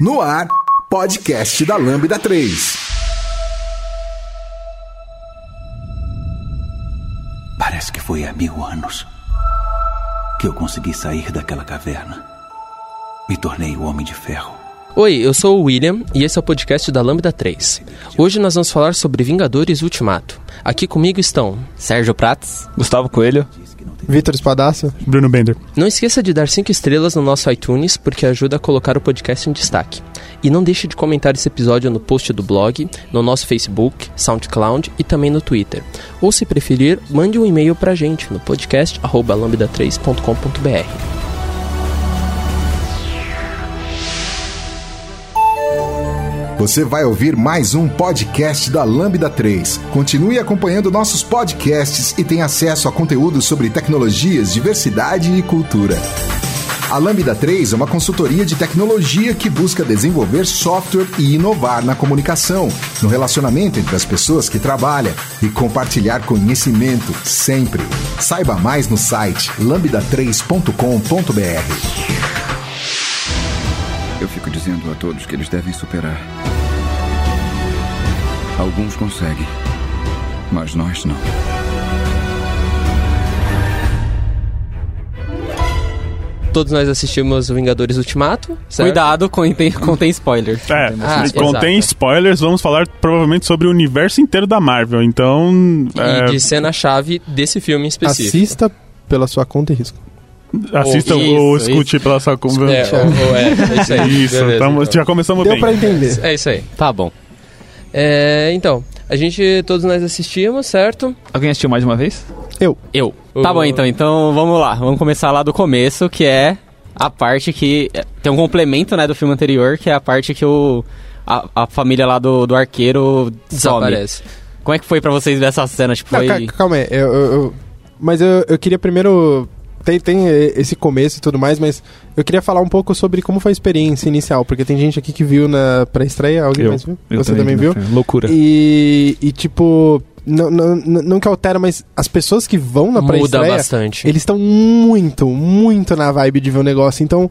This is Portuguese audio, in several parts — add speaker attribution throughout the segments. Speaker 1: No ar, podcast da Lambda 3.
Speaker 2: Parece que foi há mil anos que eu consegui sair daquela caverna. Me tornei o Homem de Ferro.
Speaker 3: Oi, eu sou o William e esse é o podcast da Lambda 3. Hoje nós vamos falar sobre Vingadores Ultimato. Aqui comigo estão.
Speaker 4: Sérgio Prats.
Speaker 5: Gustavo Coelho.
Speaker 6: Vitor Espadaça.
Speaker 7: Bruno Bender.
Speaker 3: Não esqueça de dar 5 estrelas no nosso iTunes, porque ajuda a colocar o podcast em destaque. E não deixe de comentar esse episódio no post do blog, no nosso Facebook, SoundCloud e também no Twitter. Ou se preferir, mande um e-mail pra gente no podcast@lambda3.com.br.
Speaker 1: Você vai ouvir mais um podcast da Lambda 3. Continue acompanhando nossos podcasts e tenha acesso a conteúdos sobre tecnologias, diversidade e cultura. A Lambda 3 é uma consultoria de tecnologia que busca desenvolver software e inovar na comunicação, no relacionamento entre as pessoas que trabalham e compartilhar conhecimento sempre. Saiba mais no site lambda3.com.br.
Speaker 8: Eu fico dizendo a todos que eles devem superar. Alguns conseguem, mas nós não.
Speaker 3: Todos nós assistimos Vingadores Ultimato, certo?
Speaker 4: Cuidado, contém, contém spoiler.
Speaker 7: É,
Speaker 3: Ah,
Speaker 7: e contém
Speaker 3: exato.
Speaker 7: spoilers, vamos falar provavelmente sobre o universo inteiro da Marvel, então. é,
Speaker 3: E de cena-chave desse filme em específico.
Speaker 6: Assista pela sua conta e risco.
Speaker 3: oh,
Speaker 7: assista
Speaker 4: Isso,
Speaker 7: ou
Speaker 4: isso.
Speaker 7: escute pela sua
Speaker 3: É,
Speaker 7: conversa.
Speaker 3: ou, ou é, é isso aí.
Speaker 7: Isso,
Speaker 3: Beleza,
Speaker 7: tamo-
Speaker 3: então.
Speaker 7: já começamos
Speaker 6: Deu
Speaker 7: bem.
Speaker 6: pra entender.
Speaker 3: É isso aí.
Speaker 4: Tá bom.
Speaker 3: É, então, a gente, todos nós assistimos, certo?
Speaker 5: Alguém assistiu mais de uma vez?
Speaker 6: Eu.
Speaker 4: Eu. Tá
Speaker 3: O-
Speaker 4: bom, então. Então vamos lá. Vamos começar lá do começo, que é a parte que. é, Tem um complemento, né, do filme anterior, que é a parte que o. A, a família lá do, do arqueiro some.
Speaker 3: Desaparece.
Speaker 4: Como é que foi pra vocês ver essa cena? Tipo,
Speaker 6: Não, é,
Speaker 4: foi.
Speaker 6: ca- calma aí. Eu, eu- eu- mas eu, eu queria primeiro. Tem, tem eh, esse começo e tudo mais, mas eu queria falar um pouco sobre como foi a experiência inicial, porque tem gente aqui que viu na pré-estreia, alguém
Speaker 5: Eu.
Speaker 6: mais viu?
Speaker 5: Eu
Speaker 6: Você também, viu?
Speaker 5: né? Loucura.
Speaker 6: E, e, tipo, não, não, não não que altera, mas as pessoas que vão na
Speaker 3: Muda
Speaker 6: pré-estreia,
Speaker 3: bastante.
Speaker 6: Eles estão muito, muito na vibe de ver o negócio. Então,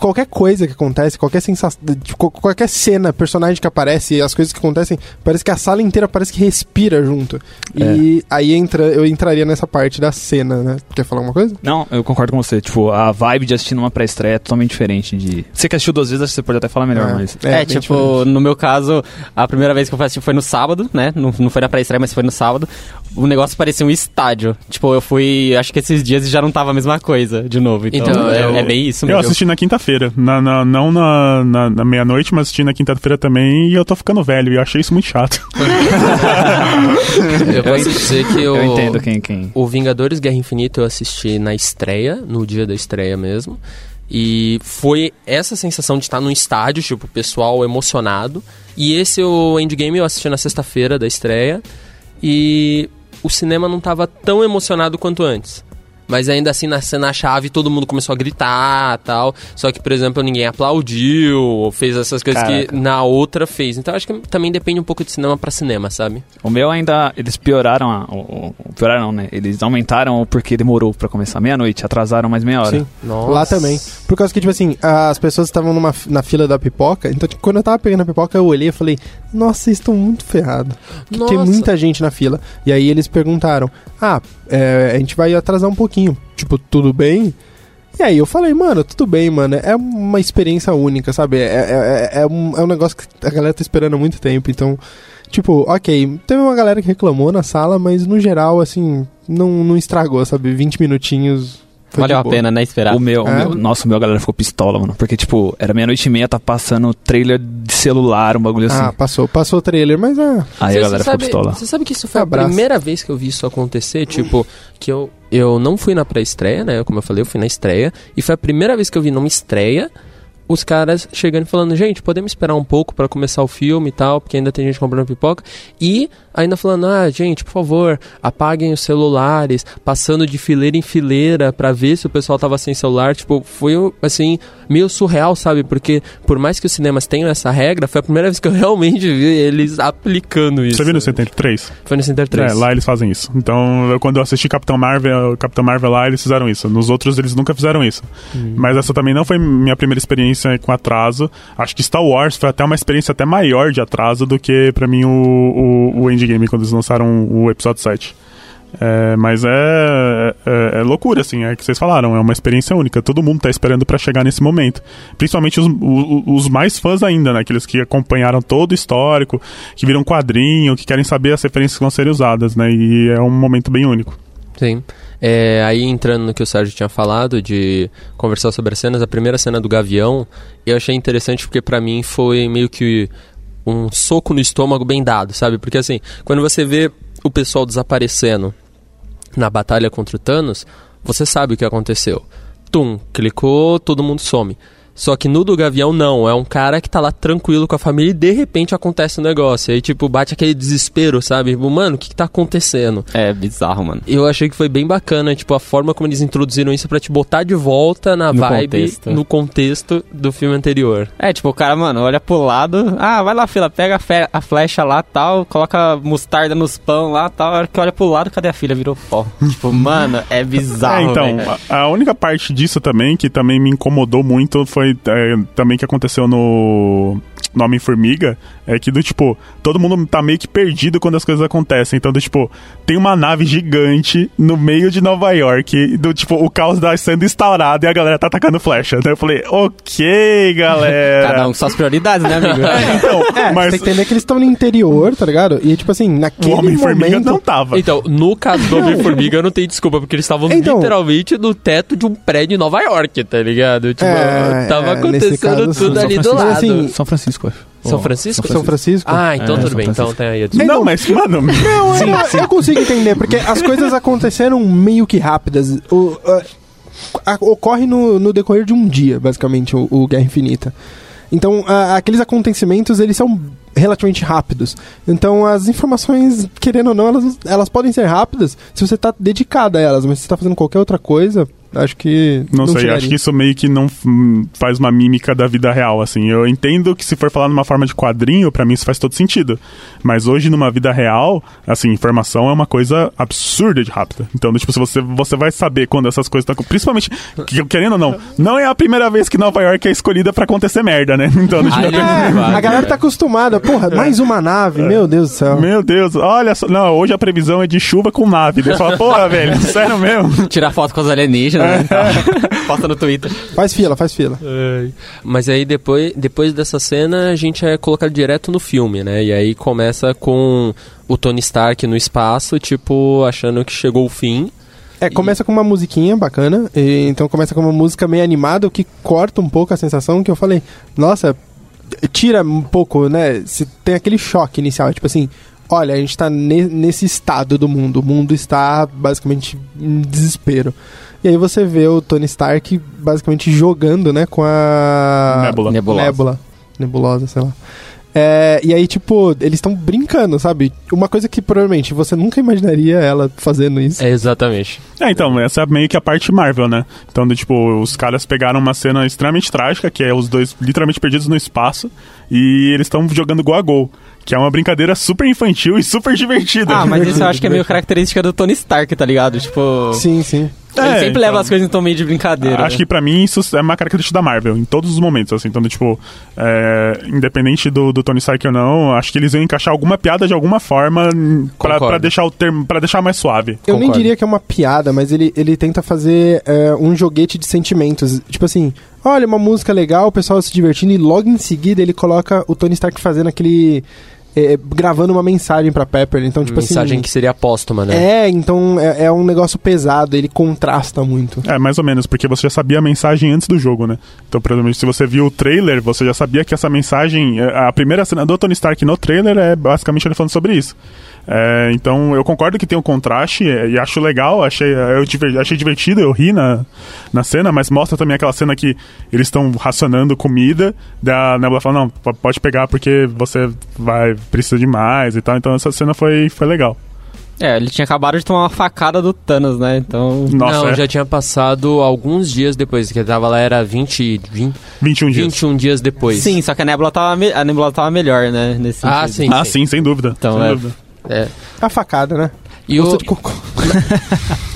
Speaker 6: qualquer coisa que acontece, qualquer sensação, qualquer cena, personagem que aparece, as coisas que acontecem, parece que a sala inteira parece que respira junto.
Speaker 4: É.
Speaker 6: E aí entra, eu entraria nessa parte da cena, né? Quer falar alguma coisa?
Speaker 5: Não, eu concordo com você. Tipo, a vibe de assistir numa pré-estreia é totalmente diferente de. Você que assistiu duas vezes, acho que você pode até falar melhor, mas.
Speaker 4: É,
Speaker 6: bem
Speaker 4: tipo,
Speaker 6: diferente.
Speaker 4: no meu caso, a primeira vez que eu fui assistir foi no sábado, né? Não, não foi na pré-estreia, mas foi no sábado. O negócio parecia um estádio. Tipo, eu fui. Acho que esses dias já não tava a mesma coisa de novo. Então,
Speaker 3: Então,
Speaker 4: é,
Speaker 3: eu-
Speaker 4: é bem isso
Speaker 7: Eu
Speaker 4: mesmo.
Speaker 7: assisti na quinta-feira, na, na- não na, na- na meia-noite, mas assisti na quinta-feira também e eu tô ficando velho e eu achei isso muito chato.
Speaker 3: Eu posso dizer que eu,
Speaker 5: Eu entendo quem. quem...
Speaker 3: o Vingadores Guerra Infinita eu assisti na estreia, no dia da estreia mesmo. E foi essa sensação de estar num estádio, tipo, o pessoal emocionado. E esse o Endgame eu assisti na sexta-feira da estreia. E o cinema não tava tão emocionado quanto antes. Mas ainda assim, na cena-chave, todo mundo começou a gritar tal. Só que, por exemplo, ninguém aplaudiu, ou fez essas coisas que
Speaker 5: Caraca.
Speaker 3: na outra fez. Então acho que também depende um pouco de cinema pra cinema, sabe?
Speaker 5: O meu ainda. Eles pioraram a. o- o- pioraram, não, né? Eles aumentaram porque demorou pra começar. Meia-noite, atrasaram mais meia hora.
Speaker 6: Sim. Lá também. Por causa que, tipo assim, as pessoas estavam numa f- na fila da pipoca. Então, tipo, quando eu tava pegando a pipoca, eu olhei e falei, nossa, vocês estão muito ferrados. Que Tem
Speaker 3: Nossa.
Speaker 6: muita gente na fila. E aí eles perguntaram, ah, é, a gente vai atrasar um pouquinho. Tipo, tudo bem? E aí eu falei, mano, tudo bem, mano. É uma experiência única, sabe? É, é- é- é um, é um negócio que a galera tá esperando há muito tempo. Então, tipo, ok, teve uma galera que reclamou na sala, mas no geral, assim, não, não estragou, sabe? 20 minutinhos. foi de
Speaker 4: Valeu a
Speaker 6: boa.
Speaker 4: pena, né? Esperar.
Speaker 5: O meu, o
Speaker 6: É.
Speaker 5: meu- nossa, o meu a galera ficou pistola, mano. Porque, tipo, era meia-noite e meia, tá passando trailer de celular, um bagulho assim.
Speaker 6: Ah, passou. Passou o trailer, mas ah,
Speaker 5: Aí
Speaker 3: Cê-
Speaker 5: a
Speaker 3: cê
Speaker 5: galera
Speaker 3: sabe,
Speaker 5: ficou pistola.
Speaker 3: Você sabe que isso foi a
Speaker 6: Abraço.
Speaker 3: primeira vez que eu vi isso acontecer? Tipo, que eu, eu não fui na pré-estreia, né? Como eu falei, eu fui na estreia. E foi a primeira vez que eu vi numa estreia os caras chegando e falando: gente, podemos esperar um pouco pra começar o filme e tal, porque ainda tem gente comprando pipoca. E ainda falando: ah, gente, por favor, apaguem os celulares, passando de fileira em fileira pra ver se o pessoal tava sem celular. Tipo, foi assim, meio surreal, sabe? Porque por mais que os cinemas tenham essa regra, foi a primeira vez que eu realmente vi eles aplicando isso.
Speaker 7: Você viu no 73?
Speaker 3: Foi no Center 3.
Speaker 7: É, lá eles fazem isso. Então, eu- quando eu assisti Capitão Marvel, Capitão Marvel lá, eles fizeram isso. Nos outros, eles nunca fizeram isso. Mas essa também não foi minha primeira experiência experiência com atraso. Acho que Star Wars foi até uma experiência até maior de atraso do que, pra mim, o, o, o Endgame, quando eles lançaram o episódio 7. É, mas é, é, é loucura, assim, é o que vocês falaram, é uma experiência única. Todo mundo tá esperando pra chegar nesse momento. Principalmente os, o- o- os mais fãs ainda, né? Aqueles que acompanharam todo o histórico, que viram quadrinho, que querem saber as referências que vão ser usadas, né? E é um momento bem único.
Speaker 3: Sim. É, aí entrando no que o Sérgio tinha falado de conversar sobre as cenas, a primeira cena do Gavião, eu achei interessante porque pra mim foi meio que um soco no estômago bem dado, sabe? Porque assim, quando você vê o pessoal desaparecendo na batalha contra o Thanos, você sabe o que aconteceu. Tum, clicou, todo mundo some. Só que no do Gavião não, é um cara que tá lá tranquilo com a família e de repente acontece o negócio. Aí, tipo, bate aquele desespero, sabe? Tipo, mano, o que, que tá acontecendo?
Speaker 4: É bizarro, mano.
Speaker 3: Eu achei que foi bem bacana, tipo, a forma como eles introduziram isso pra te botar de volta na
Speaker 4: No
Speaker 3: vibe,
Speaker 4: contexto.
Speaker 3: no contexto do filme anterior.
Speaker 4: É, tipo, o cara, mano, olha pro lado. Ah, vai lá, fila, pega a, fe- a flecha lá tal, coloca mostarda nos pão lá tal. A hora que olha pro lado, cadê a filha? Virou pó. tipo, mano, é bizarro.
Speaker 7: É, então,
Speaker 4: velho.
Speaker 7: a, a única parte disso também, que também me incomodou muito, foi é, também que aconteceu no, no Homem-Formiga, é que do tipo, todo mundo tá meio que perdido quando as coisas acontecem. Então, do tipo, tem uma nave gigante no meio de Nova York, e do tipo, o caos tá sendo instaurado e a galera tá atacando flecha. Então eu falei, ok, galera.
Speaker 4: Cada um com suas prioridades, né, amigo?
Speaker 7: Então,
Speaker 6: É, você
Speaker 7: mas
Speaker 6: tem que entender que eles estão no interior, tá ligado? E, tipo assim, naquele
Speaker 7: o Homem-Formiga
Speaker 6: momento...
Speaker 7: não tava.
Speaker 3: Então, no caso do Homem-Formiga, eu não tenho desculpa, porque eles estavam
Speaker 6: Então-
Speaker 3: literalmente no teto de um prédio em Nova York, tá ligado? Tipo,
Speaker 6: É,
Speaker 3: tava
Speaker 6: é, nesse
Speaker 3: acontecendo
Speaker 6: caso,
Speaker 3: tudo
Speaker 6: sim.
Speaker 3: ali do
Speaker 5: São
Speaker 3: lado.
Speaker 6: Francisco.
Speaker 5: São Francisco, acho.
Speaker 3: São
Speaker 5: Ou-
Speaker 3: Francisco?
Speaker 6: São Francisco?
Speaker 3: Ah, então
Speaker 5: É,
Speaker 3: tudo
Speaker 5: São
Speaker 3: bem, então
Speaker 5: Francisco.
Speaker 3: tem aí a desculpa.
Speaker 7: não, mas, mano,
Speaker 6: Não, é eu, eu consigo entender, porque as coisas aconteceram meio que rápidas. O, a- a- ocorre no, no decorrer de um dia, basicamente, o, o Guerra Infinita. Então, a- aqueles acontecimentos, eles são relativamente rápidos. Então, as informações, querendo ou não, elas, elas podem ser rápidas se você tá dedicado a elas, mas se você tá fazendo qualquer outra coisa, acho que
Speaker 7: Não, sei,
Speaker 6: chegaria.
Speaker 7: acho que isso meio que não hum, faz uma mímica da vida real, assim. Eu entendo que se for falar numa forma de quadrinho, pra mim isso faz todo sentido. Mas hoje, numa vida real, assim, informação é uma coisa absurda de rápida. Então, tipo, se você, você vai saber quando essas coisas estão... acon- Principalmente, que- querendo ou não, não é a primeira vez que Nova York é escolhida pra acontecer merda, né? Então, tipo,
Speaker 4: Aí,
Speaker 6: É, A galera tá acostumada, porra, mais uma nave,
Speaker 7: É.
Speaker 6: meu Deus do céu.
Speaker 7: meu Deus, olha só... Não, hoje a previsão é de chuva com nave. Daí você fala, porra, velho, sério mesmo?
Speaker 4: Tirar foto com os alienígenas, né?
Speaker 7: É.
Speaker 4: Então, Posta no Twitter.
Speaker 6: Faz fila, faz fila.
Speaker 3: Mas aí depois, depois dessa cena a gente é colocado direto no filme, né? E aí começa com o Tony Stark no espaço, tipo, achando que chegou o fim.
Speaker 6: É, começa com uma musiquinha bacana, e- então começa com uma música meio animada, o que corta um pouco a sensação que eu falei, nossa, tira um pouco, né? Se tem aquele choque inicial, tipo assim, olha, a gente tá ne- nesse estado do mundo, o mundo está basicamente em desespero. E aí você vê o Tony Stark basicamente jogando, né, com a
Speaker 7: Nebula.
Speaker 4: Nebulosa.
Speaker 6: Nebula. Nebulosa, sei lá. É, e aí, tipo, eles estão brincando, sabe? Uma coisa que provavelmente você nunca imaginaria ela fazendo isso.
Speaker 3: É, exatamente.
Speaker 7: É, então, essa é meio que a parte Marvel, né? Então, do, tipo, os caras pegaram uma cena extremamente trágica, que é os dois literalmente perdidos no espaço, e eles estão jogando gol a gol, que é uma brincadeira super infantil e super divertida.
Speaker 4: Ah, mas isso eu acho que é meio característica do Tony Stark, tá ligado? Tipo.
Speaker 6: Sim, sim.
Speaker 4: Ele
Speaker 7: É,
Speaker 4: sempre
Speaker 7: então.
Speaker 4: leva as coisas em tom meio de brincadeira. né?
Speaker 7: Acho que pra mim isso é uma característica da Marvel, em todos os momentos, assim. Então, tipo, é, independente do, do Tony Stark ou não, acho que eles iam encaixar alguma piada de alguma forma hum, pra,
Speaker 3: Concordo.
Speaker 7: pra deixar o termo, para deixar mais suave.
Speaker 6: Eu nem
Speaker 3: Concordo.
Speaker 6: diria que é uma piada, mas ele, ele tenta fazer é, um joguete de sentimentos. Tipo assim, olha, uma música legal, o pessoal se divertindo, e logo em seguida ele coloca o Tony Stark fazendo aquele. é, gravando uma mensagem pra Pepper. Então, tipo
Speaker 3: Mensagem
Speaker 6: assim.
Speaker 3: que seria póstuma, né?
Speaker 6: É, então é, é um negócio pesado, ele contrasta muito.
Speaker 7: É, mais ou menos, porque você já sabia a mensagem antes do jogo, né? Então, provavelmente, se você viu o trailer, você já sabia que essa mensagem. eh, A primeira cena do Tony Stark no trailer é basicamente ele falando sobre isso. É, então, eu concordo que tem um contraste eh, e acho legal, achei, eh, eu diver- achei divertido, eu ri na, na cena, mas mostra também aquela cena que eles estão racionando comida, da Nebula fala, não, p- pode pegar porque você vai, precisa de mais e tal. Então, essa cena foi, foi legal.
Speaker 4: É, ele tinha acabado de tomar uma facada do Thanos, né? Então.
Speaker 7: Nossa,
Speaker 3: não,
Speaker 7: é,
Speaker 3: já tinha passado alguns dias depois, que ele tava lá, era 20, 20
Speaker 7: 21 dias.
Speaker 3: 21 dias depois.
Speaker 4: Sim, só que a Nebula tava, me- a Nebula tava melhor, né? Nesse
Speaker 3: Ah,
Speaker 4: sentido.
Speaker 3: sim.
Speaker 7: Ah, sim, sem dúvida.
Speaker 4: Então,
Speaker 7: sem
Speaker 4: é.
Speaker 7: dúvida.
Speaker 3: É.
Speaker 6: A facada, né?
Speaker 3: E o,
Speaker 6: Gosto de cocô.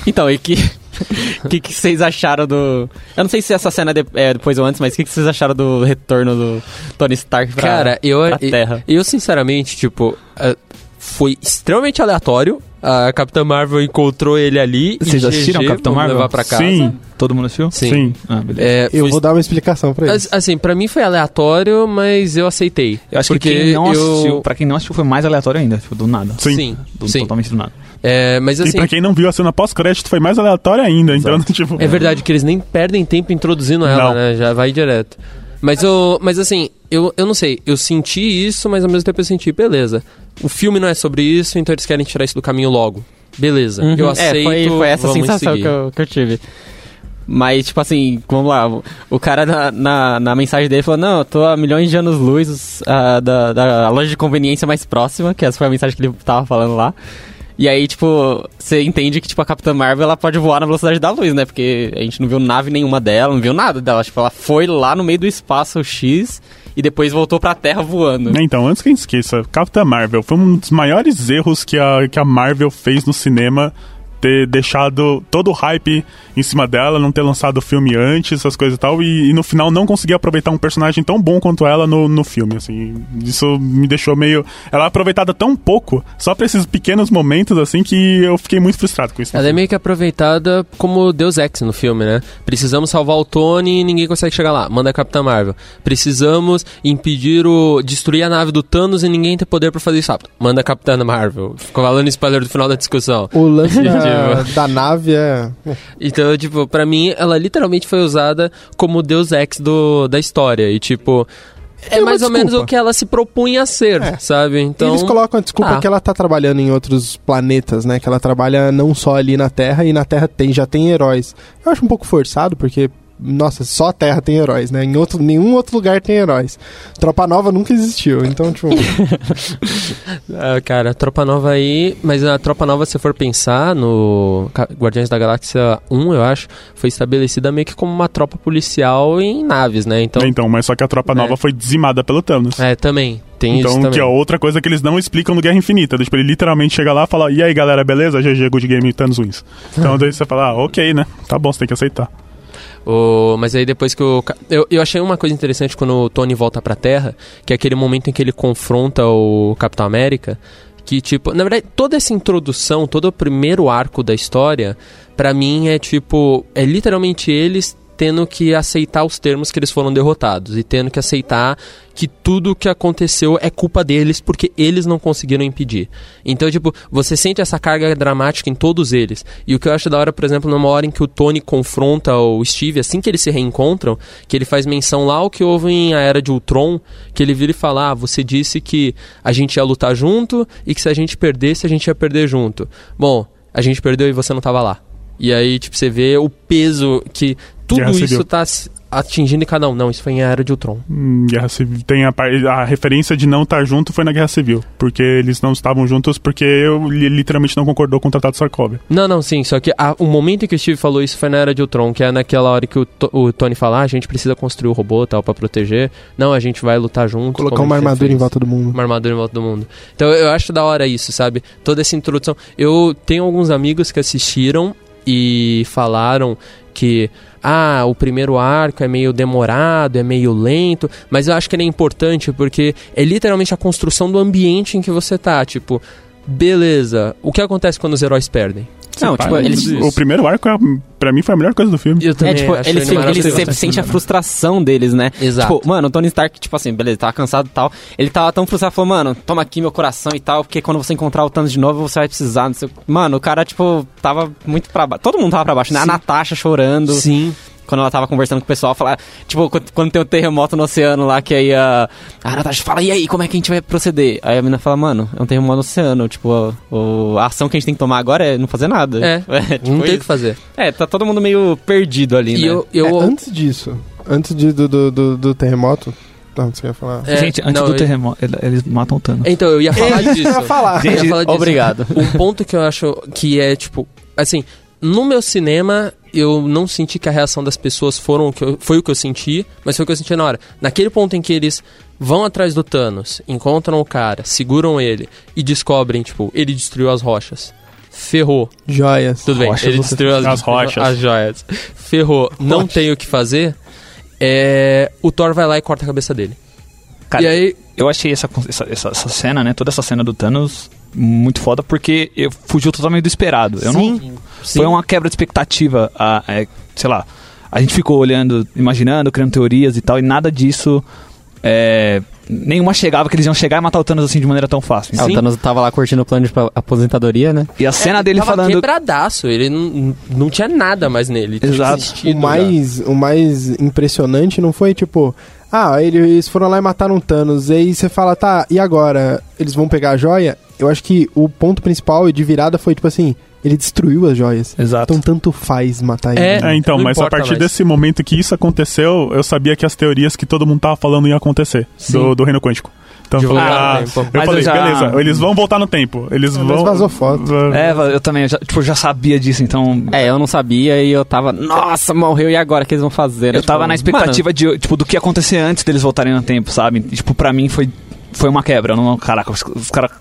Speaker 4: Então, e que O que, que vocês acharam do. Eu não sei se essa cena é de- é depois ou antes, mas o que, que vocês acharam do retorno do Tony Stark pra,
Speaker 3: Cara, eu,
Speaker 4: pra
Speaker 3: eu-
Speaker 4: Terra?
Speaker 3: eu sinceramente, tipo, eh, foi extremamente aleatório. A Capitã Marvel encontrou ele ali. e
Speaker 5: Vocês já assistiram
Speaker 3: GG,
Speaker 5: Capitã
Speaker 3: vamos
Speaker 5: Marvel?
Speaker 3: levar pra casa.
Speaker 7: Sim,
Speaker 5: Todo mundo assistiu?
Speaker 3: Sim.
Speaker 7: sim.
Speaker 5: Ah, beleza.
Speaker 3: É,
Speaker 6: Eu
Speaker 3: foi-
Speaker 6: vou dar uma explicação pra eles.
Speaker 3: As- Assim, pra mim foi aleatório, mas eu aceitei.
Speaker 5: É, Eu acho
Speaker 3: porque
Speaker 5: que quem não
Speaker 3: eu-
Speaker 5: assistiu, pra quem não assistiu, foi mais aleatório ainda, tipo, do nada.
Speaker 7: Sim.
Speaker 3: Sim,
Speaker 5: Do,
Speaker 3: sim.
Speaker 5: Totalmente do nada.
Speaker 3: É, mas
Speaker 7: E
Speaker 3: assim,
Speaker 7: pra quem não viu a cena pós-crédito foi mais aleatória ainda, então, tipo.
Speaker 3: é verdade que eles nem perdem tempo introduzindo ela,
Speaker 7: Não.
Speaker 3: né? Já vai direto. Mas, eu, mas assim, eu, eu não sei, eu senti isso, mas ao mesmo tempo eu senti, beleza. O filme não é sobre isso, então eles querem tirar isso do caminho logo. Beleza, eu aceito.
Speaker 4: É, foi, foi essa a
Speaker 3: vamos
Speaker 4: sensação
Speaker 3: seguir.
Speaker 4: que eu, que eu tive. Mas, tipo assim, vamos lá. o- O cara na, na, na mensagem dele falou: Não, eu tô a milhões de anos luz ah, da, da loja de conveniência mais próxima, que essa foi a mensagem que ele tava falando lá. E aí, tipo, você entende que tipo, a Capitã Marvel ela pode voar na velocidade da luz, né? Porque a gente não viu nave nenhuma dela, não viu nada dela. Tipo, ela foi lá no meio do espaço X e depois voltou pra Terra voando.
Speaker 7: Né, Então, antes que a gente esqueça, Capitã Marvel foi um dos maiores erros que a, que a Marvel fez no cinema. Ter deixado todo o hype em cima dela, não ter lançado o filme antes, essas coisas e tal, e, e no final não conseguir aproveitar um personagem tão bom quanto ela no, no filme, assim. Isso me deixou meio. Ela é aproveitada tão pouco, só pra esses pequenos momentos, assim, que eu fiquei muito frustrado com isso.
Speaker 3: Ela é meio que aproveitada como Deus Ex no filme, né? Precisamos salvar o Tony e ninguém consegue chegar lá. Manda a Capitã Marvel. Precisamos impedir o. destruir a nave do Thanos e ninguém tem poder pra fazer isso rápido. Manda a Capitã Marvel. Ficou falando spoiler do final da discussão.
Speaker 6: O lance da,
Speaker 3: Entendi.
Speaker 6: da nave é.
Speaker 3: Então, tipo, pra mim, ela literalmente foi usada como Deus Ex do, da história. E, tipo. É
Speaker 6: uma
Speaker 3: mais ou menos
Speaker 6: desculpa.
Speaker 3: o que ela se propunha a ser,
Speaker 6: É.
Speaker 3: sabe? Então.
Speaker 6: Eles colocam a desculpa
Speaker 3: Ah.
Speaker 6: que ela tá trabalhando em outros planetas, né? Que ela trabalha não só ali na Terra, e na Terra tem, já tem heróis. Eu acho um pouco forçado, porque, nossa, só a Terra tem heróis, né? Em outro, nenhum outro lugar tem heróis. Tropa Nova nunca existiu, então, tipo...
Speaker 3: Ah, cara, a Tropa Nova aí, mas a Tropa Nova, se for pensar no Ca- Guardiões da Galáxia 1, eu acho, foi estabelecida meio que como uma tropa policial em naves, né? Então,
Speaker 7: Então, mas só que a tropa nova
Speaker 3: É.
Speaker 7: foi dizimada pelo Thanos.
Speaker 3: é, também, tem isso
Speaker 7: Então,
Speaker 3: também.
Speaker 7: que é outra coisa que eles não explicam no Guerra Infinita. Tipo, ele literalmente chega lá e fala, e aí galera, beleza? GG, good game, Thanos wins.
Speaker 3: Hum.
Speaker 7: Então daí você fala, ah, ok, né? Tá bom, você tem que aceitar.
Speaker 3: O- mas aí depois que o. ca- Eu, eu achei uma coisa interessante quando o Tony volta pra Terra, que é aquele momento em que ele confronta o Capitão América. Que, tipo, na verdade, toda essa introdução, todo o primeiro arco da história, pra mim é tipo. É literalmente eles tendo que aceitar os termos que eles foram derrotados e tendo que aceitar que tudo o que aconteceu é culpa deles porque eles não conseguiram impedir. Então, tipo, você sente essa carga dramática em todos eles. E o que eu acho da hora, por exemplo, numa hora em que o Tony confronta o Steve, assim que eles se reencontram, que ele faz menção lá ao que houve em A Era de Ultron, que ele vira e fala: ah, você disse que a gente ia lutar junto e que se a gente perdesse, a gente ia perder junto. Bom, a gente perdeu e você não tava lá. E aí, tipo, você vê o peso que tudo
Speaker 7: Guerra
Speaker 3: isso
Speaker 7: Civil.
Speaker 3: tá s- atingindo em cada um. Não, isso foi em A Era de Ultron.
Speaker 7: Hum, Guerra Civil. Tem a, par- a referência de não estar junto foi na Guerra Civil. Porque eles não estavam juntos porque eu li- literalmente não concordou com o Tratado de Sarkov.
Speaker 3: Não, não, sim, só que a- o momento em que o Steve falou isso foi na era de Ultron, que é naquela hora que o, To- o Tony fala, "Ah, a gente precisa construir o robô tal pra proteger. Não, a gente vai lutar junto.
Speaker 6: Colocar
Speaker 3: como
Speaker 6: uma
Speaker 3: a gente
Speaker 6: armadura em
Speaker 3: fez."
Speaker 6: volta do mundo.
Speaker 3: Uma armadura em volta do mundo. Então eu acho da hora isso, sabe? Toda essa introdução. Eu tenho alguns amigos que assistiram e falaram que ah, o primeiro arco é meio demorado, é meio lento, mas eu acho que ele é importante porque é literalmente a construção do ambiente em que você tá, tipo, beleza. O que acontece quando os heróis perdem?
Speaker 4: Não, tipo, eles,
Speaker 7: O primeiro arco, é- pra mim, foi a melhor coisa do filme.
Speaker 3: Eu
Speaker 4: É, tipo, eles, se- eles sempre
Speaker 5: Bastante
Speaker 4: sentem a
Speaker 5: melhor.
Speaker 4: frustração deles, né?
Speaker 3: Exato.
Speaker 4: Tipo, mano, o Tony Stark, tipo assim, beleza, tava cansado e tal. Ele tava tão frustrado, falou, mano, toma aqui meu coração e tal, porque quando você encontrar o Thanos de novo, você vai precisar. Não sei... o que. Mano, o cara, tipo, tava muito pra baixo. Todo mundo tava pra baixo, né? A
Speaker 3: Sim.
Speaker 4: Natasha chorando
Speaker 3: Sim.
Speaker 4: quando ela tava conversando com o pessoal, falar, tipo, quando, quando tem um terremoto no oceano lá, que aí a, a Natasha fala, e aí, como é que a gente vai proceder? Aí a menina fala, mano, é um terremoto no oceano, tipo, a, o- a ação que a gente tem que tomar agora é não fazer nada.
Speaker 3: É.
Speaker 4: tipo
Speaker 3: não tem o
Speaker 4: isso.
Speaker 3: que fazer.
Speaker 4: É, tá todo mundo meio perdido ali,
Speaker 3: E
Speaker 4: né?
Speaker 3: eu. eu
Speaker 6: É, antes disso, antes de- do, do, do, do terremoto... Não, você ia falar...
Speaker 3: é,
Speaker 5: Gente, antes
Speaker 3: não,
Speaker 5: do
Speaker 3: eu-
Speaker 5: terremoto, ele- eles matam o Thanos.
Speaker 3: Então, eu ia falar disso.
Speaker 6: Eu ia falar.
Speaker 3: Eu ia falar disso.
Speaker 4: Obrigado.
Speaker 3: Um ponto que eu acho que é, tipo, assim, no meu cinema, eu não senti que a reação das pessoas foram o que eu- foi o que eu senti, mas foi o que eu senti na hora. Naquele ponto em que eles vão atrás do Thanos, encontram o cara, seguram ele e descobrem, tipo, ele destruiu as rochas. ferrou.
Speaker 6: Joias.
Speaker 3: Tudo bem,
Speaker 5: Rochas
Speaker 3: ele
Speaker 5: do-
Speaker 3: destruiu as,
Speaker 7: as rochas.
Speaker 3: As joias. Ferrou, não tem o que fazer. É, o Thor vai lá e corta a cabeça dele.
Speaker 5: Cara,
Speaker 3: e aí,
Speaker 5: eu achei essa, essa, essa- essa cena, né? Toda essa cena do Thanos muito foda porque eu, fugiu totalmente do esperado. Eu não,
Speaker 3: sim.
Speaker 5: Foi uma quebra de expectativa. A, é, sei lá, a gente ficou olhando, imaginando, criando teorias e tal, e nada disso. é, nenhuma chegava que eles iam chegar e matar o Thanos assim de maneira tão fácil.
Speaker 4: Ah, o Thanos tava lá curtindo o plano de pa- aposentadoria, né?
Speaker 5: E a cena dele
Speaker 3: É, tava
Speaker 5: falando.
Speaker 3: quebradaço, ele não, não tinha nada mais nele. tinha
Speaker 5: Exato.
Speaker 3: desistido
Speaker 6: O
Speaker 3: já.
Speaker 6: mais, o mais impressionante não foi tipo, ah, eles foram lá e mataram o Thanos. E aí você fala, tá, e agora? Eles vão pegar a joia? Eu acho que o ponto principal e de virada foi tipo assim: ele destruiu as joias.
Speaker 5: Exato.
Speaker 6: Então tanto faz matar
Speaker 3: É.
Speaker 6: ele.
Speaker 7: É, então,
Speaker 3: Não
Speaker 7: mas a
Speaker 3: importa
Speaker 7: partir
Speaker 3: mais.
Speaker 7: desse momento que isso aconteceu, eu sabia que as teorias que todo mundo tava falando iam acontecer do, do Reino Quântico. Então,
Speaker 3: De
Speaker 7: eu falei,
Speaker 3: voltar no
Speaker 7: ah,
Speaker 3: tempo.
Speaker 7: eu
Speaker 5: Mas
Speaker 7: falei,
Speaker 5: eu já-
Speaker 7: beleza, eles vão voltar no tempo. Eles
Speaker 6: Mas
Speaker 7: vão.
Speaker 6: vazou foto.
Speaker 5: É, eu também, eu já, tipo, eu já sabia disso, então.
Speaker 4: É, eu não sabia e eu tava, nossa, morreu, e agora? O que eles vão fazer? né?
Speaker 5: Eu tava
Speaker 4: Tipo,
Speaker 5: na expectativa de, tipo, do que ia acontecer antes deles voltarem no tempo, sabe? E, tipo, pra mim foi, foi uma quebra. Eu não, caraca, os, os caras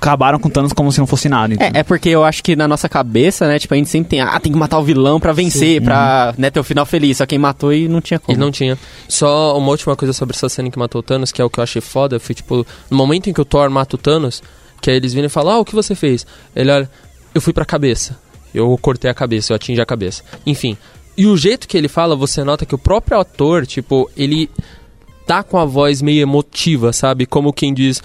Speaker 5: acabaram com o Thanos como se não fosse nada. então.
Speaker 4: É, é porque eu acho que na nossa cabeça, né, tipo, a gente sempre tem, ah, tem que matar o vilão pra vencer, pra né, ter o final feliz. Só quem matou e não tinha como.
Speaker 3: E não tinha. Só uma última coisa sobre essa cena que matou o Thanos, que é o que eu achei foda, foi tipo, no momento em que o Thor mata o Thanos, que aí eles viram e falam, ah, o que você fez? Ele olha, eu fui pra cabeça. Eu cortei a cabeça, eu atingi a cabeça. Enfim. E o jeito que ele fala, você nota que o próprio ator, tipo, ele tá com a voz meio emotiva, sabe? Como quem diz,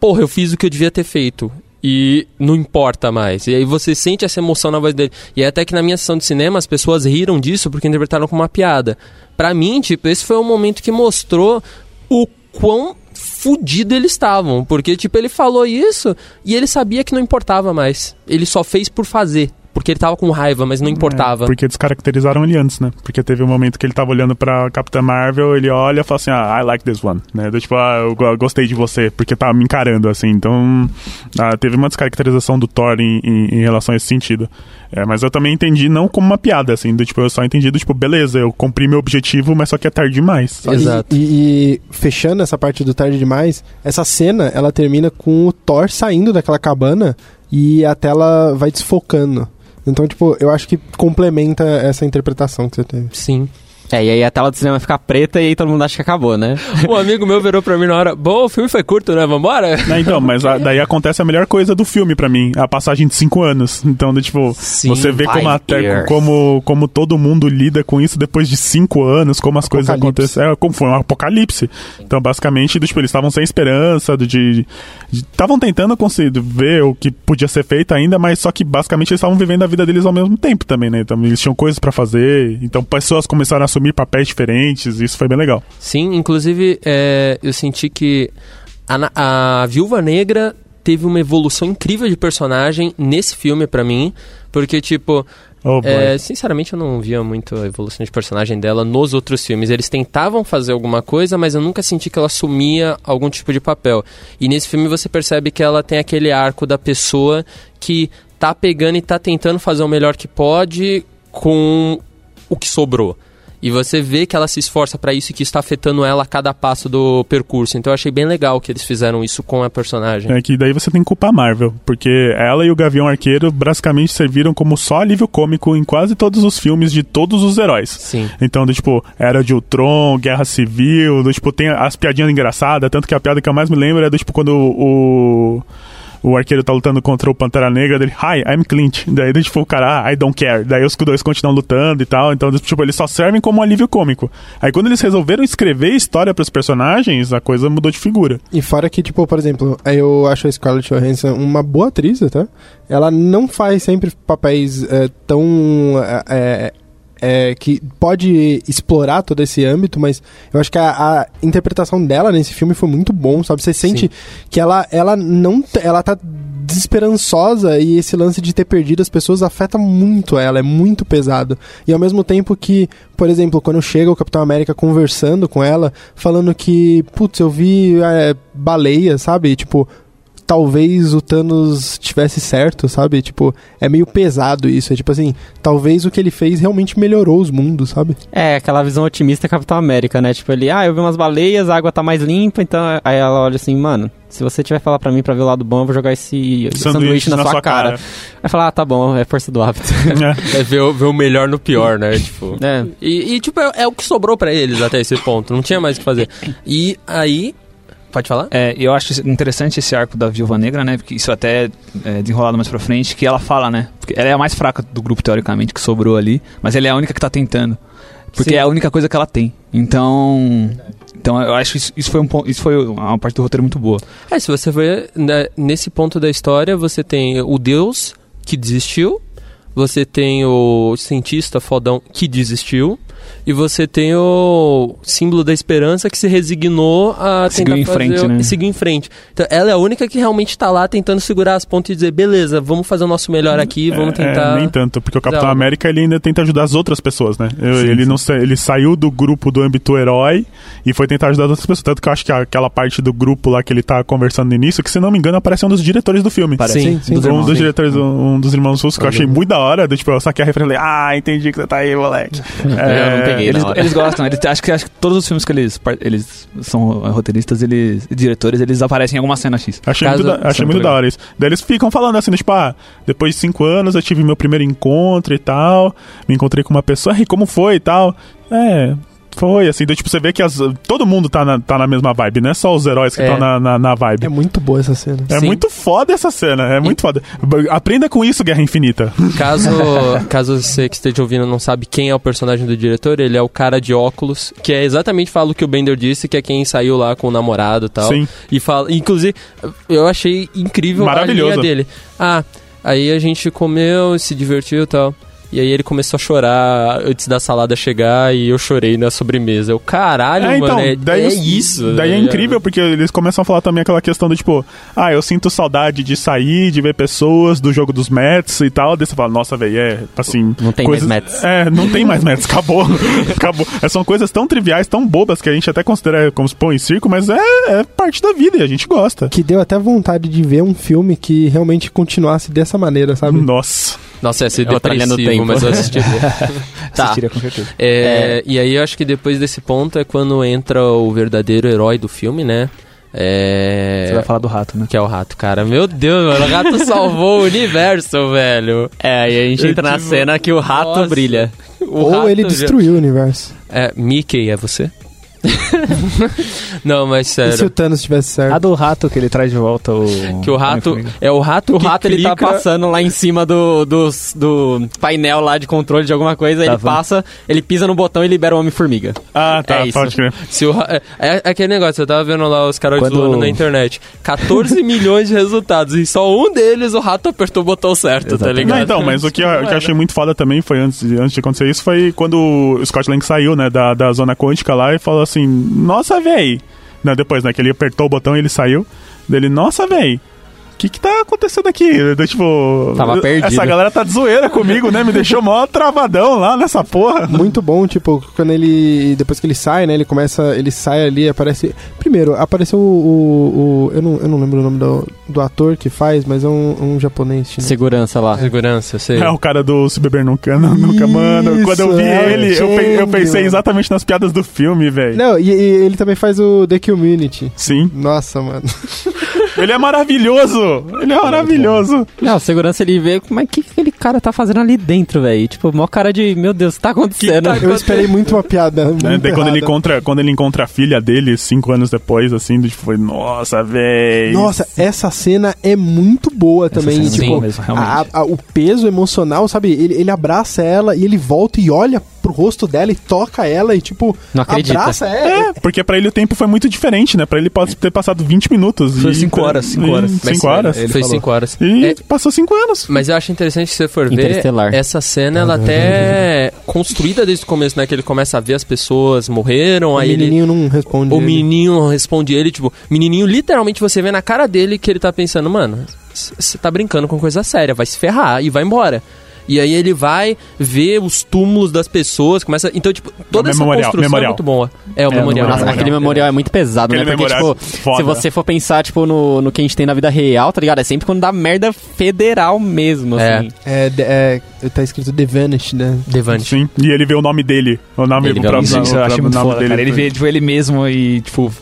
Speaker 3: porra, eu fiz o que eu devia ter feito. E não importa mais. E aí você sente essa emoção na voz dele. E é até que na minha sessão de cinema as pessoas riram disso porque interpretaram como uma piada. Pra mim, tipo, esse foi o momento que mostrou o quão fudido eles estavam. Porque, tipo, ele falou isso e ele sabia que não importava mais. Ele só fez por fazer. Porque ele tava com raiva, mas não importava.
Speaker 7: É, Porque descaracterizaram ele antes, né? Porque teve um momento que ele tava olhando pra Capitã Marvel, ele olha e fala assim, ah, I like this one, né? Do tipo, ah, eu go- gostei de você, porque tava me encarando, assim. Então, ah, teve uma descaracterização do Thor em, em- em relação a esse sentido. É, mas eu também entendi não como uma piada, assim, do tipo, eu só entendi do tipo, beleza, eu cumpri meu objetivo, mas só que é tarde demais. sabe?
Speaker 3: Exato.
Speaker 6: E, e- e fechando essa parte do tarde demais, essa cena ela termina com o Thor saindo daquela cabana e a tela vai desfocando. Então, tipo, eu acho que complementa essa interpretação que você teve.
Speaker 3: Sim.
Speaker 4: É, e aí a tela do cinema fica preta e aí todo mundo acha que acabou, né?
Speaker 3: Um amigo meu virou pra mim na hora: Bom, o filme foi curto, né? Vambora?
Speaker 7: Né, então, mas a- daí acontece a melhor coisa do filme pra mim, a passagem de cinco anos. Então, do tipo,
Speaker 3: Sim,
Speaker 7: você vê como,
Speaker 4: five
Speaker 7: até,
Speaker 4: years.
Speaker 7: como, como todo mundo lida com isso depois de cinco anos, como as coisas
Speaker 6: Apocalipse.
Speaker 7: acontecem. É, como foi um apocalipse. Então, basicamente, do, tipo, eles estavam sem esperança, do, de. Estavam tentando conseguir ver o que podia ser feito ainda, mas só que basicamente eles estavam vivendo a vida deles ao mesmo tempo também, né? Então, eles tinham coisas pra fazer, então pessoas começaram a assumir papéis diferentes, isso foi bem legal.
Speaker 3: Sim, inclusive é, eu senti que a, na- a Viúva Negra teve uma evolução incrível de personagem nesse filme pra mim, porque tipo,
Speaker 7: Oh, boy.
Speaker 3: é, sinceramente eu não via muito a evolução de personagem dela nos outros filmes. Eles tentavam fazer alguma coisa, mas eu nunca senti que ela assumia algum tipo de papel. E nesse filme você percebe que ela tem aquele arco da pessoa que tá pegando e tá tentando fazer o melhor que pode com o que sobrou. E você vê que ela se esforça pra isso e que isso tá afetando ela a cada passo do percurso. Então eu achei bem legal que eles fizeram isso com a personagem.
Speaker 7: É que daí você tem que culpar a Marvel, porque ela e o Gavião Arqueiro basicamente serviram como só alívio cômico em quase todos os filmes de todos os heróis.
Speaker 3: Sim.
Speaker 7: Então, do tipo, Era de Ultron, Guerra Civil, do tipo, tem as piadinhas engraçadas, tanto que a piada que eu mais me lembro é do tipo quando o. O arqueiro tá lutando contra o Pantera Negra dele, hi, I'm Clint. Daí, do tipo, o cara, ah, I don't care. Daí os dois continuam lutando e tal. Então, do tipo, eles só servem como alívio cômico. Aí quando eles resolveram escrever história pros personagens, a coisa mudou de figura.
Speaker 6: E fora que, tipo, por exemplo, eu acho a Scarlett Johansson uma boa atriz, tá? Ela não faz sempre papéis é, tão. é, é, é, que pode explorar todo esse âmbito, mas eu acho que a, a interpretação dela nesse filme foi muito bom, sabe? Você sente que ela, ela não. t- Ela tá desesperançosa e esse lance de ter perdido as pessoas afeta muito ela, é muito pesado. E ao mesmo tempo que, por exemplo, quando chega o Capitão América conversando com ela, falando que, putz, eu vi é, baleia, sabe? E, tipo, talvez o Thanos tivesse certo, sabe? Tipo, é meio pesado isso. É tipo assim, talvez o que ele fez realmente melhorou os mundos, sabe?
Speaker 4: É, aquela visão otimista Capitão América, né? Tipo, ele, ah, eu vi umas baleias, a água tá mais limpa, então. Aí ela olha assim, mano, se você tiver falar pra mim pra ver o lado bom, eu vou jogar esse sanduíche, na, sua, cara. Aí fala, ah, tá bom, é força do hábito.
Speaker 3: É ver, o- ver o melhor no pior, né? Tipo.
Speaker 4: é.
Speaker 3: E, e, tipo, é, é o que sobrou pra eles até esse ponto. Não tinha mais o que fazer. E aí. Pode falar?
Speaker 5: É, eu acho interessante esse arco da Viúva Negra, né? Porque isso até é desenrolado mais pra frente, que ela fala, né? Porque ela é a mais fraca do grupo, teoricamente, que sobrou ali, mas ela é a única que tá tentando. Porque
Speaker 4: Sim.
Speaker 5: é a única coisa que ela tem. Então. Então eu acho que isso, isso foi um pon- isso foi uma parte do roteiro muito boa.
Speaker 3: É, se você ver né, nesse ponto da história, você tem o Deus que desistiu, você tem o cientista fodão que desistiu, e você tem o símbolo da esperança que se resignou a
Speaker 5: Seguiu
Speaker 3: tentar
Speaker 5: em
Speaker 3: fazer
Speaker 5: frente,
Speaker 3: o-
Speaker 5: né?
Speaker 3: e seguiu em frente. Então, ela é a única que realmente tá lá tentando segurar as pontas e dizer, beleza, vamos fazer o nosso melhor aqui, vamos
Speaker 7: É,
Speaker 3: tentar.
Speaker 7: nem tanto, porque o Capitão
Speaker 3: Não.
Speaker 7: América ele ainda tenta ajudar as outras pessoas, né? Eu- ele, não, sa- ele saiu do grupo do âmbito herói e foi tentar ajudar as outras pessoas. Tanto que eu acho que aquela parte do grupo lá que ele tá conversando no início, que se não me engano, aparece um dos diretores do filme.
Speaker 5: Parece.
Speaker 3: Sim,
Speaker 5: Dos
Speaker 7: um
Speaker 5: irmãos,
Speaker 7: dos
Speaker 5: sim.
Speaker 7: diretores, um, um dos irmãos russos que eu achei muito da hora. Do, tipo, eu saquei a referência e falei, ah, entendi que você tá aí, moleque. É,
Speaker 4: eu não peguei.
Speaker 5: É, Eles,
Speaker 4: na hora.
Speaker 5: eles gostam, eles, acho, que, acho que todos os filmes que eles, par- eles são é, roteiristas, eles diretores, eles aparecem em alguma cena X.
Speaker 7: Achei,
Speaker 3: Caso-
Speaker 7: muito, da, achei
Speaker 5: Sim,
Speaker 7: muito
Speaker 5: tá
Speaker 7: da hora isso. Daí eles ficam falando assim, tipo, ah, depois de cinco anos eu tive meu primeiro encontro e tal. Me encontrei com uma pessoa, e como foi e tal? É, foi, assim, daí, tipo, você vê que as- todo mundo tá na, tá na mesma vibe, não é só os heróis que
Speaker 3: É.
Speaker 7: estão na, na, na
Speaker 6: É
Speaker 7: vibe.
Speaker 6: muito boa essa cena.
Speaker 7: É,
Speaker 3: Sim.
Speaker 7: muito foda essa cena, é muito foda. B- Aprenda com isso, Guerra Infinita.
Speaker 3: Caso, caso você que esteja ouvindo não sabe quem é o personagem do diretor, ele é o cara de óculos, que é exatamente fala o que o Bender disse, que é quem saiu lá com o namorado e tal.
Speaker 7: Sim.
Speaker 3: E fala, inclusive, eu achei incrível a linha
Speaker 7: Maravilhoso.
Speaker 3: dele. Ah, aí a gente comeu, se divertiu e tal. E aí ele começou a chorar antes da salada chegar e eu chorei na sobremesa. Eu, caralho,
Speaker 7: É,
Speaker 3: mano,
Speaker 7: então,
Speaker 3: é,
Speaker 7: daí
Speaker 3: é
Speaker 7: os-
Speaker 3: isso.
Speaker 7: Daí é
Speaker 3: né?
Speaker 7: incrível, porque eles começam a falar também aquela questão do tipo, ah, eu sinto saudade de sair, de ver pessoas, do jogo dos Mets e tal. Daí você fala, nossa, velho, é assim.
Speaker 4: Não tem
Speaker 7: coisas-
Speaker 4: mais Mets.
Speaker 7: É, não tem mais Mets, acabou. acabou. É, são coisas tão triviais, tão bobas, que a gente até considera como se pão e circo, mas é, é parte da vida e a gente gosta.
Speaker 6: Que deu até vontade de ver um filme que realmente continuasse dessa maneira, sabe?
Speaker 7: Nossa.
Speaker 3: Nossa, ia ser
Speaker 4: É outra linha do
Speaker 3: depressivo,
Speaker 4: tempo.
Speaker 3: mas eu assisti.
Speaker 4: Tá.
Speaker 5: Assistiria com certeza.
Speaker 3: É, E aí eu acho que depois desse ponto é quando entra o verdadeiro herói do filme, né? É...
Speaker 5: Você vai falar do rato, né?
Speaker 3: Que é o rato, cara. Meu Deus, mano. O rato salvou o universo, velho.
Speaker 4: É, e a gente
Speaker 3: Eu
Speaker 4: entra na
Speaker 7: um-
Speaker 3: tive-
Speaker 4: cena que o rato
Speaker 3: Nossa.
Speaker 4: brilha.
Speaker 3: O
Speaker 6: Ou
Speaker 3: rato
Speaker 6: ele
Speaker 3: já-
Speaker 6: destruiu o universo.
Speaker 3: É, Mickey, é você? Não, mas
Speaker 6: E se o
Speaker 3: sério.
Speaker 6: Thanos tivesse certo?
Speaker 5: A do rato que ele traz de volta o.
Speaker 3: Que o rato. É o rato
Speaker 4: O
Speaker 3: que
Speaker 4: rato, ele tá
Speaker 3: clica-
Speaker 4: passando lá em cima do, do, do painel lá de controle de alguma coisa,
Speaker 5: Tá
Speaker 4: ele
Speaker 5: bom.
Speaker 4: passa, ele pisa no botão e libera o Homem-Formiga.
Speaker 7: Ah, tá,
Speaker 4: É isso.
Speaker 7: pode crer.
Speaker 3: Se o ra- é, é aquele negócio, eu tava vendo lá os caras
Speaker 5: Quando-
Speaker 3: zoando na internet. 14 milhões de resultados e só um deles o rato apertou o botão certo, tá
Speaker 5: Exatamente.
Speaker 3: ligado?
Speaker 7: Não, então, mas o que, eu, o que eu achei muito foda também foi antes, de- antes de acontecer isso, foi quando o Scott Lang saiu, né, da, da zona quântica lá e falou assim, nossa, véi. Não, depois, né, que ele apertou o botão e ele saiu. Dele, nossa, véi. O que, que tá acontecendo aqui? Eu, tipo,
Speaker 4: Tava perdido.
Speaker 7: essa galera tá de zoeira comigo, né? Me deixou mó travadão lá nessa porra.
Speaker 6: Muito bom, tipo, quando ele. Depois que ele sai, né? Ele começa. Ele sai ali, aparece. Primeiro, apareceu o. o- o- eu, não, eu não lembro o nome do, do ator que faz, mas é um, um japonês. chinês.
Speaker 4: Segurança lá.
Speaker 3: Segurança, eu sei.
Speaker 7: É o cara do Se Beber Nunca, nunca mano. Quando eu vi
Speaker 6: Isso, é,
Speaker 7: ele, eu, pe- eu
Speaker 6: Chang,
Speaker 7: pensei
Speaker 6: mano.
Speaker 7: exatamente nas piadas do filme, velho.
Speaker 6: Não, e, e ele também faz o The Community.
Speaker 7: Sim.
Speaker 6: Nossa, mano.
Speaker 7: Ele é maravilhoso! Ele é maravilhoso!
Speaker 4: Não, o segurança ele vê, mas o que, que aquele cara tá fazendo ali dentro, velho? Tipo, mó cara de, meu Deus, o que tá acontecendo?
Speaker 6: Eu esperei muito uma piada. Muito
Speaker 7: Né? Daí quando
Speaker 6: errada.
Speaker 7: ele, encontra, quando ele encontra a filha dele, cinco anos depois, assim, do tipo, foi, nossa, véi.
Speaker 6: Nossa, essa cena é muito boa também.
Speaker 5: cena é
Speaker 6: tipo,
Speaker 5: boa mesmo, realmente.
Speaker 6: a- a- o peso emocional, sabe? Ele, ele abraça ela e ele volta e olha pro rosto dela e toca ela e, tipo,
Speaker 4: Não acredita.
Speaker 6: abraça ela.
Speaker 7: É, porque pra ele o tempo foi muito diferente, né? Pra ele pode ter passado 20 minutos.
Speaker 5: Foi
Speaker 7: e-
Speaker 5: cinco horas, cinco
Speaker 7: e-
Speaker 5: horas.
Speaker 7: Cinco horas.
Speaker 3: Foi 5 horas.
Speaker 7: E
Speaker 3: É,
Speaker 7: passou cinco anos.
Speaker 3: Mas eu acho interessante se você for ver,
Speaker 4: Interestelar.
Speaker 3: essa cena ela até é construída desde o começo, né? Que ele começa a ver as pessoas morreram,
Speaker 6: O
Speaker 3: aí ele.
Speaker 6: menininho não responde.
Speaker 3: O
Speaker 6: ele.
Speaker 3: menininho responde ele, tipo, menininho, literalmente você vê na cara dele que ele tá pensando, mano, você tá brincando com coisa séria, vai se ferrar e vai embora. E aí ele vai ver os túmulos das pessoas, começa. Então, tipo, toda essa
Speaker 7: memorial,
Speaker 3: construção
Speaker 7: memorial.
Speaker 3: é muito boa. É, o
Speaker 5: É,
Speaker 3: memorial.
Speaker 5: o
Speaker 4: Nossa,
Speaker 7: memorial.
Speaker 4: aquele memorial é muito pesado,
Speaker 7: Aquele
Speaker 4: né? Porque,
Speaker 7: memorial
Speaker 4: tipo,
Speaker 7: é foda.
Speaker 4: se você for pensar, tipo, no, no que a gente tem na vida real, tá ligado? É sempre quando dá merda federal mesmo,
Speaker 3: É.
Speaker 4: assim.
Speaker 6: É, de- é, tá escrito The Vanished, né?
Speaker 4: é
Speaker 5: é
Speaker 3: Devante.
Speaker 7: Sim, e ele vê o nome dele. O nome
Speaker 3: Ele
Speaker 7: é o
Speaker 3: vê o
Speaker 7: próprio-
Speaker 5: Isso,
Speaker 7: o
Speaker 5: isso eu achei
Speaker 7: próprio
Speaker 5: muito
Speaker 7: nome
Speaker 5: foda, cara. Ele vê, tipo, ele mesmo e, tipo...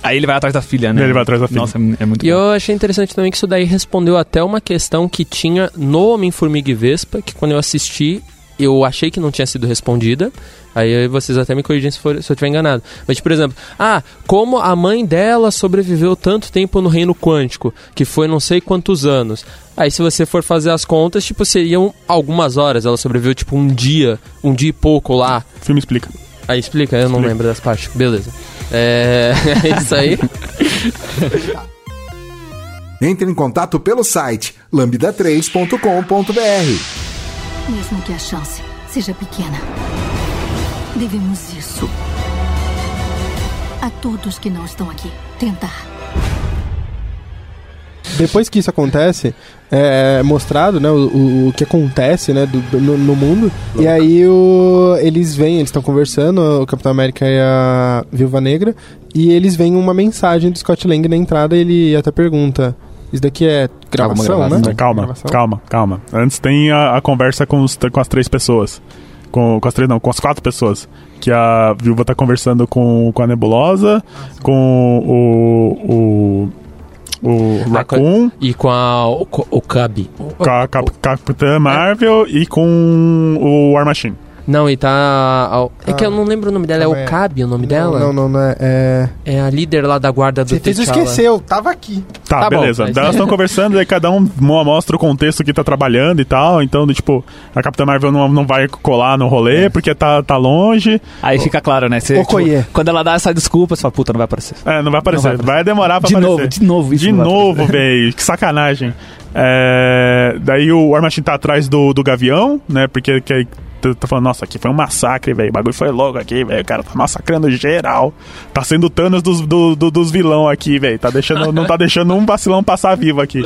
Speaker 5: Aí ele vai atrás da filha, né?
Speaker 7: Ele vai atrás da filha.
Speaker 5: Nossa, é muito
Speaker 3: E
Speaker 5: bom.
Speaker 3: eu achei interessante também que isso daí respondeu até uma questão que tinha no Homem-Formiga e Vespa, que quando eu assisti, eu achei que não tinha sido respondida. Aí vocês até me corrigem se, for, se eu estiver enganado. Mas, tipo, por exemplo, ah, como a mãe dela sobreviveu tanto tempo no reino quântico, que foi não sei quantos anos. Aí se você for fazer as contas, tipo, seriam algumas horas. Ela sobreviveu, tipo, um dia, um dia e pouco lá.
Speaker 7: O filme explica.
Speaker 3: Aí explica, eu não
Speaker 7: Explica.
Speaker 3: lembro das partes. Beleza. É, é isso aí.
Speaker 1: Entre em contato pelo site lambda3.com.br.
Speaker 9: Mesmo que a chance seja pequena, devemos isso a todos que não estão aqui. Tentar.
Speaker 6: Depois que isso acontece, é mostrado, né, o, o que acontece, né, do- do- no, no mundo. E aí o, eles vêm, eles estão conversando, o Capitão América e a Viúva Negra, e eles veem uma mensagem do Scott Lang na entrada, ele até pergunta, isso daqui é gravação,
Speaker 8: gravação.
Speaker 6: né?
Speaker 7: Calma,
Speaker 6: Gravação.
Speaker 7: calma, calma. Antes tem a, a conversa com, os t- com as três pessoas. Com, com as três, não, com as quatro pessoas. Que a viúva tá conversando com, com a Nebulosa, com o. o. o
Speaker 3: Ah, com-
Speaker 7: Raccoon,
Speaker 3: E com a, o, o Cub.
Speaker 7: com a Cap- Capitã Marvel e com o War Machine.
Speaker 3: Não, e tá. ao- É
Speaker 6: Ah.
Speaker 3: que eu não lembro o nome dela, é
Speaker 6: Calma aí.
Speaker 3: o Cabe o nome
Speaker 6: Não,
Speaker 3: dela?
Speaker 6: Não, não, não é... é...
Speaker 3: É a líder lá da guarda do
Speaker 6: Você fez eu
Speaker 3: T'Challa.
Speaker 6: esqueceu, tava aqui.
Speaker 7: Tá,
Speaker 3: Tá bom,
Speaker 7: beleza.
Speaker 3: mas-
Speaker 7: Daí Elas estão conversando, daí cada um mo- mostra o contexto que tá trabalhando e tal. Então, do tipo, a Capitã Marvel não, não vai colar no rolê porque tá, tá longe.
Speaker 5: Aí fica claro, né? Você,
Speaker 6: Okoye.
Speaker 5: tipo, quando ela dá essa desculpa, você fala, puta, não vai aparecer.
Speaker 7: É, não vai aparecer.
Speaker 5: Não vai
Speaker 7: vai, demorar pra
Speaker 5: De
Speaker 7: aparecer.
Speaker 5: novo, de novo, isso
Speaker 7: De
Speaker 5: não vai
Speaker 7: novo, velho. Que sacanagem. É, daí o War Machine tá atrás do, do Gavião, né? Porque que, tá- tá falando, nossa, aqui foi um massacre, velho. O bagulho foi louco aqui, velho. O cara tá massacrando geral. Tá sendo o Thanos dos, do- do- dos vilão aqui, velho. Tá deixando, não tá deixando um vacilão passar vivo aqui.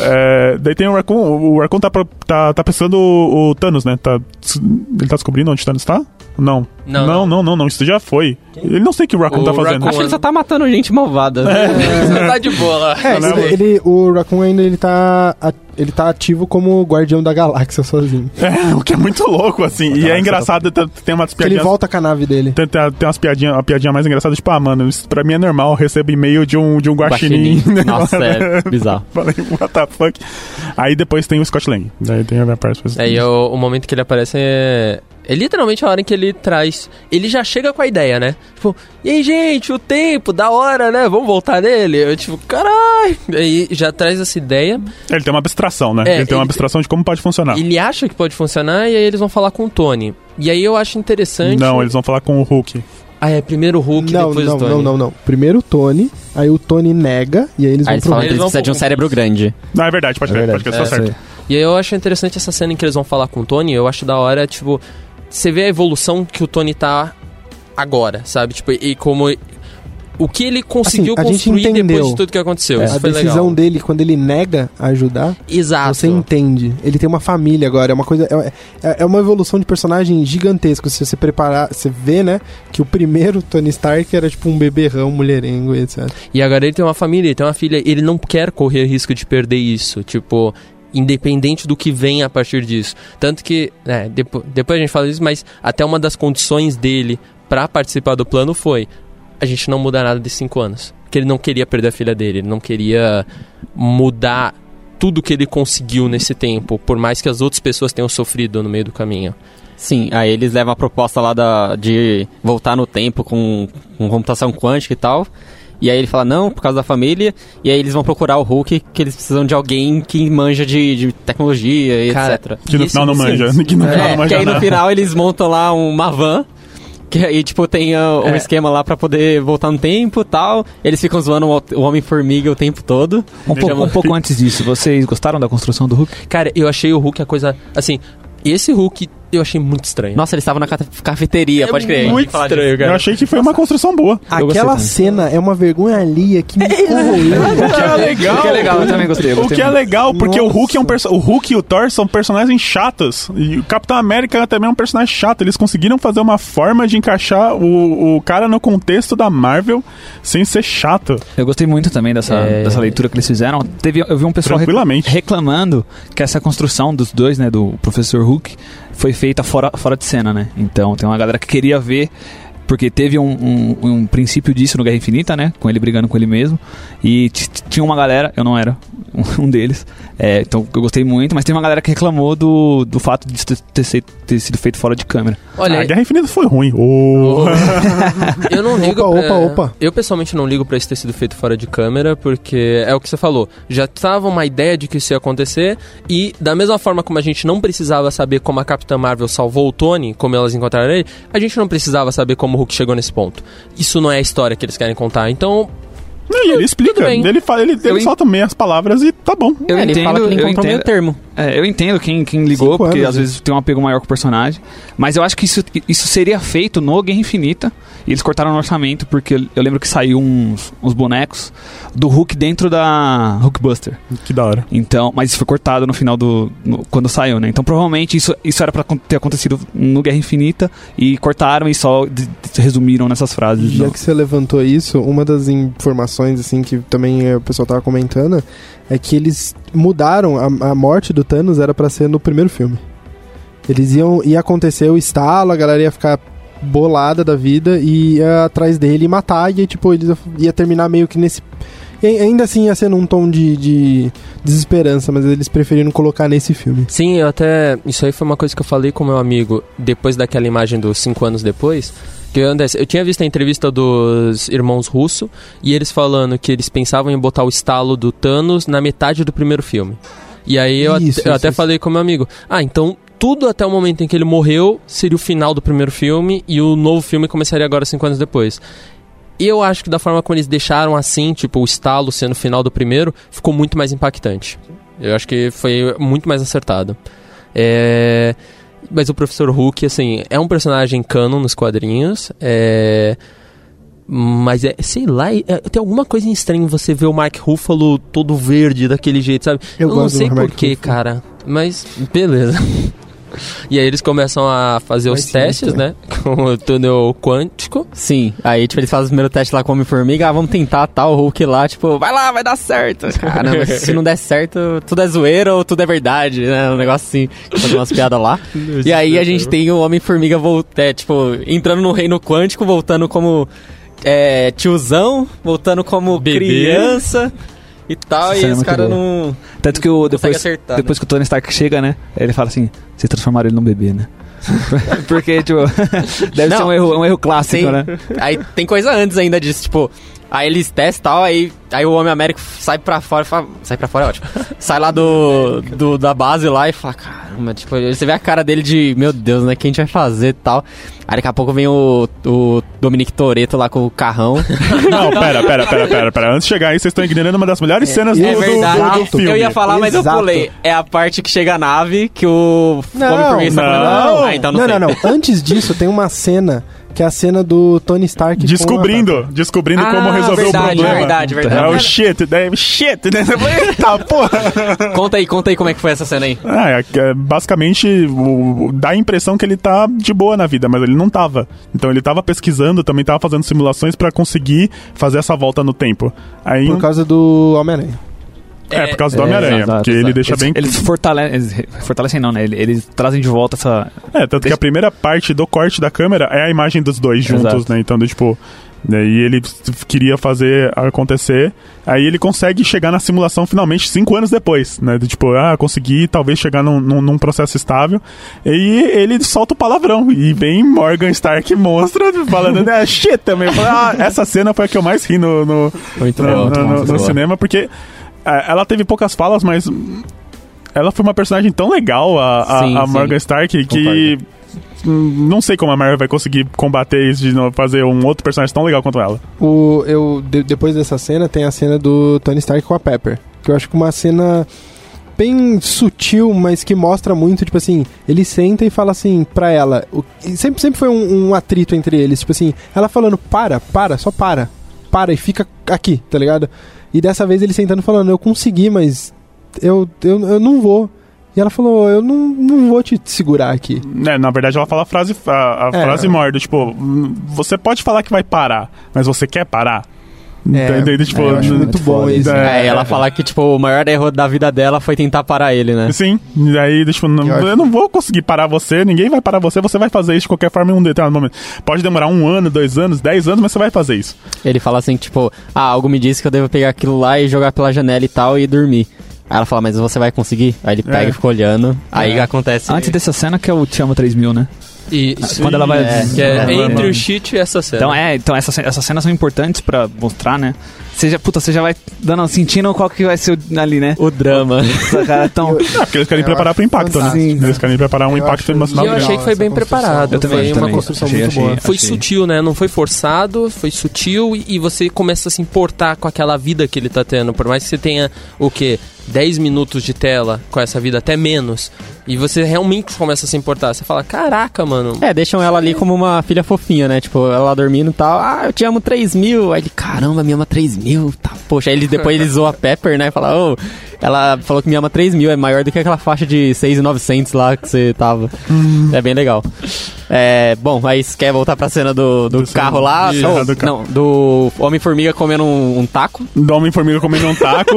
Speaker 7: É, daí tem o Raccoon. O Raccoon tá, pro- tá, tá pensando o, o Thanos, né? Tá, ele tá descobrindo onde o Thanos tá? Não.
Speaker 3: Não,
Speaker 7: não, não, não, não, Isso já foi. Ele não sei o que o Raccoon
Speaker 3: O
Speaker 7: tá fazendo.
Speaker 3: Raccoon-
Speaker 4: Acho que ele só tá matando gente malvada.
Speaker 3: Você tá de boa lá.
Speaker 6: É, ele, ele- o Raccoon ainda ele tá, a- ele tá ativo como guardião da galáxia sozinho.
Speaker 7: É, o que é muito louco, assim. E é engraçado, tem- tem umas
Speaker 6: Que ele
Speaker 7: piadinhas.
Speaker 6: volta com a nave dele.
Speaker 7: Tem, tem- tem umas piadinhas, uma piadinha mais engraçada, tipo, ah, mano, isso pra mim é normal, eu recebo e-mail de um, de um guaxinim.
Speaker 4: Guaxinim. Nossa, é bizarro.
Speaker 7: Falei, what the fuck. Aí depois tem o Scott Lang. Daí tem a minha parte.
Speaker 3: É, e o, o momento que ele aparece é. É literalmente a hora em que ele traz. Ele já chega com a ideia, né? Tipo, e aí, gente, o tempo, da hora, né? Vamos voltar nele. Eu, tipo, caralho. Aí já traz essa ideia.
Speaker 7: Ele tem uma abstração, né?
Speaker 3: É,
Speaker 7: ele tem uma
Speaker 3: ele-
Speaker 7: abstração de como pode funcionar.
Speaker 3: Ele acha que pode funcionar e aí eles vão falar com o Tony. E aí eu acho interessante.
Speaker 7: Não, eles vão falar com o Hulk.
Speaker 3: Ah, é primeiro o Hulk
Speaker 6: não,
Speaker 3: depois
Speaker 6: não,
Speaker 3: o Tony.
Speaker 6: não, não, não. Primeiro o Tony, aí o Tony nega, e aí eles vão
Speaker 4: Aí eles
Speaker 6: pro
Speaker 4: falam que
Speaker 3: Eles
Speaker 4: eles
Speaker 3: vão pro-
Speaker 4: precisam de um cérebro grande.
Speaker 7: Não, é verdade, pode
Speaker 6: É
Speaker 7: crer,
Speaker 6: verdade,
Speaker 7: pode crer, tá
Speaker 6: é,
Speaker 7: certo.
Speaker 6: isso aí.
Speaker 3: E aí eu acho interessante essa cena em que eles vão falar com o Tony, eu acho da hora, tipo, você vê a evolução que o Tony tá agora, sabe? Tipo, e como. O que ele conseguiu
Speaker 6: Assim, a gente
Speaker 3: construir depois
Speaker 6: entendeu. É,
Speaker 3: de tudo que aconteceu.
Speaker 6: A
Speaker 3: Isso foi
Speaker 6: decisão
Speaker 3: legal. Ah,
Speaker 6: dele, quando ele nega ajudar,
Speaker 3: Exato.
Speaker 6: você entende. Ele tem uma família agora, é uma coisa. É, é- é uma evolução de personagem gigantesca. Se você preparar, você vê, né? Que o primeiro Tony Stark era tipo um beberrão, mulherengo, e etc.
Speaker 3: E agora ele tem uma família, ele tem uma filha, ele não quer correr risco de perder isso, tipo, independente do que vem a partir disso. Tanto que, né, depo- depois a gente fala disso, mas até uma das condições dele pra participar do plano foi a gente não mudar nada de cinco anos. Porque ele não queria perder a filha dele, ele não queria mudar tudo que ele conseguiu nesse tempo, por mais que as outras pessoas tenham sofrido no meio do caminho.
Speaker 4: Sim, aí eles levam a proposta lá da, de voltar no tempo com, com computação quântica e tal. E aí ele fala não, por causa da família. E aí eles vão procurar o Hulk, que eles precisam de alguém que manja de, de tecnologia e
Speaker 3: Cara,
Speaker 4: etc.
Speaker 7: Que no
Speaker 3: Esse
Speaker 7: final não
Speaker 3: desenho-
Speaker 7: manja. Que no final não
Speaker 4: É, que
Speaker 7: manja
Speaker 4: aí no
Speaker 7: nada.
Speaker 4: final eles montam lá uma van. Que aí, tipo, tem ah, um
Speaker 3: É.
Speaker 4: esquema lá pra poder voltar no tempo e tal. Eles ficam zoando o o Homem-Formiga o tempo todo.
Speaker 5: Um pouco, um pouco antes disso, vocês gostaram da construção do Hulk?
Speaker 3: Cara, eu achei o Hulk a coisa. Assim, esse Hulk. eu- eu achei muito estranho.
Speaker 4: Nossa, eles estavam na cata- cafeteria, pode crer.
Speaker 7: muito
Speaker 4: estranho,
Speaker 7: Eu achei que foi uma construção boa.
Speaker 3: Eu gostei
Speaker 6: Aquela
Speaker 3: também.
Speaker 6: cena é uma vergonha alheia que me corroeu.
Speaker 7: O que é legal.
Speaker 5: O que é legal, eu também gostei. eu
Speaker 7: O
Speaker 5: gostei
Speaker 7: que é
Speaker 5: muito.
Speaker 7: legal, porque o Hulk é um
Speaker 6: Nossa.
Speaker 7: perso- o Hulk e o Thor são personagens chatos. E o Capitão América também é um personagem chato. Eles conseguiram fazer uma forma de encaixar o, o cara no contexto da Marvel sem ser chato.
Speaker 5: Eu gostei muito também dessa,
Speaker 3: É.
Speaker 5: dessa leitura que eles fizeram. Teve, eu vi um pessoal recla-
Speaker 7: Tranquilamente.
Speaker 5: reclamando que essa construção dos dois, né, do Professor Hulk, foi feita fora, fora de cena, né? Então tem uma galera que queria ver, porque teve um, um, um princípio disso no Guerra Infinita, né? Com ele brigando com ele mesmo. E t- t- tinha uma galera, eu não era um- um deles, é, então eu gostei muito, mas tem uma galera que reclamou do, do fato de ter, ter, se- ter sido feito fora de câmera.
Speaker 3: Olha,
Speaker 7: A Guerra Infinita foi ruim. Ô.
Speaker 3: Eu não ligo.
Speaker 6: Opa,
Speaker 3: pra-
Speaker 6: opa, opa.
Speaker 3: Eu pessoalmente não ligo pra isso ter sido feito fora de câmera, porque é o que você falou. Já tava uma ideia de que isso ia acontecer, e da mesma forma como a gente não precisava saber como a Capitã Marvel salvou o Tony, como elas encontraram ele, a gente não precisava saber como o Hulk chegou nesse ponto. Isso não é a história que eles querem contar. Então,
Speaker 7: Não, e ele
Speaker 3: Tudo
Speaker 7: explica.
Speaker 3: bem.
Speaker 7: Ele, fala, ele, ele
Speaker 5: en-
Speaker 7: solta meio as palavras e tá bom.
Speaker 5: Eu
Speaker 4: ele fala que ele
Speaker 5: eu
Speaker 4: encontrou meio
Speaker 5: entendo.
Speaker 4: termo.
Speaker 5: É, eu entendo quem, quem ligou,
Speaker 6: Cinco
Speaker 5: porque
Speaker 6: anos,
Speaker 5: às
Speaker 6: né?
Speaker 5: vezes tem um apego maior com o personagem. Mas eu acho que isso, isso seria feito no Guerra Infinita. E eles cortaram no orçamento, porque eu- eu lembro que saiu uns, uns bonecos do Hulk dentro da Hulkbuster.
Speaker 7: Que da hora.
Speaker 5: Então, mas isso foi cortado no final do. no- quando saiu, né? Então provavelmente isso, isso era pra acon- ter acontecido no Guerra Infinita. E cortaram e só de- de- resumiram nessas frases.
Speaker 6: Já
Speaker 5: no-
Speaker 6: é que você levantou isso, uma das informações assim que também eh, o pessoal tava comentando é que eles mudaram a, a morte do Thanos era pra ser no primeiro filme. Eles iam ia acontecer o estalo, a galera ia ficar bolada da vida e ia atrás dele e matar e aí, tipo eles ia- ia terminar meio que nesse e ainda assim ia ser num tom de, de desesperança, mas eles preferiram colocar nesse filme.
Speaker 3: Sim, eu até. Isso aí foi uma coisa que eu falei com meu amigo depois daquela imagem dos cinco anos depois. Que acontece? Eu tinha visto a entrevista dos irmãos Russo e eles falando que eles pensavam em botar o estalo do Thanos na metade do primeiro filme. E aí eu, at-
Speaker 6: Isso,
Speaker 3: eu
Speaker 6: isso,
Speaker 3: até
Speaker 6: isso.
Speaker 3: falei com meu amigo: Ah, então tudo até o momento em que ele morreu seria o final do primeiro filme e o novo filme começaria agora cinco anos depois. E eu acho que da forma como eles deixaram assim, tipo, o estalo sendo o final do primeiro, ficou muito mais impactante. Eu acho que foi muito mais acertado. É, Mas o Professor Hulk, assim, é um personagem canon nos quadrinhos. É... Mas é, sei lá, é- tem alguma coisa estranha em você ver o Mark Ruffalo todo verde daquele jeito, sabe?
Speaker 6: Eu
Speaker 3: não
Speaker 6: gosto do
Speaker 3: sei
Speaker 6: Mark
Speaker 3: porquê,
Speaker 6: Ruffalo.
Speaker 3: cara. Mas beleza. E aí eles começam a fazer
Speaker 6: Vai
Speaker 3: os
Speaker 6: sim,
Speaker 3: testes,
Speaker 6: então.
Speaker 3: né? Com o túnel quântico.
Speaker 4: Sim, aí tipo, eles fazem o primeiro teste lá com o Homem-Formiga, ah, vamos tentar tal Hulk lá, tipo, vai lá, vai dar certo. Caramba, se não der certo, tudo é zoeira ou tudo é verdade, né? Um negócio assim, fazer umas piadas lá. E aí a gente tem o Homem-Formiga voltando, é, tipo, entrando no reino quântico, voltando como é, tiozão, voltando como criança e tal,
Speaker 5: Essa cena
Speaker 4: e
Speaker 5: é
Speaker 4: os
Speaker 5: muito
Speaker 4: caras
Speaker 5: boa.
Speaker 4: não.
Speaker 5: Tanto que o, depois,
Speaker 4: acertar,
Speaker 5: depois que o Tony Stark chega, né? Ele fala assim: vocês transformaram ele num bebê, né? Porque, tipo, deve ser
Speaker 4: Não.
Speaker 5: um erro, um erro clássico,
Speaker 4: Sim.
Speaker 5: né?
Speaker 4: Aí tem coisa antes ainda disso, tipo. Aí eles testam e tal, aí, aí o Homem América sai pra fora e fala. Sai pra fora é ótimo. Sai lá do, do- da base lá e fala, caramba, tipo, aí você vê a cara dele de, meu Deus, né? O que a gente vai fazer e tal. Aí daqui a pouco vem o, o Dominique Toreto lá com o carrão.
Speaker 7: Não, pera, pera, pera, pera, pera. Antes de chegar aí, vocês estão ignorando uma das melhores cenas do,
Speaker 6: é
Speaker 7: do- do-
Speaker 6: verdade.
Speaker 7: do filme.
Speaker 4: Eu ia falar, mas
Speaker 6: Exato.
Speaker 4: eu pulei. É a parte que chega a nave, que o
Speaker 6: Não,
Speaker 4: Homem-Formiga está
Speaker 7: não.
Speaker 4: Ah, então não,
Speaker 6: não,
Speaker 4: sei.
Speaker 6: não, não. Antes disso tem uma cena que é a cena do Tony Stark com a-
Speaker 7: Descobrindo, descobrindo
Speaker 4: Ah,
Speaker 7: como resolver
Speaker 4: verdade,
Speaker 7: o problema.
Speaker 4: verdade, verdade.
Speaker 7: É o shit, né? shit, né? Eu falei, Eita, porra!
Speaker 4: Conta aí, conta aí como é que foi essa cena aí.
Speaker 7: Ah, é que, é, basicamente, o- o- dá a impressão que ele tá de boa na vida, mas ele não tava. Então ele tava pesquisando, também tava fazendo simulações pra conseguir fazer essa volta no tempo. Aí,
Speaker 6: Por causa do Homem-Aranha.
Speaker 7: é, por causa do
Speaker 5: É,
Speaker 7: Homem-Aranha,
Speaker 5: exato,
Speaker 7: porque
Speaker 5: exato.
Speaker 7: ele deixa
Speaker 5: eles,
Speaker 7: bem...
Speaker 5: Eles fortalecem, eles re- fortalecem não, né? Ele- Eles, trazem de volta essa.
Speaker 7: É, tanto que a primeira parte do corte da câmera é a imagem dos dois juntos,
Speaker 5: Exato.
Speaker 7: né? Então, do, tipo. né, E ele queria fazer acontecer. Aí ele consegue chegar na simulação finalmente cinco anos depois, né? Do tipo, ah, consegui talvez chegar num, num- num processo estável. E ele solta o palavrão. E vem Morgan Stark monstra falando, né? Shit também. Eu falo, Ah, essa cena foi a que eu mais ri no, no,
Speaker 4: Muito
Speaker 5: é
Speaker 7: no-
Speaker 4: bom,
Speaker 7: no- no- no cinema, porque é, ela teve poucas falas, mas hum, ela foi uma personagem tão legal, a, a,
Speaker 4: Sim,
Speaker 7: a
Speaker 4: sim.
Speaker 7: Morgan Stark, que hum, não sei como a Marvel vai conseguir combater isso de não fazer um outro personagem tão legal quanto ela.
Speaker 6: O, eu, de- depois dessa cena, tem a cena do Tony Stark com a Pepper. Que eu acho que uma cena bem sutil, mas que mostra muito, tipo assim, ele senta e fala assim pra ela. o- e sempre, sempre foi um, um atrito entre eles, tipo assim, ela falando, para, para, só para. Para e fica aqui, tá ligado? E dessa vez ele sentando e falando, eu consegui, mas eu, eu, eu não vou. E ela falou, eu não, não vou te segurar aqui.
Speaker 7: É, na verdade, ela fala a frase, a, a
Speaker 6: É.
Speaker 7: frase morda, tipo, "Hum, você pode falar que vai parar, mas você quer parar?
Speaker 6: É,
Speaker 7: Entende? Tipo,
Speaker 6: eu acho muito bom isso.
Speaker 7: É,
Speaker 4: É, ela falar que, tipo, o maior erro da vida dela foi tentar parar ele, né?
Speaker 7: Sim, e aí, tipo, não-
Speaker 6: É. Eu
Speaker 7: eu,
Speaker 6: acho-
Speaker 7: não vou conseguir parar você, ninguém vai parar você, você vai fazer isso de qualquer forma em um determinado momento. Pode demorar um ano, dois anos, dez anos, mas você vai fazer isso.
Speaker 4: Ele fala assim, tipo, ah, algo me disse que eu devo pegar aquilo lá e jogar pela janela e tal e dormir. Aí ela fala, mas você vai conseguir? Aí ele pega
Speaker 7: É.
Speaker 4: e fica olhando. Aí
Speaker 5: É.
Speaker 4: acontece.
Speaker 5: Antes dessa cena que é o Te Amo 3000, né?
Speaker 3: E,
Speaker 5: Quando ela vai...
Speaker 4: é.
Speaker 3: que é
Speaker 5: ela-
Speaker 3: entre o cheat e essa cena.
Speaker 5: Então é, então essa ce- essas, cenas são importantes pra mostrar, né? Você já, puta, você já vai dando, sentindo qual que vai ser o- ali, né?
Speaker 4: o drama.
Speaker 5: Essa cara tão...
Speaker 7: É, porque eles querem
Speaker 6: Eu
Speaker 7: preparar
Speaker 6: acho
Speaker 7: pro impacto, né?
Speaker 5: fantástico.
Speaker 7: Eles querem preparar um
Speaker 6: Eu
Speaker 7: impacto
Speaker 6: acho
Speaker 7: emocional
Speaker 3: E eu
Speaker 6: legal
Speaker 7: grande.
Speaker 3: achei que foi
Speaker 6: essa
Speaker 3: bem
Speaker 6: construção.
Speaker 3: preparado.
Speaker 5: Eu também,
Speaker 3: foi
Speaker 5: eu
Speaker 3: uma
Speaker 5: também.
Speaker 3: construção
Speaker 5: Achei,
Speaker 3: muito
Speaker 5: achei,
Speaker 3: boa. Foi
Speaker 5: achei.
Speaker 3: sutil, né? Não foi forçado, foi sutil e, e você começa a se importar com aquela vida que ele tá tendo. Por mais que você tenha o quê? 10 minutos de tela com essa vida, até menos. E você realmente começa a se importar. Você fala, caraca, mano.
Speaker 4: É, deixam ela ali como uma filha fofinha, né? Tipo, ela dormindo e tal. Ah, eu te amo 3 mil. Aí ele, caramba, me ama 3 mil. Tá, poxa. Aí ele, depois ele zoa a Pepper, né? E Fala, ô, ela falou que me ama 3 mil. É maior do que aquela faixa de 6,900 lá que você tava. é bem legal. É, bom, aí você quer voltar pra cena do, do,
Speaker 7: Do
Speaker 4: carro
Speaker 7: cena-
Speaker 4: lá?
Speaker 7: Isso.
Speaker 4: Ou-
Speaker 7: Do carro.
Speaker 4: Não, do Homem-Formiga comendo um, um taco.
Speaker 7: Do Homem-Formiga comendo um taco.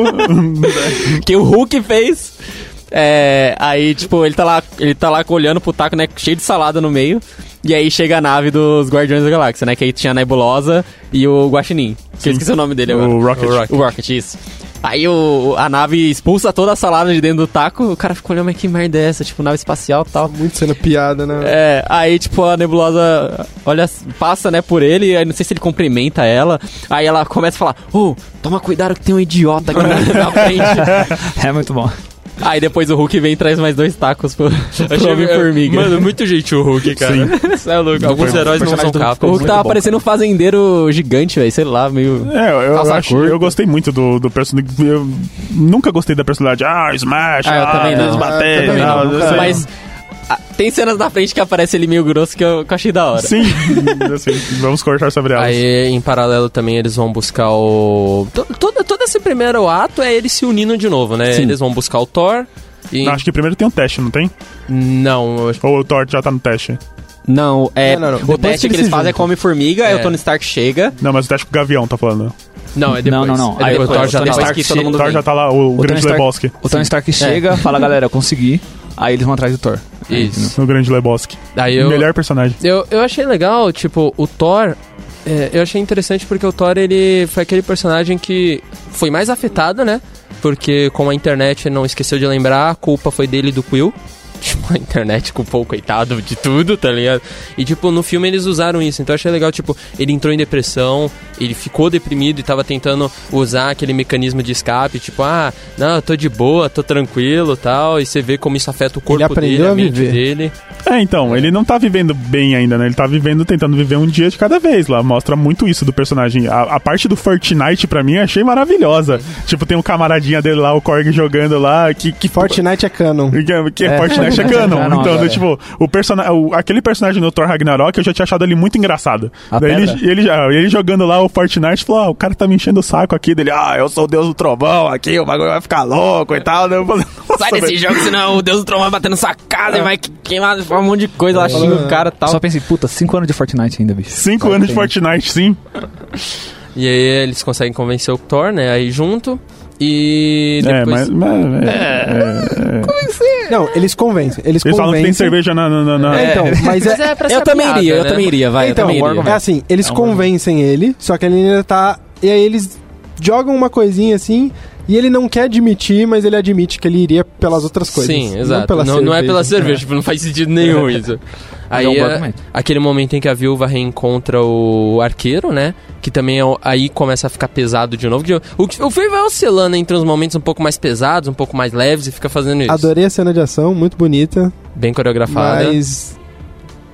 Speaker 4: que o Hulk fez. É, aí, tipo, ele tá lá, ele tá lá olhando pro taco, né, cheio de salada no meio. E aí chega a nave dos Guardiões da Galáxia, né, que aí tinha a Nebulosa e o Guaxinim. Que eu esqueci o nome dele agora.
Speaker 7: o Rocket.
Speaker 4: O Rocket, isso. Aí o, a nave expulsa toda a salada de dentro do taco, o cara fica olhando, mas que merda é essa? Tipo, nave espacial e tal.
Speaker 6: Muito sendo piada, né?
Speaker 4: É, aí, tipo, a nebulosa olha, passa, né, por ele, aí não sei se ele cumprimenta ela, aí ela começa a falar, ô, toma cuidado que tem um idiota aqui na na frente.
Speaker 5: É muito bom.
Speaker 4: Aí depois o Hulk vem e traz mais dois tacos pro, pro Homem-Formiga.
Speaker 3: Mano, muito gentil o Hulk, cara. Cê é louco. Alguns heróis não são né?
Speaker 4: o
Speaker 3: capas.
Speaker 4: Hulk tava parecendo um fazendeiro gigante, velho. Sei lá, meio.
Speaker 7: É, eu, eu
Speaker 4: Calça
Speaker 7: acho,
Speaker 4: curta.
Speaker 7: eu gostei muito do, do personagem. Eu nunca gostei da personalidade. Ah, Smash,
Speaker 4: Ah, eu também não.
Speaker 7: eles bateram,
Speaker 6: Ah, eu também
Speaker 7: ah,
Speaker 6: não,
Speaker 7: eu sei.
Speaker 4: Mas ah, tem cenas na frente que aparece ele meio grosso que eu, que eu achei da hora.
Speaker 7: Sim, assim, vamos cortar sobre elas.
Speaker 3: Aí, em paralelo, também eles vão buscar o. to- Todo, todo esse primeiro ato é eles se unindo de novo, né?
Speaker 4: Sim.
Speaker 3: Eles vão buscar o Thor. E...
Speaker 7: Acho que primeiro tem um teste, não tem?
Speaker 3: Não, eu acho-
Speaker 7: Ou o Thor já tá no teste?
Speaker 4: Não, é.
Speaker 6: Não, não, não.
Speaker 4: O
Speaker 6: Depois
Speaker 4: teste que
Speaker 6: eles
Speaker 4: eles
Speaker 6: se
Speaker 4: fazem é
Speaker 6: juntam.
Speaker 4: come formiga, aí
Speaker 3: É.
Speaker 4: o Tony Stark chega.
Speaker 7: Não, mas o teste com o Gavião tá falando.
Speaker 3: não, é depois.
Speaker 5: Não, não, não.
Speaker 3: É
Speaker 5: Aí
Speaker 3: depois,
Speaker 5: depois
Speaker 3: o Thor já
Speaker 5: o
Speaker 3: tá
Speaker 5: Tony
Speaker 3: lá.
Speaker 4: Depois
Speaker 5: Stark
Speaker 4: que todo
Speaker 5: chega-
Speaker 4: mundo
Speaker 7: O Thor
Speaker 4: vem.
Speaker 7: já tá lá, o,
Speaker 5: O Tony
Speaker 7: grande
Speaker 5: Stark-
Speaker 7: Lebowski.
Speaker 5: O Tony Stark chega, fala, galera, eu consegui. Aí eles vão atrás do Thor.
Speaker 3: Isso.
Speaker 7: O grande Lebowski.
Speaker 3: Aí eu,
Speaker 7: Melhor personagem.
Speaker 3: eu, eu achei legal, tipo, o Thor. é, eu achei interessante porque o Thor ele foi aquele personagem que foi mais afetado, né? Porque como a internet não esqueceu de lembrar, a culpa foi dele e do Quill. Tipo, a internet culpou o coitado de tudo, tá ligado? E, tipo, no filme eles usaram isso. Então eu achei legal, tipo, ele entrou em depressão, ele ficou deprimido e tava tentando usar aquele mecanismo de escape, tipo, ah, não, eu tô de boa, tô tranquilo tal. E você vê como isso afeta o corpo
Speaker 6: aprendeu
Speaker 3: dele, a,
Speaker 6: a
Speaker 3: mente
Speaker 6: viver.
Speaker 3: dele.
Speaker 7: É, então, ele não tá vivendo bem ainda, né? Ele tá vivendo, tentando viver um dia de cada vez lá. Mostra muito isso do personagem. A, a parte do Fortnite, pra mim, eu achei maravilhosa. Tipo, tem um camaradinha dele lá, o Korg jogando lá, que... que
Speaker 6: Fortnite é canon.
Speaker 7: Que, que é,
Speaker 5: É,
Speaker 7: Fortnite é
Speaker 5: Fortnite é
Speaker 7: canon.
Speaker 5: canon
Speaker 7: Então,
Speaker 5: agora.
Speaker 7: tipo, o persona o- aquele personagem do Thor Ragnarok, eu já tinha achado ele muito engraçado.
Speaker 5: A
Speaker 7: Daí ele,
Speaker 5: pedra?
Speaker 7: ele, já- ele jogando lá o Fortnite, falou, ah, o cara tá me enchendo o saco aqui. Dele, ah, eu sou o deus do trovão aqui, o bagulho vai ficar louco e tal. Daí eu falei,
Speaker 4: Sai
Speaker 7: "Nossa,
Speaker 4: desse
Speaker 7: velho."
Speaker 4: jogo, senão o Deus do Trovão vai bater na sua casa e vai queimar um monte de coisa lá, xinga o
Speaker 3: É.
Speaker 4: cara e tal.
Speaker 5: Só pensei, puta, 5 anos de Fortnite ainda, bicho.
Speaker 7: Cinco anos de Fortnite, sim.
Speaker 3: E aí eles conseguem convencer o Thor, né? Aí junto. E
Speaker 7: É,
Speaker 3: depois.
Speaker 7: mas... mas- é, é.
Speaker 6: Não, eles convencem. Eles,
Speaker 7: Eles falam que tem
Speaker 6: convencem.
Speaker 7: cerveja na... na, na- na-
Speaker 6: É, então, mas é,
Speaker 3: pra
Speaker 4: Eu
Speaker 3: ser
Speaker 4: também
Speaker 3: piada,
Speaker 4: iria, eu
Speaker 3: né?
Speaker 4: também iria, vai.
Speaker 6: Então,
Speaker 4: eu também iria.
Speaker 6: é assim, eles
Speaker 5: É um
Speaker 6: convencem ele, só que ele ainda tá. E aí eles jogam uma coisinha assim, e ele não quer admitir, mas ele admite que ele iria pelas outras coisas.
Speaker 3: Sim, exato. Não,
Speaker 6: pela
Speaker 3: não é pela
Speaker 6: cerveja. É.
Speaker 3: cerveja, tipo, não faz sentido nenhum isso. Aí,
Speaker 5: um bom
Speaker 3: é-
Speaker 5: argumento.
Speaker 3: aquele momento em que a viúva reencontra o arqueiro, né? Que também é o- aí começa a ficar pesado de novo. que o- O, o filme vai oscilando entre uns momentos um pouco mais pesados, um pouco mais leves e fica fazendo isso.
Speaker 6: Adorei a cena de ação, muito bonita,
Speaker 3: Bem coreografada.
Speaker 6: mas.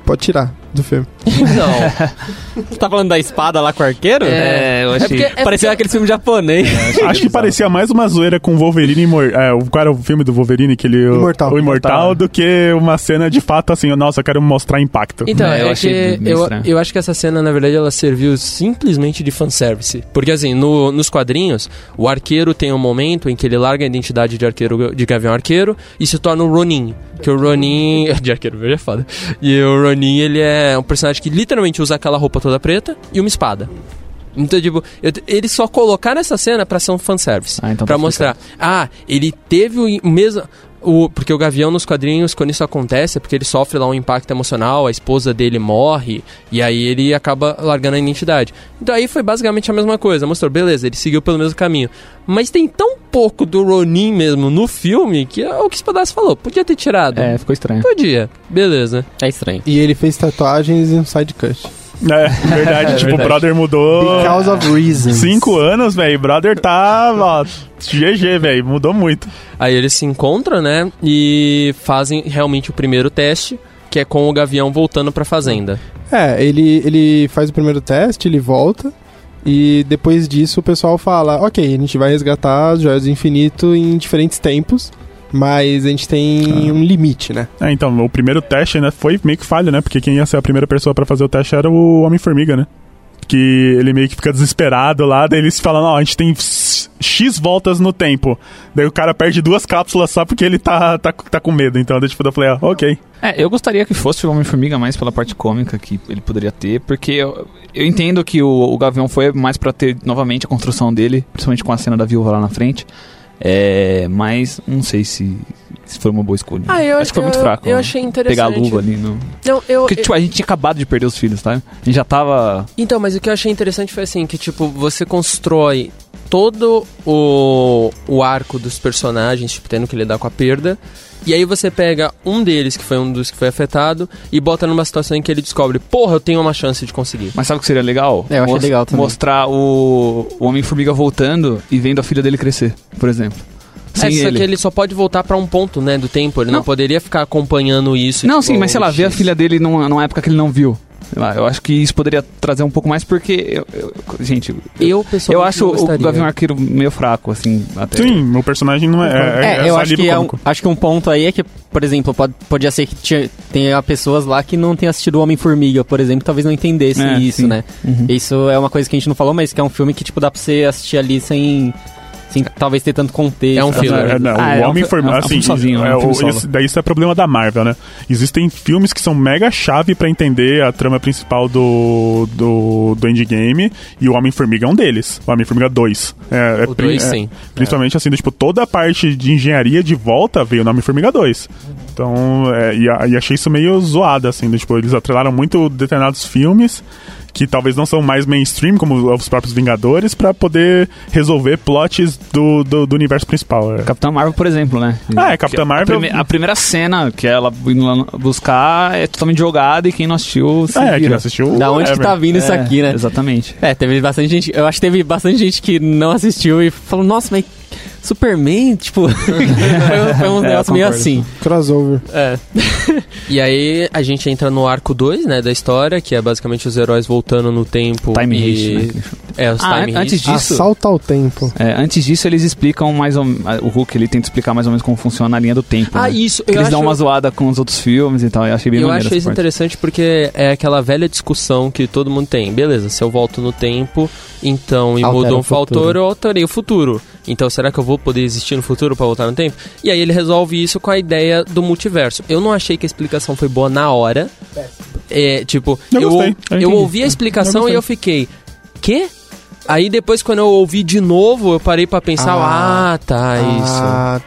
Speaker 6: Pode tirar do filme.
Speaker 3: Não.
Speaker 4: Você tá falando da espada lá com o arqueiro?
Speaker 10: É, eu achei.
Speaker 4: porque parecia aquele filme japonês.
Speaker 7: Acho que parecia mais uma zoeira com o Wolverine e Mor- é, o cara o filme do Wolverine que ele o
Speaker 6: Imortal.
Speaker 7: o Imortal do que uma cena de fato assim, nossa, eu quero mostrar impacto.
Speaker 3: Então,
Speaker 5: É, eu
Speaker 3: é,
Speaker 5: achei
Speaker 3: que
Speaker 5: meio
Speaker 3: eu,
Speaker 5: estranho.
Speaker 3: eu acho que essa cena, na verdade, ela serviu simplesmente de fanservice. Porque, assim, no- nos quadrinhos, o arqueiro tem um momento em que ele larga a identidade de arqueiro de Gavião Arqueiro e se torna o Ronin. Que o Ronin. De arqueiro verde é foda. E o Ronin, ele é um personagem que literalmente usa aquela roupa toda preta e uma espada. Então, tipo, eu- eles só colocaram essa cena pra ser um fanservice.
Speaker 5: Ah, então tá
Speaker 3: pra mostrar. Ah, ele teve o i- mesmo. O, porque o Gavião nos quadrinhos, quando isso acontece, é porque ele sofre lá um impacto emocional, a esposa dele morre, e aí ele acaba largando a identidade. Então aí foi basicamente a mesma coisa. Mostrou, beleza, ele seguiu pelo mesmo caminho. Mas tem tão pouco do Ronin mesmo no filme que é o que Espadaço falou. Podia ter tirado.
Speaker 5: É, ficou estranho.
Speaker 3: Podia. Beleza.
Speaker 4: É estranho.
Speaker 6: E ele fez tatuagens e um side cut.
Speaker 7: É, verdade, tipo, o brother mudou
Speaker 6: Because of reasons.
Speaker 7: Ah. cinco anos, velho. Brother tá, ó, GG, velho, mudou muito.
Speaker 3: Aí eles se encontram, né? E fazem realmente o primeiro teste, que é com o Gavião voltando pra fazenda.
Speaker 6: É, ele, ele faz o primeiro teste, ele volta. E depois disso o pessoal fala: Ok, a gente vai resgatar as joias do infinito em diferentes tempos. Mas a gente tem um limite, né?
Speaker 7: É, então, o primeiro teste, né, foi meio que falho, né? Porque quem ia ser a primeira pessoa pra fazer o teste era o Homem-Formiga, né? Que ele meio que fica desesperado lá, daí eles falam, ó, a gente tem X X voltas no tempo. Daí o cara perde duas cápsulas só porque ele tá, tá, tá com medo. Então, daí, tipo, eu falei, ah, ok.
Speaker 5: É, eu gostaria que fosse o Homem-Formiga mais pela parte cômica que ele poderia ter, porque eu, eu entendo que o, o Gavião foi mais pra ter novamente a construção dele, principalmente com a cena da viúva lá na frente. É, mas não sei se, se foi uma boa escolha. acho que foi muito fraco.
Speaker 3: Ah, Eu
Speaker 5: né?
Speaker 3: achei interessante.
Speaker 5: Pegar a luva ali no.
Speaker 3: Não, eu,
Speaker 5: Porque,
Speaker 3: eu-
Speaker 5: tipo, a gente tinha acabado de perder os filhos, tá? A gente já tava.
Speaker 3: Então, mas o que eu achei interessante foi assim, que tipo, você constrói todo o, o arco dos personagens, tipo, tendo que lidar com a perda. E aí você pega um deles, que foi um dos que foi afetado, e bota numa situação em que ele descobre, porra, eu tenho uma chance de conseguir.
Speaker 5: Mas sabe o que seria legal?
Speaker 4: É, eu achei legal também.
Speaker 5: Mostrar o, o Homem-Formiga voltando e vendo a filha dele crescer, por exemplo. Sem
Speaker 3: é, só
Speaker 5: ele.
Speaker 3: que ele só pode voltar pra um ponto, né, do tempo. Ele não,
Speaker 5: Não.
Speaker 3: poderia ficar acompanhando isso.
Speaker 5: Não,
Speaker 3: tipo,
Speaker 5: sim, mas sei lá, ver a
Speaker 3: X.
Speaker 5: filha dele numa, numa época que ele não viu. Sei lá, eu acho que isso poderia trazer um pouco mais, porque. eu- eu- gente, eu,
Speaker 3: Eu, pessoalmente,
Speaker 5: acho
Speaker 3: não
Speaker 5: o
Speaker 3: gostaria.
Speaker 5: Gavião Arqueiro meio fraco, assim, até.
Speaker 7: Sim, o personagem não é. É, é,
Speaker 4: É, eu acho
Speaker 7: alívio
Speaker 4: que, é um,
Speaker 7: cômico.
Speaker 4: acho que um ponto aí é que, por exemplo, pode, podia ser que tinha- tenha pessoas lá que não tenham assistido o Homem-Formiga, por exemplo, talvez não entendessem
Speaker 5: É,
Speaker 4: isso,
Speaker 5: sim.
Speaker 4: né?
Speaker 5: Uhum.
Speaker 4: Isso é uma coisa que a gente não falou, mas que é um filme que, tipo, dá pra você assistir ali sem, sem talvez ter tanto contexto.
Speaker 3: É um
Speaker 4: sabe?
Speaker 3: filme.
Speaker 7: É, não,
Speaker 5: Ah, é, é
Speaker 7: o
Speaker 5: um
Speaker 7: homem
Speaker 5: fi- é um-
Speaker 7: formiga
Speaker 5: é um
Speaker 7: assim,
Speaker 5: filme sozinho, é
Speaker 7: é,
Speaker 5: um filme
Speaker 7: o-
Speaker 5: solo.
Speaker 7: isso, daí isso é problema da Marvel, né? Existem filmes que são mega chave pra entender a trama principal do, do, do Endgame e o Homem-Formiga é um deles. O Homem-Formiga 2. É, é
Speaker 3: O
Speaker 7: pri-
Speaker 3: dois,
Speaker 7: é,
Speaker 3: sim.
Speaker 7: Principalmente assim, do, tipo, toda a parte de engenharia de volta veio no Homem-Formiga 2. Então, é, e, a- e achei isso meio zoado, assim, do, tipo, eles atrelaram muito determinados filmes que talvez não são mais mainstream, como os próprios Vingadores, pra poder resolver plots do, do, do universo principal. É.
Speaker 5: Capitã Marvel, por exemplo, né?
Speaker 7: Ah, é, Capitã
Speaker 5: Que a-
Speaker 7: Marvel-
Speaker 5: A, prime- a primeira cena que ela indo lá no- buscar é totalmente jogada e quem não assistiu se
Speaker 7: Ah, é, quem
Speaker 5: vira.
Speaker 7: assistiu.
Speaker 4: Da onde que tá
Speaker 7: whatever.
Speaker 4: vindo isso
Speaker 5: É,
Speaker 4: aqui, né?
Speaker 5: Exatamente.
Speaker 4: É, teve bastante gente. Eu acho que teve bastante gente que não assistiu e falou, nossa, mas Superman, tipo. foi, foi um negócio meio
Speaker 5: É, concordo.
Speaker 4: assim.
Speaker 6: Crossover.
Speaker 4: É.
Speaker 3: E aí a gente entra no arco 2, né, da história, que é basicamente os heróis voltando no tempo.
Speaker 5: Time
Speaker 3: e...
Speaker 5: Hit, né? que eles chamam.
Speaker 3: É, os
Speaker 5: Ah,
Speaker 3: time
Speaker 5: antes
Speaker 3: hits.
Speaker 5: disso.
Speaker 6: Assalta ao tempo.
Speaker 5: É, antes disso, eles explicam mais ou a- O Hulk ele tenta explicar mais ou menos como funciona a linha do tempo.
Speaker 3: Ah,
Speaker 5: né?
Speaker 3: isso.
Speaker 5: Que
Speaker 3: Eu
Speaker 5: eles
Speaker 3: acho,
Speaker 5: dão uma zoada com os outros filmes e tal. Eu achei bem
Speaker 3: eu acho
Speaker 5: maneiro essa
Speaker 3: isso
Speaker 5: parte.
Speaker 3: interessante porque é aquela velha discussão que todo mundo tem. Beleza, se eu volto no tempo, então e
Speaker 4: Altera
Speaker 3: mudou
Speaker 4: o
Speaker 3: um fator,
Speaker 4: futuro.
Speaker 3: eu alterei o futuro. Então será que eu vou poder existir no futuro pra voltar no tempo? E aí ele resolve isso com a ideia do multiverso. Eu não achei que a explicação foi boa na hora. É, tipo,
Speaker 7: Eu
Speaker 3: eu,
Speaker 7: gostei, eu
Speaker 3: eu,
Speaker 7: entendi.
Speaker 3: ouvi a
Speaker 7: Eu
Speaker 3: explicação
Speaker 7: gostei.
Speaker 3: e eu fiquei. Quê? Aí depois, quando eu ouvi de novo, eu parei pra pensar,
Speaker 6: Ah.
Speaker 3: ah, tá, isso.
Speaker 6: A,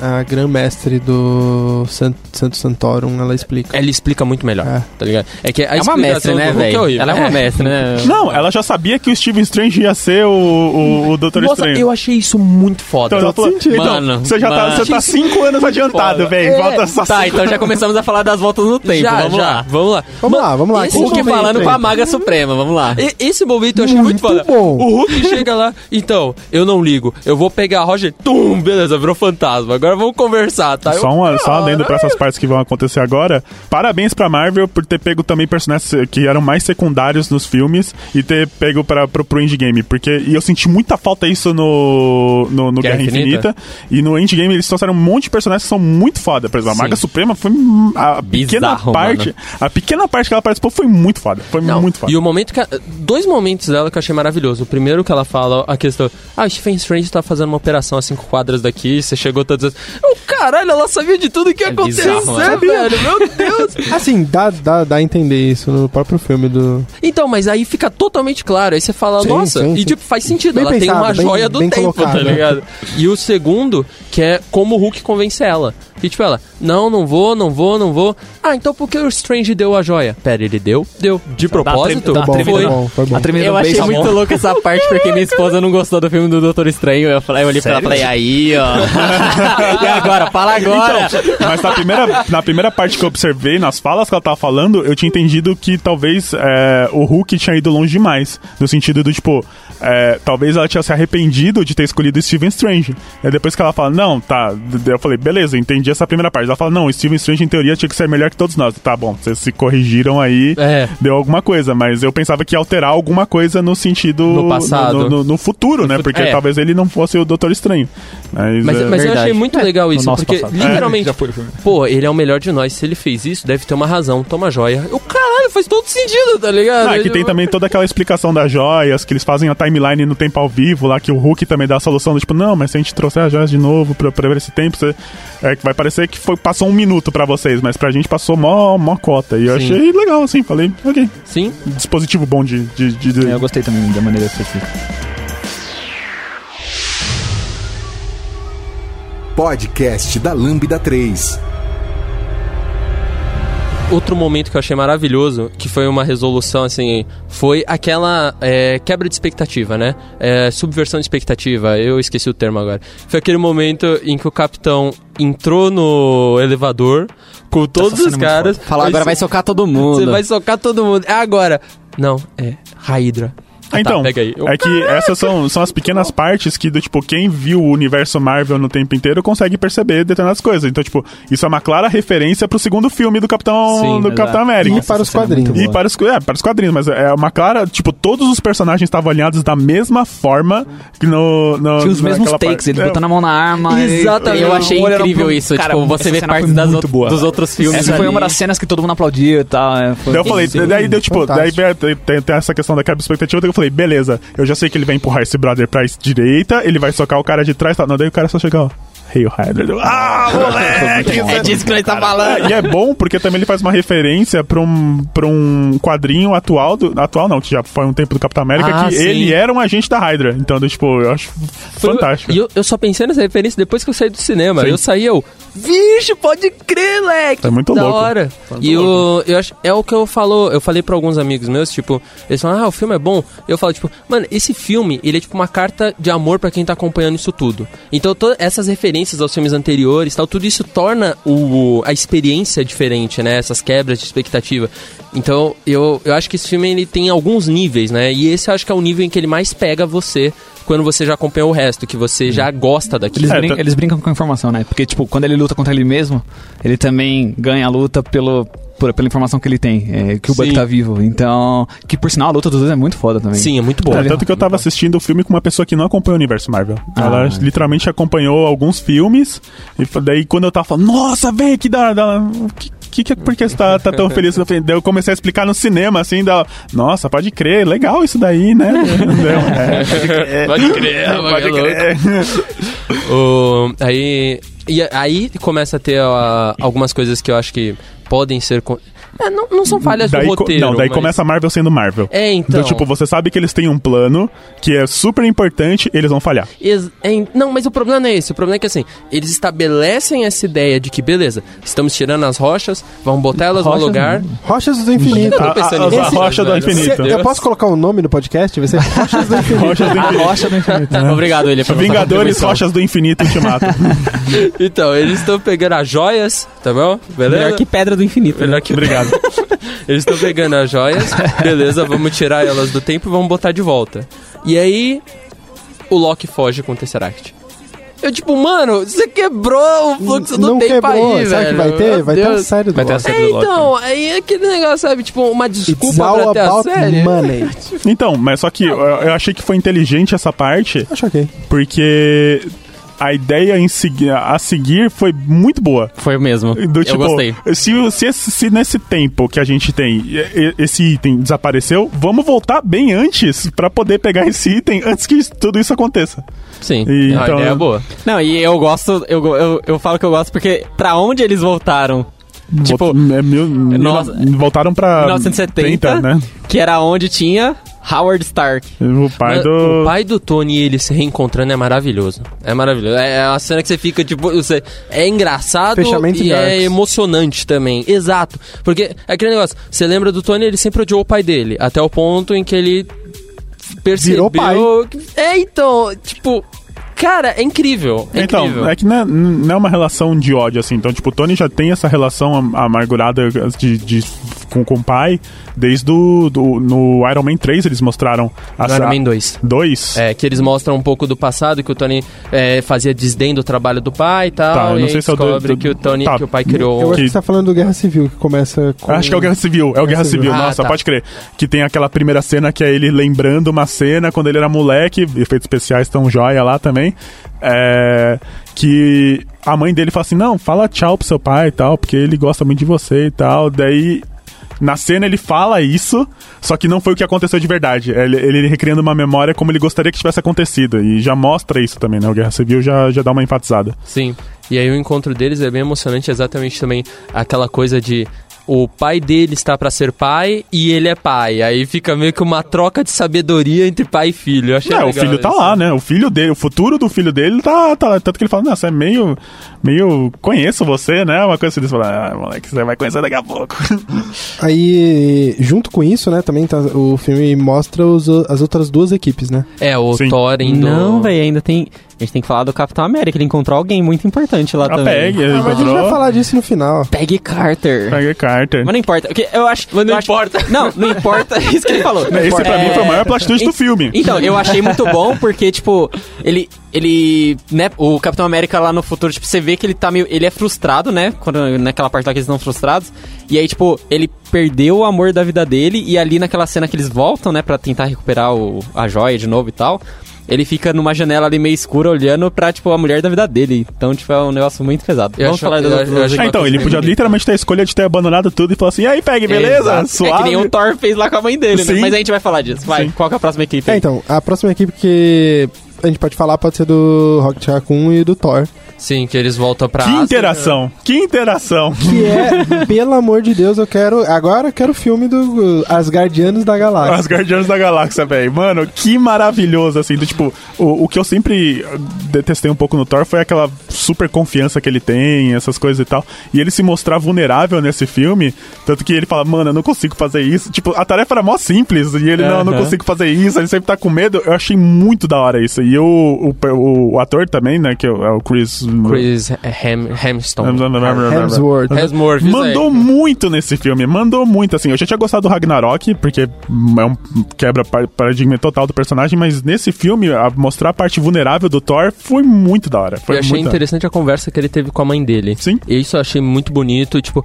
Speaker 6: Ah, a grã-mestre do San- Santo Santorum, ela explica.
Speaker 3: Ela explica muito melhor,
Speaker 6: É.
Speaker 3: tá ligado? É que a
Speaker 4: É uma
Speaker 3: explicação
Speaker 4: mestre,
Speaker 3: do
Speaker 4: né,
Speaker 3: Hulk é
Speaker 4: velho?
Speaker 3: horrível.
Speaker 4: Ela é uma mestre, né?
Speaker 7: Não, ela já sabia que o Steve Strange ia ser o, o, o Doutor
Speaker 3: Nossa,
Speaker 7: Estranho.
Speaker 3: eu achei isso muito foda.
Speaker 7: Então, ela falou, então,
Speaker 4: Mano,
Speaker 7: você já tá,
Speaker 4: mano.
Speaker 7: você tá cinco anos adiantado,
Speaker 3: Foda.
Speaker 7: velho.
Speaker 3: É,
Speaker 7: Volta só
Speaker 4: Tá,
Speaker 7: cinco
Speaker 4: então já começamos a falar das voltas no tempo.
Speaker 3: já,
Speaker 4: vamos
Speaker 3: já,
Speaker 4: lá.
Speaker 3: vamos lá.
Speaker 6: Vamos lá, vamos lá.
Speaker 3: esse
Speaker 4: O que
Speaker 6: Vamos
Speaker 4: falando
Speaker 6: ver,
Speaker 4: com a Maga Suprema, vamos lá.
Speaker 3: E- Esse momento eu achei muito, foda.
Speaker 6: Muito bom.
Speaker 3: O Hulk chega lá, então, eu não ligo, eu vou pegar a Roger, tum, beleza, virou fantasma. agora vamos conversar, tá? Eu-
Speaker 7: Só uma, só uma adendo pra essas partes que vão acontecer agora. Parabéns pra Marvel por ter pego também personagens que eram mais secundários nos filmes e ter pego pra, pro, pro Endgame. Porque, e eu senti muita falta isso no, no, no Guerra,
Speaker 3: Guerra
Speaker 7: Infinita.
Speaker 3: Infinita.
Speaker 7: E no Endgame eles trouxeram um monte de personagens que são muito foda. Por exemplo, a
Speaker 3: Sim.
Speaker 7: Maga Suprema foi. hum, A pequena
Speaker 4: Bizarro,
Speaker 7: parte.
Speaker 4: mano.
Speaker 7: A pequena parte que ela participou foi muito foda. Foi
Speaker 3: Não.
Speaker 7: Então, muito foda.
Speaker 3: E o momento que. a- Dois momentos dela que eu achei maravilhoso. O primeiro que ela fala a questão. Ah, o Stephen Strange tá fazendo uma operação a cinco quadras daqui, você chegou todas as. Oh, caralho, ela sabia de tudo que ia
Speaker 4: É bizarro,
Speaker 3: acontecer,
Speaker 4: né?
Speaker 3: velho. Meu Deus.
Speaker 6: Assim, dá, dá, dá a entender isso no próprio filme do.
Speaker 3: Então, mas aí fica totalmente claro. Aí você fala,
Speaker 6: Sim,
Speaker 3: nossa,
Speaker 6: sim,
Speaker 3: e
Speaker 6: sim.
Speaker 3: tipo, faz sentido.
Speaker 6: Bem
Speaker 3: ela tem
Speaker 6: pensado,
Speaker 3: uma
Speaker 6: bem-
Speaker 3: joia do
Speaker 6: bem
Speaker 3: tempo,
Speaker 6: colocado,
Speaker 3: tá
Speaker 6: né?
Speaker 3: ligado? E o segundo, que é como o Hulk convence ela. Que tipo, ela, não, não vou, não vou, não vou. Ah, então por que o Strange deu a joia? Pera, ele deu? Deu. De propósito?
Speaker 5: dá né? uma
Speaker 6: Bom,
Speaker 5: tremida
Speaker 3: né?
Speaker 6: foi
Speaker 5: na-
Speaker 6: bom, foi bom.
Speaker 5: A tremida
Speaker 4: Eu
Speaker 5: no
Speaker 4: achei
Speaker 5: beijo,
Speaker 4: muito
Speaker 5: amor.
Speaker 4: louco essa parte, porque minha esposa não gostou do filme do Doutor Estranho. Eu, falei, eu olhei pra ela e falei, aí, ó. e agora? Fala
Speaker 3: Então,
Speaker 4: agora!
Speaker 7: Mas na primeira, na primeira parte que eu observei, nas falas que ela tava falando, eu tinha entendido que talvez é, o Hulk tinha ido longe demais. No sentido do tipo, é, talvez ela tinha se arrependido de ter escolhido Steven Strange. Aí depois que ela fala, não, tá. d- Eu falei, beleza, entendi essa primeira parte. Ela fala, não, Steven Strange em teoria tinha que ser melhor que todos nós. Tá bom, vocês se corrigiram aí,
Speaker 3: É.
Speaker 7: deu alguma coisa. Mas eu pensava que ia alterar alguma coisa no sentido.
Speaker 3: No passado.
Speaker 7: No, no- no futuro, né? Porque
Speaker 3: é.
Speaker 7: talvez ele não fosse o Doutor Estranho. Mas,
Speaker 3: Mas,
Speaker 7: é-
Speaker 3: mas eu
Speaker 4: Verdade.
Speaker 3: achei muito legal isso,
Speaker 5: nosso
Speaker 3: porque
Speaker 5: passado.
Speaker 3: literalmente,
Speaker 5: É, Já foi o filme.
Speaker 3: pô, ele é o melhor de nós. Se ele fez isso, deve ter uma razão. Toma a joia. O caralho, faz todo sentido, tá ligado?
Speaker 5: é
Speaker 7: Ah, que tem também toda aquela explicação das joias, que eles fazem a timeline no tempo ao vivo, lá que o Hulk também dá a solução do tipo, não, mas se a gente trouxer as joias de novo pra, pra ver esse tempo, você- é que vai parecer que foi, passou um minuto pra vocês, mas pra gente passou mó, mó cota. E eu
Speaker 3: Sim.
Speaker 7: achei legal, assim, falei, ok,
Speaker 3: Sim.
Speaker 7: dispositivo bom de. de, de, de-
Speaker 5: É, Eu gostei também da maneira que foi feito.
Speaker 1: Podcast da Lambda 3.
Speaker 3: Outro momento que eu achei maravilhoso, que foi uma resolução, assim, foi aquela é, quebra de expectativa, né? É, subversão de expectativa, eu esqueci o termo agora. Foi aquele momento em que o capitão entrou no elevador com
Speaker 7: Tá
Speaker 3: todos os caras.
Speaker 4: é Fala,
Speaker 3: aí
Speaker 4: agora
Speaker 3: você-
Speaker 4: vai socar todo mundo.
Speaker 3: Você vai socar todo mundo. É agora. Não, é Raidra.
Speaker 7: Ah, então,
Speaker 3: pega aí. Eu-
Speaker 7: é que essas são, são as pequenas partes que, do tipo, quem viu o universo Marvel no tempo inteiro consegue perceber determinadas coisas. Então, tipo, isso é uma clara referência pro segundo filme do Capitão,
Speaker 5: Sim,
Speaker 7: do
Speaker 5: exato.
Speaker 7: Capitão América.
Speaker 6: E para os quadrinhos.
Speaker 7: E para os, é, para os quadrinhos, mas é uma clara. Tipo, todos os personagens estavam alinhados da mesma forma que no. no
Speaker 5: Tinha os mesmos
Speaker 7: naquela
Speaker 5: takes,
Speaker 7: parte.
Speaker 5: ele
Speaker 7: É,
Speaker 5: botando a mão na arma. ele-
Speaker 3: Exatamente.
Speaker 5: ele
Speaker 4: Eu achei
Speaker 5: olhando
Speaker 4: incrível
Speaker 5: pro-
Speaker 4: isso.
Speaker 5: Cara,
Speaker 4: tipo, você
Speaker 5: essa
Speaker 4: vê
Speaker 5: cena
Speaker 4: partes
Speaker 5: foi
Speaker 4: das
Speaker 5: muito
Speaker 4: o-
Speaker 5: boa.
Speaker 4: dos outros filmes.
Speaker 5: Essa foi
Speaker 4: ali.
Speaker 5: uma das cenas que todo mundo aplaudiu e tal. é, foi-
Speaker 7: Daí eu falei, daí deu tipo, daí
Speaker 6: fantástico.
Speaker 7: vem- tem, tem- tem essa questão da quebra de expectativa, daí eu falei, beleza, eu já sei que ele vai empurrar esse brother pra es- direita, ele vai socar o cara de trás, tá? Não, daí o cara só chega, ó. Hail Hydra. Eu, Ah, moleque!
Speaker 4: É disso que nós tá falando.
Speaker 7: E é bom porque também ele faz uma referência pra um, pra um quadrinho atual, do, atual não, que já foi um tempo do Capitão América,
Speaker 3: Ah,
Speaker 7: que
Speaker 3: sim.
Speaker 7: ele era um agente da Hydra. Então, eu, tipo, eu acho
Speaker 3: Foi-
Speaker 7: fantástico.
Speaker 3: E eu, eu só pensei nessa referência depois que eu saí do cinema.
Speaker 7: Sim.
Speaker 3: Eu saí, eu. Vixe, pode crer, leque!
Speaker 7: É muito
Speaker 3: da
Speaker 7: louco.
Speaker 3: hora. E o, eu acho, é o que eu falo, eu falei pra alguns amigos meus, tipo, eles falam, ah, o filme é bom. Eu falo, tipo, mano, esse filme, ele é tipo uma carta de amor pra quem tá acompanhando isso tudo. Então, todas essas referências aos filmes anteriores e tal, tudo isso torna o, a experiência diferente, né? Essas quebras de expectativa. Então, eu, eu acho que esse filme, ele tem alguns níveis, né? E esse eu acho que é o nível em que ele mais pega você quando você já acompanha o resto, que você já gosta daquilo.
Speaker 5: Eles,
Speaker 7: É,
Speaker 5: brin-
Speaker 7: tá-
Speaker 5: eles brincam com a informação, né? Porque, tipo, quando ele luta contra ele mesmo, ele também ganha a luta pelo, por- pela informação que ele tem, é, que o Buck
Speaker 3: Sim.
Speaker 5: tá vivo. Então, que por sinal a luta dos dois é muito foda também.
Speaker 3: Sim, é muito bom.
Speaker 7: É, tanto que eu tava assistindo o filme com uma pessoa que não acompanha o universo Marvel. Ela
Speaker 5: Ah.
Speaker 7: literalmente acompanhou alguns filmes. E fa- daí quando eu tava falando, nossa, velho, que da. da que, que, que- por que você tá, tá tão feliz? Eu falei, Daí eu comecei a explicar no cinema, assim, da. Nossa, pode crer, legal isso daí, né? Entendeu? É, pode crer,
Speaker 3: Pode crer,
Speaker 7: É, pode crer.
Speaker 3: O- aí, e aí começa a ter ó, algumas coisas que eu acho que podem ser. con- É, não, não são falhas
Speaker 7: Daí,
Speaker 3: do
Speaker 7: co-
Speaker 3: roteiro.
Speaker 7: não, daí
Speaker 3: mas-
Speaker 7: começa a Marvel sendo Marvel.
Speaker 3: É, então.
Speaker 7: Do tipo, você sabe que eles têm um plano que é super importante, eles vão falhar.
Speaker 3: Ex- é, en- não, mas o problema não é esse. O problema é que assim, eles estabelecem essa ideia de que, beleza, estamos tirando as rochas, vamos botar elas
Speaker 5: Rochas
Speaker 3: no lugar.
Speaker 6: Rochas do Infinito.
Speaker 3: tô
Speaker 7: A- a-
Speaker 3: pensando
Speaker 7: Tá, a-
Speaker 3: nisso, né,
Speaker 7: a rocha do
Speaker 3: velho.
Speaker 7: infinito.
Speaker 6: Cê- eu posso colocar o nome no podcast? Vai ser Rochas do Infinito.
Speaker 7: Rochas do infinito.
Speaker 4: Obrigado, William. por essa
Speaker 7: Vingadores,
Speaker 4: contribuição.
Speaker 7: Rochas do Infinito Ultimato.
Speaker 3: Então, eles estão pegando as joias, tá bom? Beleza?
Speaker 4: Melhor que Pedra do Infinito. né?
Speaker 3: Melhor que
Speaker 7: Obrigado.
Speaker 3: Eles estão pegando as joias, beleza, vamos tirar elas do tempo e vamos botar de volta. E aí, o Loki foge com o Tesseract. Eu, tipo, mano, você quebrou o fluxo do
Speaker 6: não
Speaker 3: tempo
Speaker 6: quebrou.
Speaker 3: aí,
Speaker 6: Sabe o
Speaker 3: velho.
Speaker 6: que vai ter? um
Speaker 3: Meu
Speaker 6: Vai ter a
Speaker 3: Deus.
Speaker 6: série do
Speaker 5: Vai ter a
Speaker 6: Loki.
Speaker 5: série
Speaker 3: É,
Speaker 5: do Loki.
Speaker 3: então, aí é aquele negócio, sabe? Tipo, uma
Speaker 6: It's
Speaker 3: desculpa
Speaker 6: all
Speaker 3: pra ter a
Speaker 6: about
Speaker 3: série.
Speaker 6: money.
Speaker 7: Então, mas só que eu, eu achei que foi inteligente essa parte,
Speaker 6: Acho é ok.
Speaker 7: porque a ideia em segui- a seguir foi muito boa.
Speaker 4: Foi o mesmo.
Speaker 7: Do,
Speaker 4: eu
Speaker 7: tipo,
Speaker 4: gostei.
Speaker 7: Se, o- se, esse- se nesse tempo que a gente tem e- e- esse item desapareceu, vamos voltar bem antes pra poder pegar esse item antes que isso- tudo isso aconteça.
Speaker 3: Sim,
Speaker 7: E,
Speaker 3: é uma
Speaker 7: então-
Speaker 3: ideia boa.
Speaker 4: Não, e eu gosto, eu, go- eu, eu falo que eu gosto porque pra onde eles voltaram? Tipo,
Speaker 7: Volt- é mil- mil-
Speaker 4: nossa-
Speaker 7: voltaram pra
Speaker 4: 1970,
Speaker 7: 30, Ah, né?
Speaker 4: que era onde tinha Howard Stark.
Speaker 7: O pai
Speaker 4: né?
Speaker 3: Mas
Speaker 7: do.
Speaker 3: Ah, O pai do Tony e ele se reencontrando é maravilhoso. É maravilhoso. É é uma cena que você fica, tipo, você... é engraçado
Speaker 6: Fechamento
Speaker 3: e
Speaker 6: de
Speaker 3: é
Speaker 6: arcos.
Speaker 3: emocionante também. Exato. Porque é aquele negócio, você lembra do Tony, ele sempre odiou o pai dele, até o ponto em que ele percebeu...
Speaker 6: Virou pai.
Speaker 3: que- É, então, tipo... Cara, é incrível. É
Speaker 7: então,
Speaker 3: incrível.
Speaker 7: é que não é, não é uma relação de ódio, assim. Então, tipo, o Tony já tem essa relação am- amargurada de, de- com, com o pai desde do, do- no Iron Man 3 eles mostraram a
Speaker 3: No Iron Man 2.
Speaker 7: 2.
Speaker 3: É, que eles mostram um pouco do passado, que o Tony é, fazia desdém do trabalho do pai e tal.
Speaker 7: Tá, eu
Speaker 3: e
Speaker 7: não
Speaker 3: aí
Speaker 7: sei se é o do-
Speaker 3: descobre
Speaker 7: do-
Speaker 3: que o Tony,
Speaker 7: tá.
Speaker 3: que o pai
Speaker 6: Eu
Speaker 3: criou.
Speaker 6: acho
Speaker 7: Que-
Speaker 6: que você tá falando do Guerra Civil, que começa com...
Speaker 7: Acho que é o Guerra Civil, é o Guerra Civil,
Speaker 3: Civil.
Speaker 7: nossa,
Speaker 3: Ah, tá.
Speaker 7: pode crer. Que tem aquela primeira cena que é ele lembrando uma cena quando ele era moleque, efeitos especiais tão joia lá também. É, que a mãe dele fala assim: não, fala tchau pro seu pai e tal, porque ele gosta muito de você e tal. Daí. Na cena ele fala isso, só que não foi o que aconteceu de verdade. Ele, ele recriando uma memória como ele gostaria que tivesse acontecido. E já mostra isso também, né? O Guerra Civil já, já dá uma enfatizada.
Speaker 3: Sim. E aí o encontro deles é bem emocionante, exatamente também aquela coisa de o pai dele está pra ser pai e ele é pai. Aí fica meio que uma troca de sabedoria entre pai e filho. Eu achei
Speaker 7: É, o
Speaker 3: legal
Speaker 7: filho tá
Speaker 3: isso.
Speaker 7: lá, né? O filho dele, o futuro do filho dele tá, tá lá. Tanto que ele fala, não, você é meio. meio. conheço você, né? Uma coisa assim, eles falam, ah, moleque, você vai conhecer daqui a pouco.
Speaker 6: Aí, junto com isso, né, também tá- o filme mostra os o- as outras duas equipes, né?
Speaker 3: É, o
Speaker 7: Sim.
Speaker 3: Thor indo...
Speaker 4: Não, velho, ainda tem. A gente tem que falar do Capitão América. Ele encontrou alguém muito importante lá
Speaker 7: A
Speaker 4: também.
Speaker 7: PEG, ele
Speaker 6: Ah, mas a gente vai
Speaker 7: encontrou.
Speaker 6: falar disso no final.
Speaker 4: Peggy Carter.
Speaker 7: Peggy Carter.
Speaker 4: Mas não importa. porque Eu acho. Mas
Speaker 3: não
Speaker 4: importa. Não, não importa. Isso que ele falou. Não
Speaker 7: Esse
Speaker 4: importa. É,
Speaker 7: pra mim foi o maior plot twist do
Speaker 4: Ent-
Speaker 7: filme.
Speaker 4: Então, eu achei muito bom porque, tipo, ele. Ele. Né, o Capitão América lá no futuro, tipo, você vê que ele tá meio. Ele é frustrado, né? Quando, naquela parte lá que eles estão frustrados. E aí, tipo, ele perdeu o amor da vida dele. E ali naquela cena que eles voltam, né, pra tentar recuperar o, a joia de novo e tal. Ele fica numa janela ali meio escura olhando pra, tipo, a mulher da vida dele. Então, tipo, é um negócio muito pesado.
Speaker 3: Eu
Speaker 4: Vamos
Speaker 3: acho-
Speaker 4: falar das
Speaker 3: eu
Speaker 4: outras
Speaker 3: acho- eu acho
Speaker 7: Ah,
Speaker 4: equipes.
Speaker 7: então, ele podia literalmente ter a escolha de ter abandonado tudo e falar assim, e aí, Peg, beleza?
Speaker 4: Exato.
Speaker 7: Suave.
Speaker 4: É que nem o Thor fez lá com a mãe dele, né?
Speaker 7: Sim.
Speaker 4: Mas a gente vai falar disso. Vai,
Speaker 7: Sim.
Speaker 4: qual que é a próxima equipe?
Speaker 6: É,
Speaker 4: aí?
Speaker 6: então, a próxima equipe que a gente pode falar pode ser do Rocket Raccoon e do Thor.
Speaker 3: Sim, que eles voltam pra...
Speaker 7: Que
Speaker 3: Asgard.
Speaker 4: né?
Speaker 7: interação, que interação.
Speaker 6: Que é, pelo amor de Deus, eu quero... Agora eu quero o filme do uh, Asgardianos da Galáxia.
Speaker 7: As Guardiões da Galáxia, velho. Mano, que maravilhoso, assim. Do, tipo, o, o que eu sempre detestei um pouco no Thor foi aquela super confiança que ele tem, essas coisas e tal. E ele se mostrar vulnerável nesse filme. Tanto que ele fala, mano, eu não consigo fazer isso. Tipo, a tarefa era mó simples. E ele, não, eu não
Speaker 4: Aham.
Speaker 7: consigo fazer isso. Ele sempre tá com medo. Eu achei muito da hora isso. E o, o, o- o ator também, né, que é o é o Chris...
Speaker 3: Chris Ham, Hamston.
Speaker 6: Hemsworth.
Speaker 3: Hemsworth, isso aí.
Speaker 7: Mandou um- muito nesse filme, mandou muito, assim. Eu já tinha gostado do Ragnarok, porque é um quebra par- paradigma total do personagem, mas nesse filme, a mostrar a parte vulnerável do Thor foi muito da hora. Foi
Speaker 3: eu achei
Speaker 7: muito da hora.
Speaker 3: interessante a conversa que ele teve com a mãe dele.
Speaker 7: Sim.
Speaker 3: E isso eu achei muito bonito, tipo...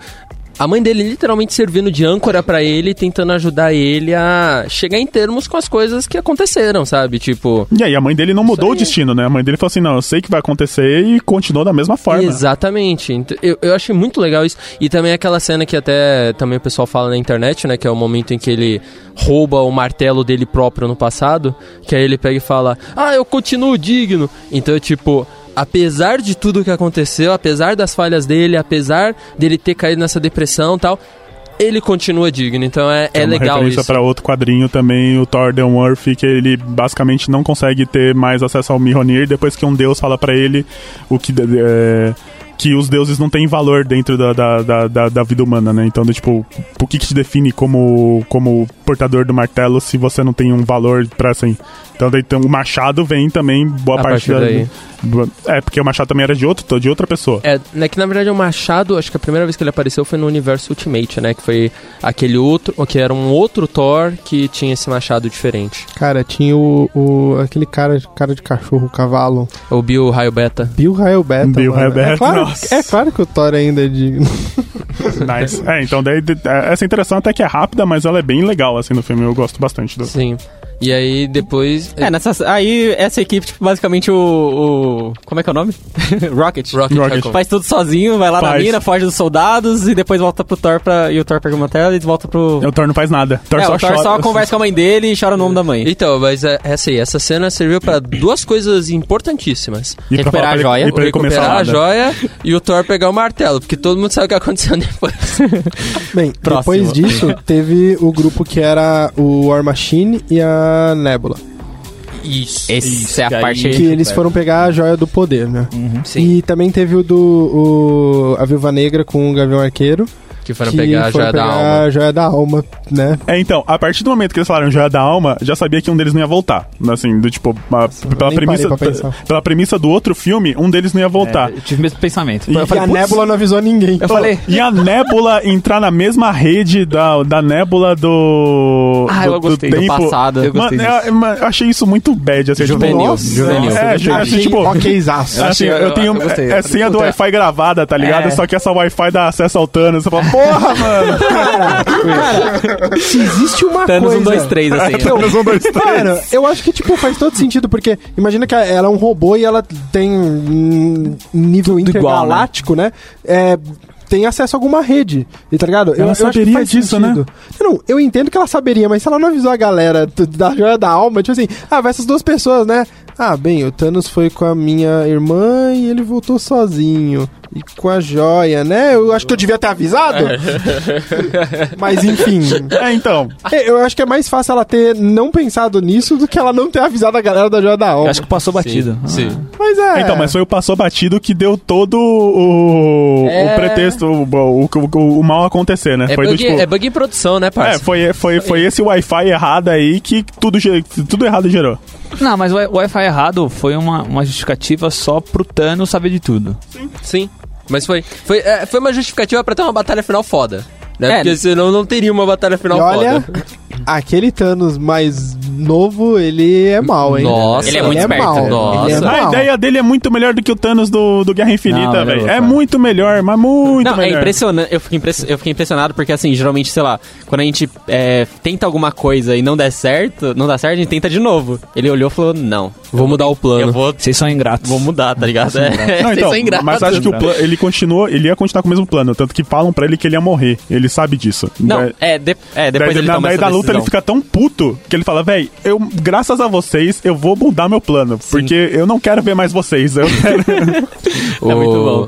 Speaker 3: A mãe dele literalmente servindo de âncora pra ele, tentando ajudar ele a chegar em termos com as coisas que aconteceram, sabe? Tipo...
Speaker 7: E aí, a mãe dele não mudou o
Speaker 3: aí.
Speaker 7: destino, né? A mãe dele falou assim: não, eu sei que vai acontecer e continuou da mesma forma.
Speaker 3: Exatamente. Ent- Eu, eu achei muito legal isso. E também aquela cena que até também o pessoal fala na internet, né? Que é o momento em que ele rouba o martelo dele próprio no passado. Que aí ele pega e fala, ah, eu continuo digno. Então, tipo... Apesar de tudo que aconteceu, apesar das falhas dele, apesar dele ter caído nessa depressão e tal, ele continua digno. Então é, é
Speaker 7: uma
Speaker 3: legal
Speaker 7: referência
Speaker 3: isso.
Speaker 7: pra outro quadrinho também, o Thor The Earth, que ele basicamente não consegue ter mais acesso ao Mihonir depois que um deus fala pra ele o que é, que os deuses não têm valor dentro da, da, da, da- da vida humana, né? Então, do tipo, o que, que te define como como portador do martelo se você não tem um valor pra assim. Então, daí, então, o machado vem também boa
Speaker 3: A partir
Speaker 7: parte da-
Speaker 3: daí.
Speaker 7: do- É, porque o machado também era de, outro, de outra pessoa.
Speaker 3: É, né, que na verdade o Machado, acho que a primeira vez que ele apareceu foi no universo Ultimate, né? Que foi aquele outro, ou que era um outro Thor que tinha esse Machado diferente.
Speaker 6: Cara, tinha o, o- aquele cara, cara de cachorro, o cavalo.
Speaker 3: O Bill Raio Beta.
Speaker 6: Bill Rael Beta.
Speaker 7: Bill
Speaker 6: mano.
Speaker 7: Rael Beta,
Speaker 6: é claro,
Speaker 7: nossa.
Speaker 6: é claro que o Thor ainda é de.
Speaker 7: Nice. É, então daí de- é, essa interação até que é rápida, mas ela é bem legal assim no filme. Eu gosto bastante do.
Speaker 3: Sim. E aí depois.
Speaker 4: É, nessa, aí essa equipe, tipo, basicamente o, o- Como é que é o nome? Rocket.
Speaker 3: Rocket,
Speaker 7: Rocket.
Speaker 3: Raccoon.
Speaker 4: Faz tudo sozinho, vai lá na
Speaker 7: Faz.
Speaker 4: mina, foge dos soldados e depois volta pro Thor pra, e o Thor pega uma tela e volta pro.
Speaker 7: O Thor não faz nada. Thor
Speaker 4: é,
Speaker 7: só
Speaker 4: o Thor
Speaker 7: chora.
Speaker 4: só conversa com a mãe dele e chora o nome da mãe.
Speaker 3: Então, mas é, é assim, essa cena serviu pra duas coisas importantíssimas.
Speaker 7: E pra falar
Speaker 4: recuperar a
Speaker 7: pra ele-
Speaker 4: joia.
Speaker 7: e pra ele começar
Speaker 3: Recuperar
Speaker 7: nada.
Speaker 3: a joia e o Thor pegar o martelo, porque todo mundo sabe o que aconteceu depois.
Speaker 6: Bem, depois
Speaker 4: Próximo.
Speaker 6: disso, teve o grupo que era o War Machine e a Nebula.
Speaker 3: Isso.
Speaker 4: Essa é a parte.
Speaker 6: Que eles foram pegar a joia do poder, né?
Speaker 3: Sim.
Speaker 6: E também teve o do. o- a Viúva Negra com o Gavião Arqueiro.
Speaker 3: Que foram
Speaker 6: que
Speaker 3: pegar a
Speaker 6: foram
Speaker 3: joia da
Speaker 6: pegar
Speaker 3: alma.
Speaker 6: A joia da alma, né?
Speaker 7: É, então, a partir do momento que eles falaram joia da alma, já sabia que um deles não ia voltar. Assim, do tipo, a- pela,
Speaker 6: nem
Speaker 7: premissa,
Speaker 6: parei pra pensar.
Speaker 7: pela premissa do outro filme, um deles não ia voltar.
Speaker 5: É, eu tive o mesmo pensamento.
Speaker 7: E-
Speaker 5: Eu
Speaker 6: E
Speaker 5: falei,
Speaker 6: a
Speaker 5: "Putz,
Speaker 6: Nebula não avisou ninguém.
Speaker 5: Eu falei,
Speaker 7: E a Nébula entrar na mesma rede da, da Nébula do.
Speaker 5: Ah,
Speaker 7: do,
Speaker 5: eu gostei
Speaker 7: do
Speaker 5: do
Speaker 7: tempo.
Speaker 4: passado. Eu
Speaker 7: Mano,
Speaker 5: gostei
Speaker 7: eu, mano, eu achei isso muito bad. Assim,
Speaker 4: Juvenil,
Speaker 7: Tipo,
Speaker 4: juvenil.
Speaker 7: É, ju- assim,
Speaker 6: Achei
Speaker 7: tipo.
Speaker 6: ok, zaço.
Speaker 7: assim,
Speaker 5: achei-
Speaker 7: eu,
Speaker 5: eu-
Speaker 7: tenho.
Speaker 5: eu gostei.
Speaker 7: é é senha do
Speaker 5: Puta.
Speaker 7: Wi-Fi gravada, tá ligado?
Speaker 5: É.
Speaker 7: Só que essa Wi-Fi dá acesso ao Thanos. Você fala, porra, mano!
Speaker 6: Se existe uma
Speaker 7: é
Speaker 4: Thanos
Speaker 7: um,
Speaker 6: coisa... É
Speaker 4: 1, 2, 3, assim.
Speaker 6: Que eu,
Speaker 7: então,
Speaker 6: Mano, eu acho que, tipo, faz todo sentido, porque imagina que ela é um robô e ela tem um nível
Speaker 5: igual, né?
Speaker 6: intergaláctico, né? É, tem acesso a alguma rede, e tá ligado?
Speaker 7: Ela saberia
Speaker 6: faz
Speaker 7: disso, né?
Speaker 6: sentido. Não, eu entendo que ela saberia, mas se ela não avisou a galera do- da joia da alma, tipo assim, ah, vai essas duas pessoas, né? Ah, bem, o Thanos foi com a minha irmã e ele voltou sozinho. E com a joia, né? Eu acho que eu devia ter avisado. mas enfim.
Speaker 7: É, então.
Speaker 6: É, Eu acho que é mais fácil ela ter não pensado nisso do que ela não ter avisado a galera da Joia da
Speaker 5: eu
Speaker 6: Alma.
Speaker 5: acho que passou batido. Ah.
Speaker 3: Sim.
Speaker 6: Mas é.
Speaker 7: Então, mas foi o passou batido que deu todo o, o
Speaker 3: É.
Speaker 7: pretexto, o, o, o- o mal acontecer, né?
Speaker 3: É,
Speaker 7: foi
Speaker 3: bug,
Speaker 7: do tipo.
Speaker 3: é bug em produção, né,
Speaker 7: É,
Speaker 3: parça?
Speaker 7: foi, foi, foi esse Wi-Fi errado aí que tudo, ge- tudo errado gerou.
Speaker 5: Não, mas o Wi- o Wi-Fi errado foi uma, uma justificativa só pro Thanos saber de tudo.
Speaker 3: Sim. Mas foi. Foi, é, foi uma justificativa pra ter uma batalha final foda. Né?
Speaker 4: É.
Speaker 3: Porque senão não teria uma batalha final
Speaker 6: E olha,
Speaker 3: foda.
Speaker 6: aquele Thanos mais novo, ele é mal, hein?
Speaker 3: Nossa.
Speaker 4: Ele é muito esperto.
Speaker 6: mal.
Speaker 3: Nossa.
Speaker 6: Ele é
Speaker 3: A
Speaker 7: A
Speaker 6: mal.
Speaker 7: ideia dele é muito melhor do que o Thanos do, do Guerra
Speaker 5: Não,
Speaker 7: Infinita,
Speaker 5: ele é
Speaker 7: velho.
Speaker 5: louco,
Speaker 7: É,
Speaker 5: cara.
Speaker 7: muito melhor, mas muito
Speaker 4: Não, é
Speaker 7: melhor.
Speaker 4: impressionante. Eu fiquei, impress- eu fiquei impressionado porque, assim, geralmente, sei lá, quando a gente é, tenta alguma coisa e não der certo, não dá certo, a gente tenta de novo. Ele olhou e falou: Não,
Speaker 3: Vou mudar o
Speaker 4: eu
Speaker 3: plano.
Speaker 4: vou,
Speaker 5: Vocês são ingratos.
Speaker 4: vou mudar, tá ligado? É,
Speaker 7: Não,
Speaker 4: vocês
Speaker 7: então,
Speaker 4: são ingratos.
Speaker 7: mas acho que o plano- ele continuou, ele ia continuar com o mesmo plano, tanto que falam pra ele que ele ia morrer. Ele sabe disso. Né?
Speaker 4: Não,
Speaker 7: Daí-
Speaker 4: é, de- é, depois
Speaker 7: daí,
Speaker 4: ele
Speaker 7: na-
Speaker 4: toma
Speaker 7: daí
Speaker 4: essa
Speaker 7: da luta ele
Speaker 4: decisão.
Speaker 7: fica tão puto que ele fala, véi, eu, graças a vocês, eu vou mudar meu plano. Porque eu não quero ver mais vocês. Eu quero.
Speaker 3: É
Speaker 4: muito bom.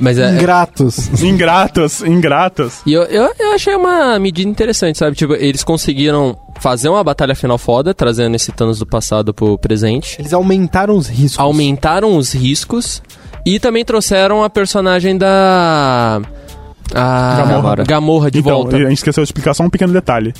Speaker 3: Mas é,
Speaker 6: Ingratos.
Speaker 7: ingratos, ingratos.
Speaker 3: E eu, eu, eu achei uma medida interessante, sabe? Tipo, eles conseguiram fazer uma batalha final foda, trazendo esse Thanos do passado pro presente.
Speaker 6: Eles aumentaram os riscos.
Speaker 3: Aumentaram os riscos e também trouxeram a personagem da. A
Speaker 7: Gamorra.
Speaker 3: Gamorra de
Speaker 7: então,
Speaker 3: volta.
Speaker 7: a gente esqueceu de explicar só um pequeno detalhe.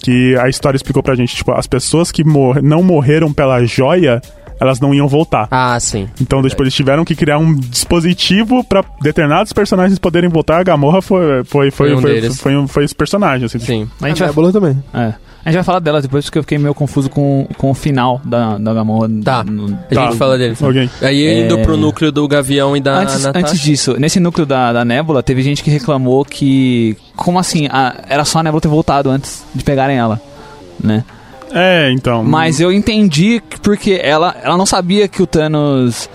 Speaker 7: Que a história explicou pra gente, tipo, as pessoas que mor- não morreram pela joia, elas não iam voltar.
Speaker 3: Ah, sim.
Speaker 7: Então, tipo, eles tiveram que criar um dispositivo pra determinados personagens poderem voltar. A Gamorra foi, foi, foi, foi,
Speaker 3: Foi um
Speaker 7: foi,
Speaker 3: deles.
Speaker 7: um- foi esse personagem, assim. tipo,
Speaker 3: Sim.
Speaker 5: Mas a
Speaker 6: A
Speaker 5: gente vai
Speaker 6: Nebula também.
Speaker 5: É. A gente vai falar dela depois, porque eu fiquei meio confuso com, com o final da, da Gamorra.
Speaker 3: Tá.
Speaker 5: No-
Speaker 3: A
Speaker 7: Tá.
Speaker 3: gente fala deles.
Speaker 7: Alguém.
Speaker 3: Aí
Speaker 5: É.
Speaker 3: indo pro núcleo do Gavião e da
Speaker 5: Antes,
Speaker 3: Natasha.
Speaker 5: antes disso, nesse núcleo da, da Nebula, teve gente que reclamou que. Como assim? a- era só a Nebula ter voltado antes de pegarem ela, né?
Speaker 7: É,
Speaker 3: Hum.
Speaker 7: então.
Speaker 5: Mas eu entendi que- porque ela, ela não sabia que o Thanos.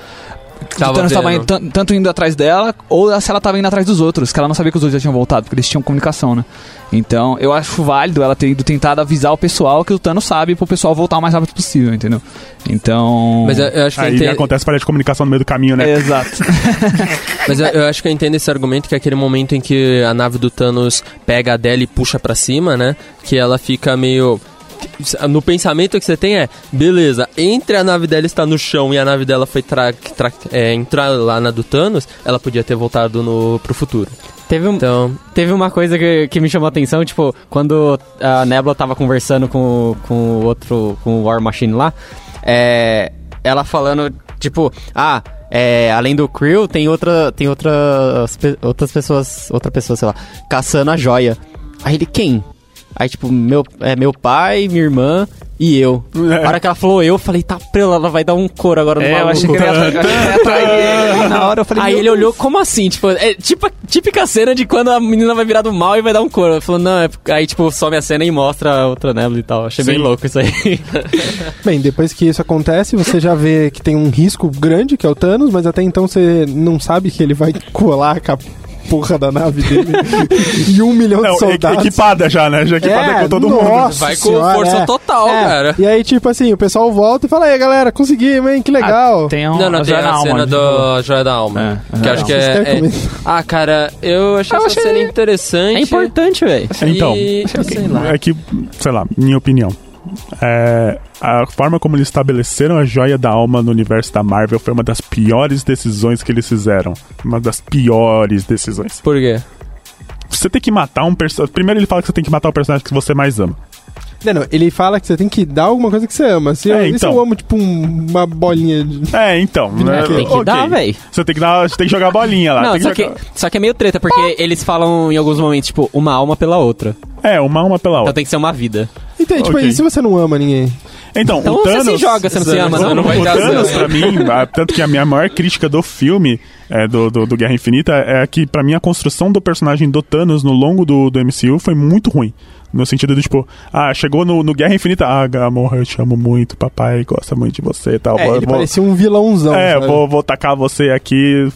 Speaker 5: que
Speaker 3: Tava
Speaker 5: o Thanos então. tava
Speaker 3: vendo.
Speaker 5: indo- Tipo, tan- tanto indo atrás dela, ou se ela tava indo atrás dos outros, que ela não sabia que os outros já tinham voltado, porque eles tinham comunicação, né? Então, eu acho válido ela ter ido tentado avisar o pessoal que o Thanos sabe pro pessoal voltar o mais rápido possível, entendeu? Então.
Speaker 3: Mas é, eu, eu acho que
Speaker 7: Aí
Speaker 3: inte-
Speaker 7: acontece falha de comunicação no meio do caminho, né?
Speaker 5: Exato.
Speaker 3: Mas eu, eu acho que eu entendo esse argumento que é aquele momento em que a nave do Thanos pega a dela e puxa pra cima, né? Que ela fica meio. No pensamento que você tem é, beleza, entre a nave dela estar no chão e a nave dela foi tra- tra- é, entrar lá na do Thanos, ela podia ter voltado no, pro futuro.
Speaker 4: Teve, um,
Speaker 3: Então,
Speaker 4: teve uma coisa que, que me chamou a atenção, tipo, quando a Nebula tava conversando com, o- com o outro, com o War Machine lá, é, ela falando, tipo, ah, é, além do Creel, tem outra, tem outras, pe- outras pessoas, outra pessoa, sei lá, caçando a joia. Aí ele, quem? Aí, tipo, meu, é, meu pai, minha irmã e eu.
Speaker 7: É.
Speaker 4: A hora que ela falou eu, eu falei, tá prela, ela vai dar um couro agora no
Speaker 5: É, eu
Speaker 4: maluco.
Speaker 5: achei que ele ia- eu achei que ele ia atrás dele. Na hora eu falei,
Speaker 4: Aí
Speaker 5: meu
Speaker 4: ele olhou, como assim? Tipo, é tipo, típica cena de quando a menina vai virar do mal e vai dar um couro. Ele falou, não, é porque- aí tipo, some a cena e mostra a outra nébula e tal. Achei bem
Speaker 7: Sim.
Speaker 4: louco isso aí.
Speaker 6: Bem, depois que isso acontece, você já vê que tem um risco grande, que é o Thanos, mas até então você não sabe que ele vai colar com a porra da nave dele e um milhão
Speaker 7: Não,
Speaker 6: de
Speaker 7: e-
Speaker 6: soldados.
Speaker 7: É,
Speaker 6: É,
Speaker 7: equipada já, né? Já equipada com todo mundo.
Speaker 6: nossa
Speaker 3: Vai com
Speaker 6: senhora,
Speaker 3: força
Speaker 6: é.
Speaker 3: total,
Speaker 6: É,
Speaker 3: cara.
Speaker 6: E aí, tipo assim, o pessoal volta e fala, aí, galera, conseguimos, hein? Que legal.
Speaker 5: Ah, tem um,
Speaker 3: Não, não, tem
Speaker 5: Joia
Speaker 3: a
Speaker 5: na alma,
Speaker 3: cena
Speaker 5: né?
Speaker 3: do Joia da Alma.
Speaker 5: É,
Speaker 3: que
Speaker 5: é,
Speaker 3: eu acho
Speaker 5: não.
Speaker 3: que é,
Speaker 6: Vocês querem
Speaker 3: é-
Speaker 6: comentar?
Speaker 3: Ah, cara, eu achei
Speaker 4: Eu
Speaker 3: essa
Speaker 4: achei-
Speaker 3: cena interessante.
Speaker 4: É importante, velho.
Speaker 7: Então,
Speaker 3: E... Sei lá.
Speaker 7: É que, sei lá, minha opinião. É, a forma como eles estabeleceram a joia da alma no universo da Marvel foi uma das piores decisões que eles fizeram. Uma das piores decisões.
Speaker 3: Por quê?
Speaker 7: Você tem que matar um personagem. Primeiro, ele fala que você tem que matar o personagem que você mais ama.
Speaker 6: Não, não, ele fala que você tem que dar alguma coisa que você ama. Se, eu,
Speaker 7: É,
Speaker 6: e se
Speaker 7: então.
Speaker 6: eu amo, tipo, um- uma bolinha de...
Speaker 7: É, então. né,
Speaker 4: Tem que
Speaker 7: ok.
Speaker 4: dar, velho.
Speaker 7: Você tem que dar, você tem que jogar a bolinha lá.
Speaker 4: Não,
Speaker 7: tem
Speaker 4: só Ah, que,
Speaker 7: jogar-
Speaker 4: só que é meio treta, porque eles falam em alguns momentos, tipo, uma alma pela outra.
Speaker 7: É, uma alma pela
Speaker 4: Então
Speaker 7: outra.
Speaker 4: tem que ser uma vida.
Speaker 6: Então, tipo,
Speaker 7: Ok.
Speaker 6: e se você não ama ninguém?
Speaker 7: Então,
Speaker 4: Então
Speaker 7: o
Speaker 4: você
Speaker 7: Thanos...
Speaker 4: se joga, você não se ama, não, não vai
Speaker 7: o
Speaker 4: dar
Speaker 7: Thanos,
Speaker 4: certo.
Speaker 7: pra mim, a- tanto que a minha maior crítica do filme, é, do, do, do Guerra Infinita, é que, pra mim, a construção do personagem do Thanos no longo do, do MCU foi muito ruim. No sentido do tipo, ah, chegou no, no Guerra Infinita, ah, amor, eu te amo muito, papai gosta muito de você e tal.
Speaker 6: É,
Speaker 7: vou-
Speaker 6: ele
Speaker 7: vou-
Speaker 6: parecia um vilãozão.
Speaker 7: é,
Speaker 6: sabe?
Speaker 7: vou, vou tacar você aqui.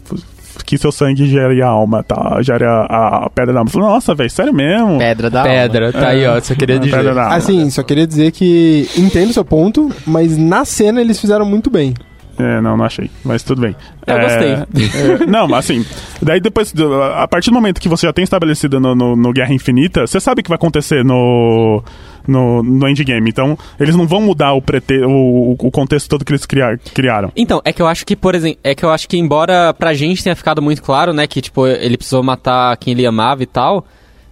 Speaker 7: Que seu sangue gere a alma, tá? Gere a, a- a pedra da alma. Falei, Nossa, velho, sério mesmo?
Speaker 6: É,
Speaker 4: Pedra da
Speaker 3: Pedra, tá aí, ó. Só
Speaker 4: É,
Speaker 3: queria
Speaker 7: A
Speaker 3: dizer.
Speaker 7: pedra da alma.
Speaker 6: Assim, só queria dizer que entendo o seu ponto, mas na cena eles fizeram muito bem.
Speaker 7: É, não, não achei. Mas tudo bem.
Speaker 4: Eu
Speaker 7: É, é, não, mas assim. Daí depois. do- A partir do momento que você já tem estabelecido no, no, no Guerra Infinita, você sabe o que vai acontecer no. No, no endgame. Então, eles não vão mudar o, prete o, o contexto todo que eles criar, criaram.
Speaker 4: Então, é que eu acho que, por exemplo, é que eu acho que embora pra gente tenha ficado muito claro, né, que tipo, ele precisou matar quem ele amava e tal,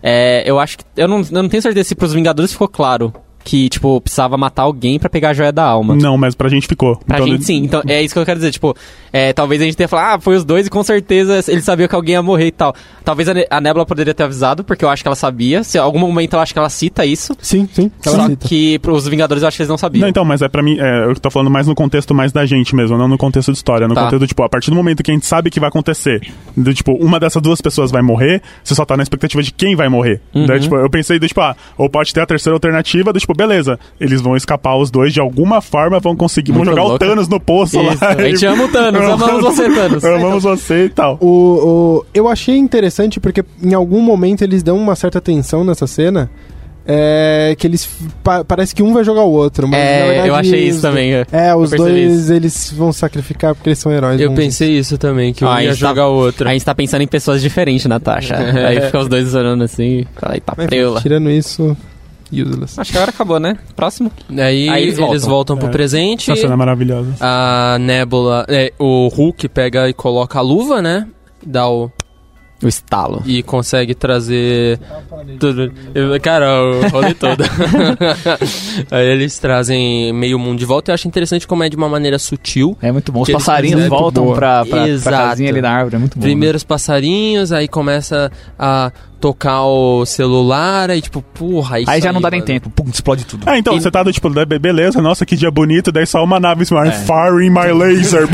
Speaker 4: é, eu acho que eu não, eu não tenho certeza se pros Vingadores ficou claro que tipo, precisava matar alguém pra pegar a joia da alma.
Speaker 7: Não, mas pra gente ficou.
Speaker 4: Pra
Speaker 7: Então,
Speaker 4: gente sim, então é isso que eu quero dizer, tipo, é, talvez a gente tenha falado, ah, foi os dois e com certeza ele sabia que alguém ia morrer e tal. Talvez a, Ne- a Nebula poderia ter avisado, porque eu acho que ela sabia, se em algum momento eu acho que ela cita isso,
Speaker 6: Sim, sim.
Speaker 4: só que pros Vingadores eu acho que eles não sabiam.
Speaker 7: Não, então, mas é pra mim, é, eu tô falando mais no contexto mais da gente mesmo, não no contexto de história. No
Speaker 4: Tá.
Speaker 7: contexto, tipo, a partir do momento que a gente sabe que vai acontecer, do, tipo, uma dessas duas pessoas vai morrer, você só tá na expectativa de quem vai morrer.
Speaker 4: Uhum.
Speaker 7: Daí, tipo, eu pensei, do, tipo, ah, ou pode ter a terceira alternativa, do tipo, beleza, eles vão escapar os dois, de alguma forma vão conseguir, vão
Speaker 4: Muito
Speaker 7: jogar
Speaker 4: louco.
Speaker 7: o Thanos no poço
Speaker 4: Isso,
Speaker 7: lá.
Speaker 4: a gente ama o Thanos, amamos você, Thanos.
Speaker 7: Amamos você e tal.
Speaker 6: O, o- eu achei interessante porque em algum momento eles dão uma certa tensão nessa cena. é, que eles. pa- parece que um vai jogar o outro, mas na
Speaker 4: É,
Speaker 6: verdade,
Speaker 4: eu achei
Speaker 6: os
Speaker 4: isso também. é.
Speaker 6: do- É, os
Speaker 4: percebi
Speaker 6: dois
Speaker 4: isso.
Speaker 6: eles vão sacrificar porque eles são heróis.
Speaker 3: Eu
Speaker 6: não-
Speaker 3: pensei isso também, que um
Speaker 4: Ah,
Speaker 3: ia
Speaker 4: isso tá-
Speaker 3: jogar o outro.
Speaker 4: A gente tá pensando em pessoas diferentes, Natasha. Aí fica os dois orando assim. Fala, eita,
Speaker 6: Mas,
Speaker 4: preula.
Speaker 6: tirando isso.
Speaker 5: Ah,
Speaker 6: Useless.
Speaker 4: Acho que agora acabou, né? Próximo.
Speaker 3: Aí,
Speaker 4: Aí
Speaker 3: eles
Speaker 4: eles
Speaker 3: voltam, pro
Speaker 7: É.
Speaker 3: presente.
Speaker 7: Essa cena é maravilhosa.
Speaker 3: A Nebula. é, o Hulk pega e coloca a luva, né? Dá o.
Speaker 4: O estalo.
Speaker 3: E consegue trazer. Tudo. Eu- Cara, o rolê todo. Aí eles trazem meio mundo de volta. Eu acho interessante como é de uma maneira sutil.
Speaker 5: É muito bom. Os
Speaker 3: Que eles
Speaker 5: passarinhos
Speaker 3: fizeram,
Speaker 5: voltam
Speaker 6: muito boa.
Speaker 5: pra, pra, pra
Speaker 3: Exato.
Speaker 5: casinha ali na árvore. É muito bom. né?
Speaker 3: Primeiro os passarinhos, aí começa a tocar o celular, aí tipo, porra, isso
Speaker 5: Aí já não dá nem
Speaker 3: mano.
Speaker 5: tempo. Pum, explode tudo.
Speaker 7: Ah, então, você tá do tipo, né, be- beleza, nossa, que dia bonito, daí só uma nave,
Speaker 4: É.
Speaker 7: assim, I'm firing my laser.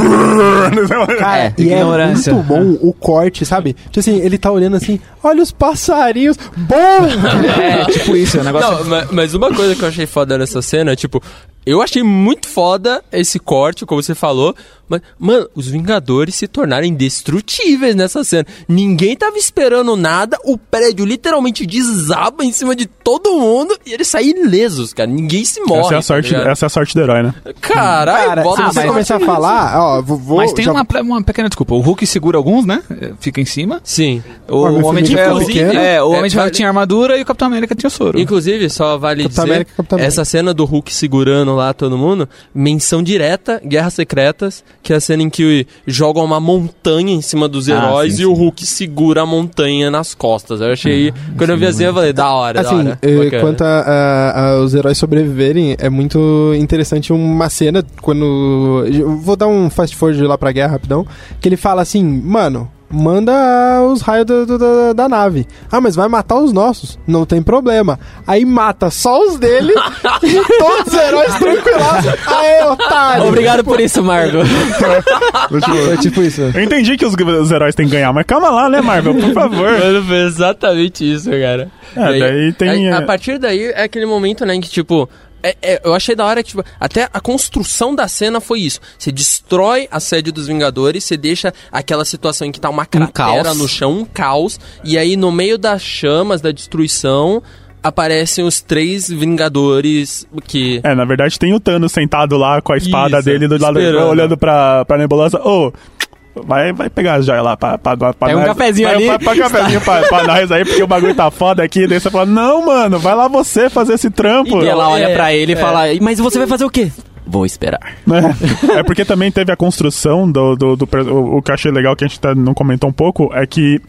Speaker 6: Cara,
Speaker 5: É,
Speaker 6: e é
Speaker 5: ignorância.
Speaker 6: muito bom o corte, sabe? Tipo assim, ele tá olhando assim, olha os passarinhos, bom!
Speaker 5: É, tipo isso. É um negócio...
Speaker 3: Não, ma- mas uma coisa que eu achei foda nessa cena, tipo, eu achei muito foda esse corte, como você falou, mas, mano, os Vingadores se tornaram indestrutíveis nessa cena. Ninguém tava esperando nada, o prédio literalmente desaba em cima de todo mundo e eles saem ilesos, cara. Ninguém se morre.
Speaker 7: Essa é,
Speaker 3: tá
Speaker 7: a sorte,
Speaker 3: ligado?
Speaker 7: essa é a sorte do herói, né?
Speaker 3: Caralho,
Speaker 6: Cara,
Speaker 3: bota
Speaker 6: se
Speaker 3: um
Speaker 6: você
Speaker 3: negócio
Speaker 6: começar a
Speaker 3: nisso.
Speaker 6: falar, ó, vou. vou-
Speaker 5: Mas tem
Speaker 6: já-
Speaker 5: uma, uma pequena desculpa. O Hulk segura alguns, né? Fica em cima.
Speaker 3: Sim.
Speaker 5: O
Speaker 6: Homem
Speaker 5: Homem de Ferro.
Speaker 3: Inclusive,
Speaker 5: É, o
Speaker 3: é,
Speaker 5: Homem de Ferro
Speaker 3: vale-
Speaker 5: tinha armadura e o Capitão América tinha soro.
Speaker 3: Inclusive, só vale
Speaker 6: Capitão
Speaker 3: dizer,
Speaker 6: América, Capitão América.
Speaker 3: essa cena do Hulk segurando lá todo mundo, menção direta, Guerras Secretas, que é a cena em que jogam uma montanha em cima dos
Speaker 5: Ah,
Speaker 3: heróis
Speaker 5: sim,
Speaker 3: e o
Speaker 5: sim. Ah,
Speaker 3: Hulk segura a montanha nas costas. Eu achei. quando eu vi a cena, eu falei, da hora, da
Speaker 6: Assim,
Speaker 3: hora.
Speaker 6: eh,
Speaker 3: Bacana.
Speaker 6: quanto a, a- aos heróis sobreviverem, é muito interessante uma cena quando. eu Vou dar um fast forward lá pra guerra rapidão. Que ele fala assim, mano. Manda os raios do- do- da- da nave. Ah, mas vai matar os nossos. Não tem problema. Aí mata só os dele e todos os heróis tranquilos. Aê, otário!
Speaker 4: Obrigado por isso, Margo.
Speaker 6: Foi tipo isso.
Speaker 7: Eu entendi que os, os heróis têm que ganhar, mas calma lá, né, Marvel? Por favor.
Speaker 3: Mano, foi exatamente isso, cara.
Speaker 7: É, daí tem,
Speaker 3: aí,
Speaker 7: é-
Speaker 3: A partir daí é aquele momento, né, em que, tipo. é- é, eu achei da hora que, tipo, até a construção da cena foi isso. Você destrói a sede dos Vingadores, você deixa aquela situação em que tá uma cratera
Speaker 4: caos.
Speaker 3: no chão, um caos, e aí no meio das chamas, da destruição, aparecem os três Vingadores que.
Speaker 7: É, na verdade tem o Thanos sentado lá com a espada
Speaker 3: Isso,
Speaker 7: dele do lado
Speaker 3: esperando.
Speaker 7: olhando pra, pra nebulosa. Ô, vai, vai pegar as joias lá pra, pra, pra
Speaker 4: Pega um
Speaker 7: nós.
Speaker 4: cafezinho
Speaker 7: Vai-
Speaker 4: ali.
Speaker 7: vai- Pega um cafezinho pra, pra nós aí, porque o bagulho tá foda aqui. Daí você fala, não, mano, vai lá você fazer esse trampo.
Speaker 4: E ela olha
Speaker 3: É,
Speaker 4: pra ele e
Speaker 3: é.
Speaker 4: fala, mas você vai fazer o quê? Vou esperar.
Speaker 7: né? É porque também teve a construção do, do, do pres- o, o que eu achei legal que a gente tá- não comentou um pouco é que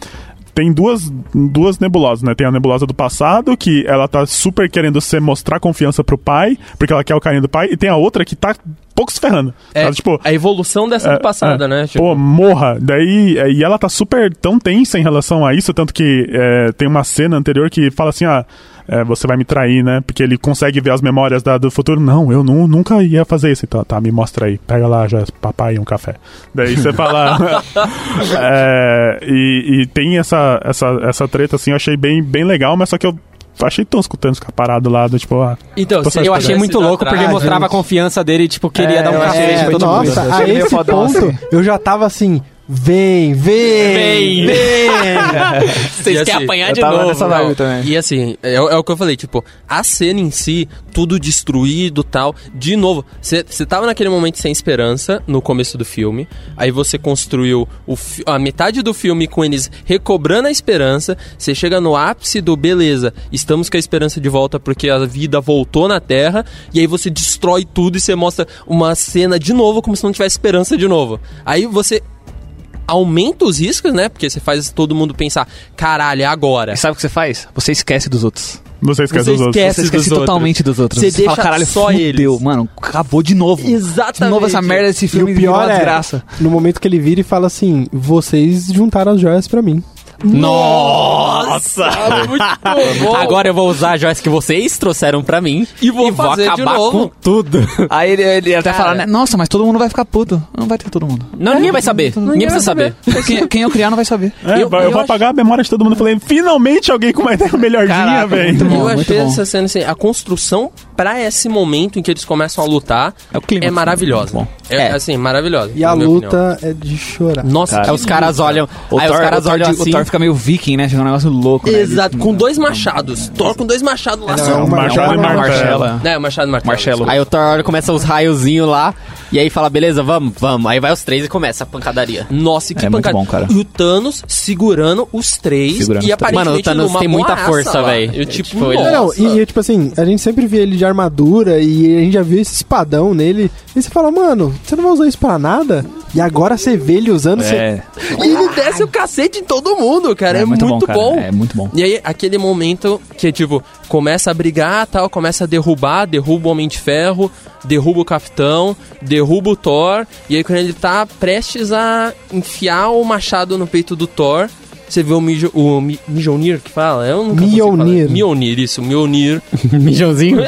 Speaker 7: tem duas, duas nebulosas, né? Tem a nebulosa do passado, que ela tá super querendo ser mostrar confiança pro pai, porque ela quer o carinho do pai, e tem a outra que tá pouco se ferrando.
Speaker 3: É,
Speaker 7: Ela, tipo,
Speaker 3: a evolução dessa
Speaker 7: é,
Speaker 3: do passado,
Speaker 7: é.
Speaker 3: né? Tipo,
Speaker 7: Pô, morra. Daí, é, e ela tá super tão tensa em relação a isso, tanto que é, tem uma cena anterior que fala assim, ó. é, você vai me trair, né? Porque ele consegue ver as memórias da- do futuro. Não, eu nu- nunca ia fazer isso. Então, tá, me mostra aí. Pega lá, já, papai, um café. Daí você fala. É, e, e tem essa, essa, essa treta, assim, eu achei bem, bem legal, mas só que eu achei tosco o Thanos ficar parado lá, do tipo, ah,
Speaker 3: então,
Speaker 7: Tô
Speaker 3: se
Speaker 7: Eu
Speaker 4: Eu
Speaker 3: ele
Speaker 4: achei
Speaker 3: tivesse
Speaker 4: muito
Speaker 3: ido
Speaker 4: louco porque
Speaker 3: atrás,
Speaker 4: mostrava a confiança dele, tipo, que ele ia dar um
Speaker 5: É, eu achei
Speaker 4: café.
Speaker 5: isso
Speaker 4: de todo mundo.
Speaker 5: bonito.
Speaker 6: É, nossa, a
Speaker 5: Achei meio
Speaker 6: esse
Speaker 5: fodão,
Speaker 6: ponto
Speaker 5: assim.
Speaker 6: eu já tava assim, vem, vem,
Speaker 4: Vem.
Speaker 6: vem.
Speaker 4: Vocês
Speaker 3: E
Speaker 4: querem
Speaker 3: assim,
Speaker 4: apanhar
Speaker 5: Eu
Speaker 4: de
Speaker 5: tava
Speaker 4: novo.
Speaker 5: nessa
Speaker 4: não.
Speaker 5: vibe também.
Speaker 3: E assim, é, o- é o que eu falei, tipo, a cena em si, tudo destruído tal. De novo, você tava naquele momento sem esperança no começo do filme. Aí você construiu o fi- a metade do filme com eles recobrando a esperança. Você chega no ápice do beleza, estamos com a esperança de volta porque a vida voltou na Terra. E aí você destrói tudo e você mostra uma cena de novo, como se não tivesse esperança de novo. Aí você. Aumenta os riscos, né? Porque você faz todo mundo pensar, caralho, é agora.
Speaker 5: E sabe o que você faz? Você esquece dos outros.
Speaker 7: você esquece
Speaker 3: Você
Speaker 7: os outros.
Speaker 3: esquece
Speaker 5: Você esquece
Speaker 3: dos
Speaker 5: totalmente dos outros.
Speaker 3: Você
Speaker 5: fala,
Speaker 3: deixa
Speaker 5: caralho,
Speaker 3: só
Speaker 5: fudeu.
Speaker 3: eles."
Speaker 5: Mano, acabou de novo.
Speaker 3: Exatamente.
Speaker 5: De novo essa merda desse
Speaker 6: E
Speaker 5: filme
Speaker 6: o
Speaker 5: virou
Speaker 6: pior
Speaker 5: uma
Speaker 6: é,
Speaker 5: desgraça.
Speaker 6: no momento que ele vira e fala assim, vocês juntaram as joias pra mim.
Speaker 4: Nossa!
Speaker 3: Muito bom.
Speaker 4: Agora eu vou usar a joias que vocês trouxeram pra mim
Speaker 3: E vou fazer de
Speaker 4: acabar
Speaker 3: novo.
Speaker 4: com tudo.
Speaker 5: Aí ele, ele até
Speaker 3: Cara.
Speaker 5: fala, né? Nossa, mas todo mundo vai ficar puto. Não vai ter todo mundo.
Speaker 4: É, Não, ninguém vai saber. Ninguém,
Speaker 3: vai
Speaker 4: precisa saber.
Speaker 5: Quem, quem eu criar não vai saber.
Speaker 3: Eu-
Speaker 7: É, eu,
Speaker 3: eu
Speaker 7: vou
Speaker 3: acho-
Speaker 7: apagar a memória de todo mundo. Eu Falei, finalmente alguém com uma ideia melhorzinha,
Speaker 5: Caraca, muito
Speaker 7: velho.
Speaker 5: bom.
Speaker 3: eu achei
Speaker 5: bom.
Speaker 3: essa cena assim, a construção pra esse momento em que eles começam a lutar
Speaker 5: É o clima.
Speaker 3: é maravilhosa.
Speaker 5: Bom.
Speaker 3: É,
Speaker 4: É.
Speaker 3: assim, maravilhosa.
Speaker 6: E a
Speaker 3: na minha opinião.
Speaker 6: luta é de chorar.
Speaker 3: Nossa,
Speaker 5: Cara,
Speaker 3: que
Speaker 4: Aí os caras
Speaker 3: luta.
Speaker 4: olham.
Speaker 5: O
Speaker 4: aí
Speaker 5: Thor,
Speaker 4: os caras
Speaker 5: o Thor,
Speaker 4: olham
Speaker 5: de- o
Speaker 4: assim.
Speaker 5: Thor fica meio viking, né? Fica um negócio louco, né?
Speaker 3: Exato,
Speaker 5: Ele-
Speaker 3: com dois machados. Thor com dois machados lá.
Speaker 7: não,
Speaker 6: uma
Speaker 7: Machado
Speaker 6: joia
Speaker 7: e
Speaker 5: É um Marcelo.
Speaker 6: pra
Speaker 7: um Marcelo.
Speaker 3: É, o machado e martelo.
Speaker 5: Marcelo.
Speaker 3: desculpa.
Speaker 4: Aí o Thor olha, começa os raiozinhos lá. E aí fala, beleza, vamos, vamos. Aí vai os três e começa a pancadaria.
Speaker 3: Nossa, e que
Speaker 5: É muito
Speaker 3: pancada.
Speaker 5: bom, cara.
Speaker 3: E o Thanos segurando os três
Speaker 5: Segurando
Speaker 3: e
Speaker 5: os três.
Speaker 3: aparentemente
Speaker 4: Mano, o Thanos
Speaker 3: numa
Speaker 4: tem muita
Speaker 3: boaça
Speaker 4: força,
Speaker 3: lá.
Speaker 4: velho.
Speaker 3: Eu
Speaker 4: É,
Speaker 3: tipo,
Speaker 4: tipo, ele-
Speaker 3: nossa.
Speaker 6: Não, e, e, tipo assim, a gente sempre via ele de armadura e a gente já viu esse espadão nele. E você fala, mano, você não vai usar isso pra nada? E agora você vê ele usando, você...
Speaker 5: É,
Speaker 3: E ele desce o cacete em todo mundo, cara. É, muito,
Speaker 5: cara.
Speaker 3: bom.
Speaker 5: É muito bom.
Speaker 3: E aí, aquele momento que, tipo, começa a brigar tal, começa a derrubar, derruba o Homem de Ferro, derruba o Capitão, derruba o Thor. E aí, quando ele tá prestes a enfiar o machado no peito do Thor, você vê o, Mijo, o Mi- Mjolnir que fala? Eu nunca consigo falar.
Speaker 6: Mjolnir.
Speaker 3: Mjolnir, isso, o Mjolnir.
Speaker 4: Mijãozinho.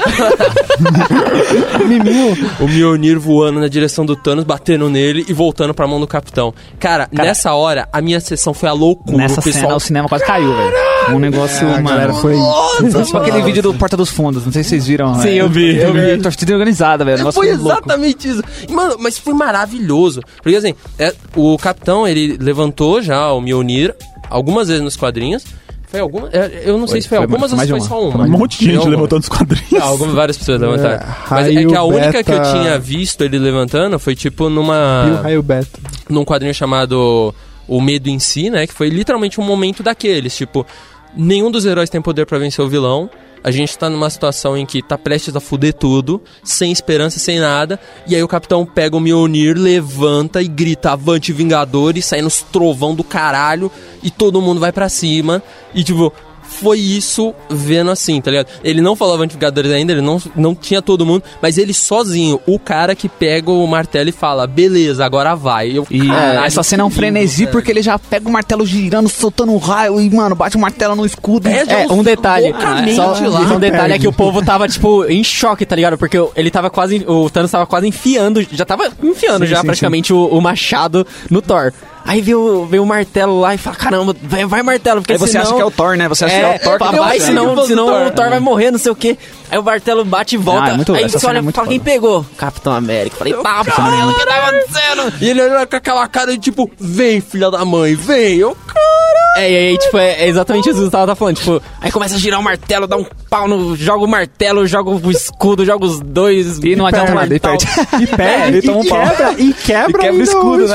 Speaker 6: Miminho,
Speaker 3: O Mjolnir voando na direção do Thanos, batendo nele e voltando pra mão do Capitão. Cara, nessa hora, a minha sessão foi a loucura.
Speaker 5: Nessa
Speaker 3: o pessoal
Speaker 5: cena o cinema quase caiu, velho. Um negócio,
Speaker 6: a galera
Speaker 5: mano.
Speaker 6: foi...
Speaker 5: Tipo aquele vídeo do Porta dos Fundos, não sei se vocês viram.
Speaker 4: Sim,
Speaker 5: né?
Speaker 4: eu vi, eu vi.
Speaker 5: Torcida organizada, velho. O É um negócio
Speaker 3: É, Foi
Speaker 5: foi louco.
Speaker 3: exatamente isso. E, Mano, mas foi maravilhoso. Porque assim, é, o capitão, ele levantou já o Mjolnir algumas vezes nos quadrinhos. Foi alguma? é, eu não sei se foi,
Speaker 5: foi
Speaker 3: algumas ou se
Speaker 5: mais-
Speaker 3: foi
Speaker 5: mais
Speaker 3: só
Speaker 5: de uma.
Speaker 3: uma.
Speaker 7: Um monte de
Speaker 3: Foi
Speaker 7: gente
Speaker 3: alguma.
Speaker 7: levantou nos quadrinhos.
Speaker 3: Ah, algumas, várias pessoas levantaram.
Speaker 6: É,
Speaker 3: Mas é que a
Speaker 6: raio
Speaker 3: única que eu
Speaker 6: beta-
Speaker 3: tinha visto ele levantando foi tipo
Speaker 6: E o
Speaker 3: numa.
Speaker 6: raio beta.
Speaker 3: num quadrinho chamado O Medo em Si, né? Que foi literalmente um momento daqueles. Tipo, nenhum dos heróis tem poder pra vencer o vilão. A gente tá numa situação em que tá prestes a fuder tudo, sem esperança, sem nada. E aí o capitão pega o Mjolnir, levanta e grita Avante Vingadores, sai nos trovão do caralho. E todo mundo vai pra cima. E tipo, foi isso vendo assim, tá ligado? Ele não falou Avante Vingadores ainda, ele não, não tinha todo mundo, mas ele sozinho, o cara que pega o martelo e fala, beleza, agora vai. Eu,
Speaker 5: E
Speaker 3: "Caralho,
Speaker 5: essa cena é um
Speaker 3: que lindo,
Speaker 5: frenesi
Speaker 3: cara."
Speaker 5: porque ele já pega o martelo girando, soltando um raio e, mano, bate o martelo no escudo.
Speaker 3: É, já
Speaker 5: É,
Speaker 3: é
Speaker 4: É, um detalhe.
Speaker 3: loucamente
Speaker 4: Só,
Speaker 3: lá.
Speaker 4: um detalhe é que o povo tava, tipo, em choque, tá ligado? Porque ele tava quase. O Thanos tava quase enfiando. Já tava enfiando
Speaker 7: Sim,
Speaker 4: já
Speaker 7: sim,
Speaker 4: praticamente O, o machado no Thor. Aí veio, veio o martelo lá e fala: caramba, vai, vai martelo. Porque
Speaker 5: Aí você
Speaker 4: senão...
Speaker 5: acha que é o Thor, né? Você acha que é o Thor que
Speaker 4: pra
Speaker 5: tá
Speaker 4: baixo,
Speaker 5: batendo.
Speaker 4: senão, senão o Thor vai morrer, não sei o quê. Aí o martelo bate e volta.
Speaker 5: Ah, é muito-
Speaker 4: aí
Speaker 5: essa
Speaker 4: você
Speaker 5: cena
Speaker 4: olha
Speaker 5: é
Speaker 4: e
Speaker 5: muito
Speaker 4: fala: quem
Speaker 5: foda.
Speaker 4: pegou? Capitão América. Falei: pá, porra, o que tá acontecendo?
Speaker 3: E ele olha com aquela cara de tipo, vem, filha da mãe, vem. Eu, cara.
Speaker 4: É, e aí, tipo, é, é exatamente isso que o Gustavo tá falando. Tipo, aí começa a girar o martelo, dá um pau no. Joga o martelo, joga o escudo, joga os dois.
Speaker 5: E não adianta nada, ele
Speaker 4: tal.
Speaker 5: perde.
Speaker 6: E perde,
Speaker 3: É,
Speaker 5: ele
Speaker 6: e,
Speaker 5: toma um pau.
Speaker 6: É, quebra, e quebra,
Speaker 5: E quebra o
Speaker 6: ainda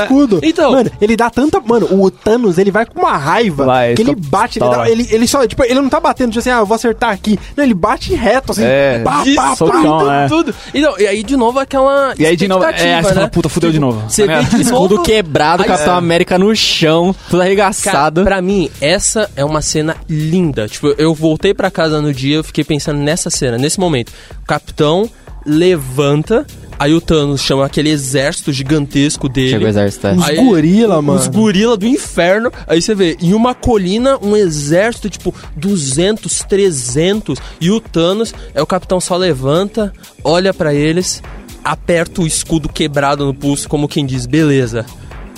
Speaker 5: escudo, né?
Speaker 3: Então-
Speaker 6: Mano, ele dá tanta. Mano, o Thanos, ele vai com uma raiva.
Speaker 5: Vai,
Speaker 6: que ele
Speaker 5: fica
Speaker 6: bate, ele, dá-
Speaker 5: pistola.
Speaker 6: ele- ele só. Tipo, ele não tá batendo, tipo assim, ah, eu vou acertar aqui. Não, ele bate reto, assim.
Speaker 5: É,
Speaker 6: pá, pá,
Speaker 5: socão,
Speaker 6: pá,
Speaker 5: né?
Speaker 3: Tudo. Então, e aí de novo aquela.
Speaker 5: E aí de novo, é, aí você
Speaker 3: expectativa,
Speaker 5: fala,
Speaker 3: né?
Speaker 5: puta, fudeu de novo. Tá
Speaker 3: Você vê de
Speaker 4: Escudo
Speaker 3: novo.
Speaker 4: quebrado,
Speaker 3: Aí- é.
Speaker 4: Capitão América no chão, tudo
Speaker 3: Cara,
Speaker 4: arregaçado.
Speaker 3: pra mim, essa é uma cena linda. Tipo, eu voltei pra casa no dia, eu fiquei pensando nessa cena, nesse momento. O capitão levanta, aí o Thanos chama aquele exército gigantesco dele.
Speaker 4: Chega o exército, é.
Speaker 6: Os gorila,
Speaker 3: Os
Speaker 6: mano.
Speaker 3: gorila do inferno. Aí você vê, em uma colina, um exército, tipo, 200, 300. E o Thanos, é o capitão só levanta, olha pra eles, aperta o escudo quebrado no pulso, como quem diz, beleza,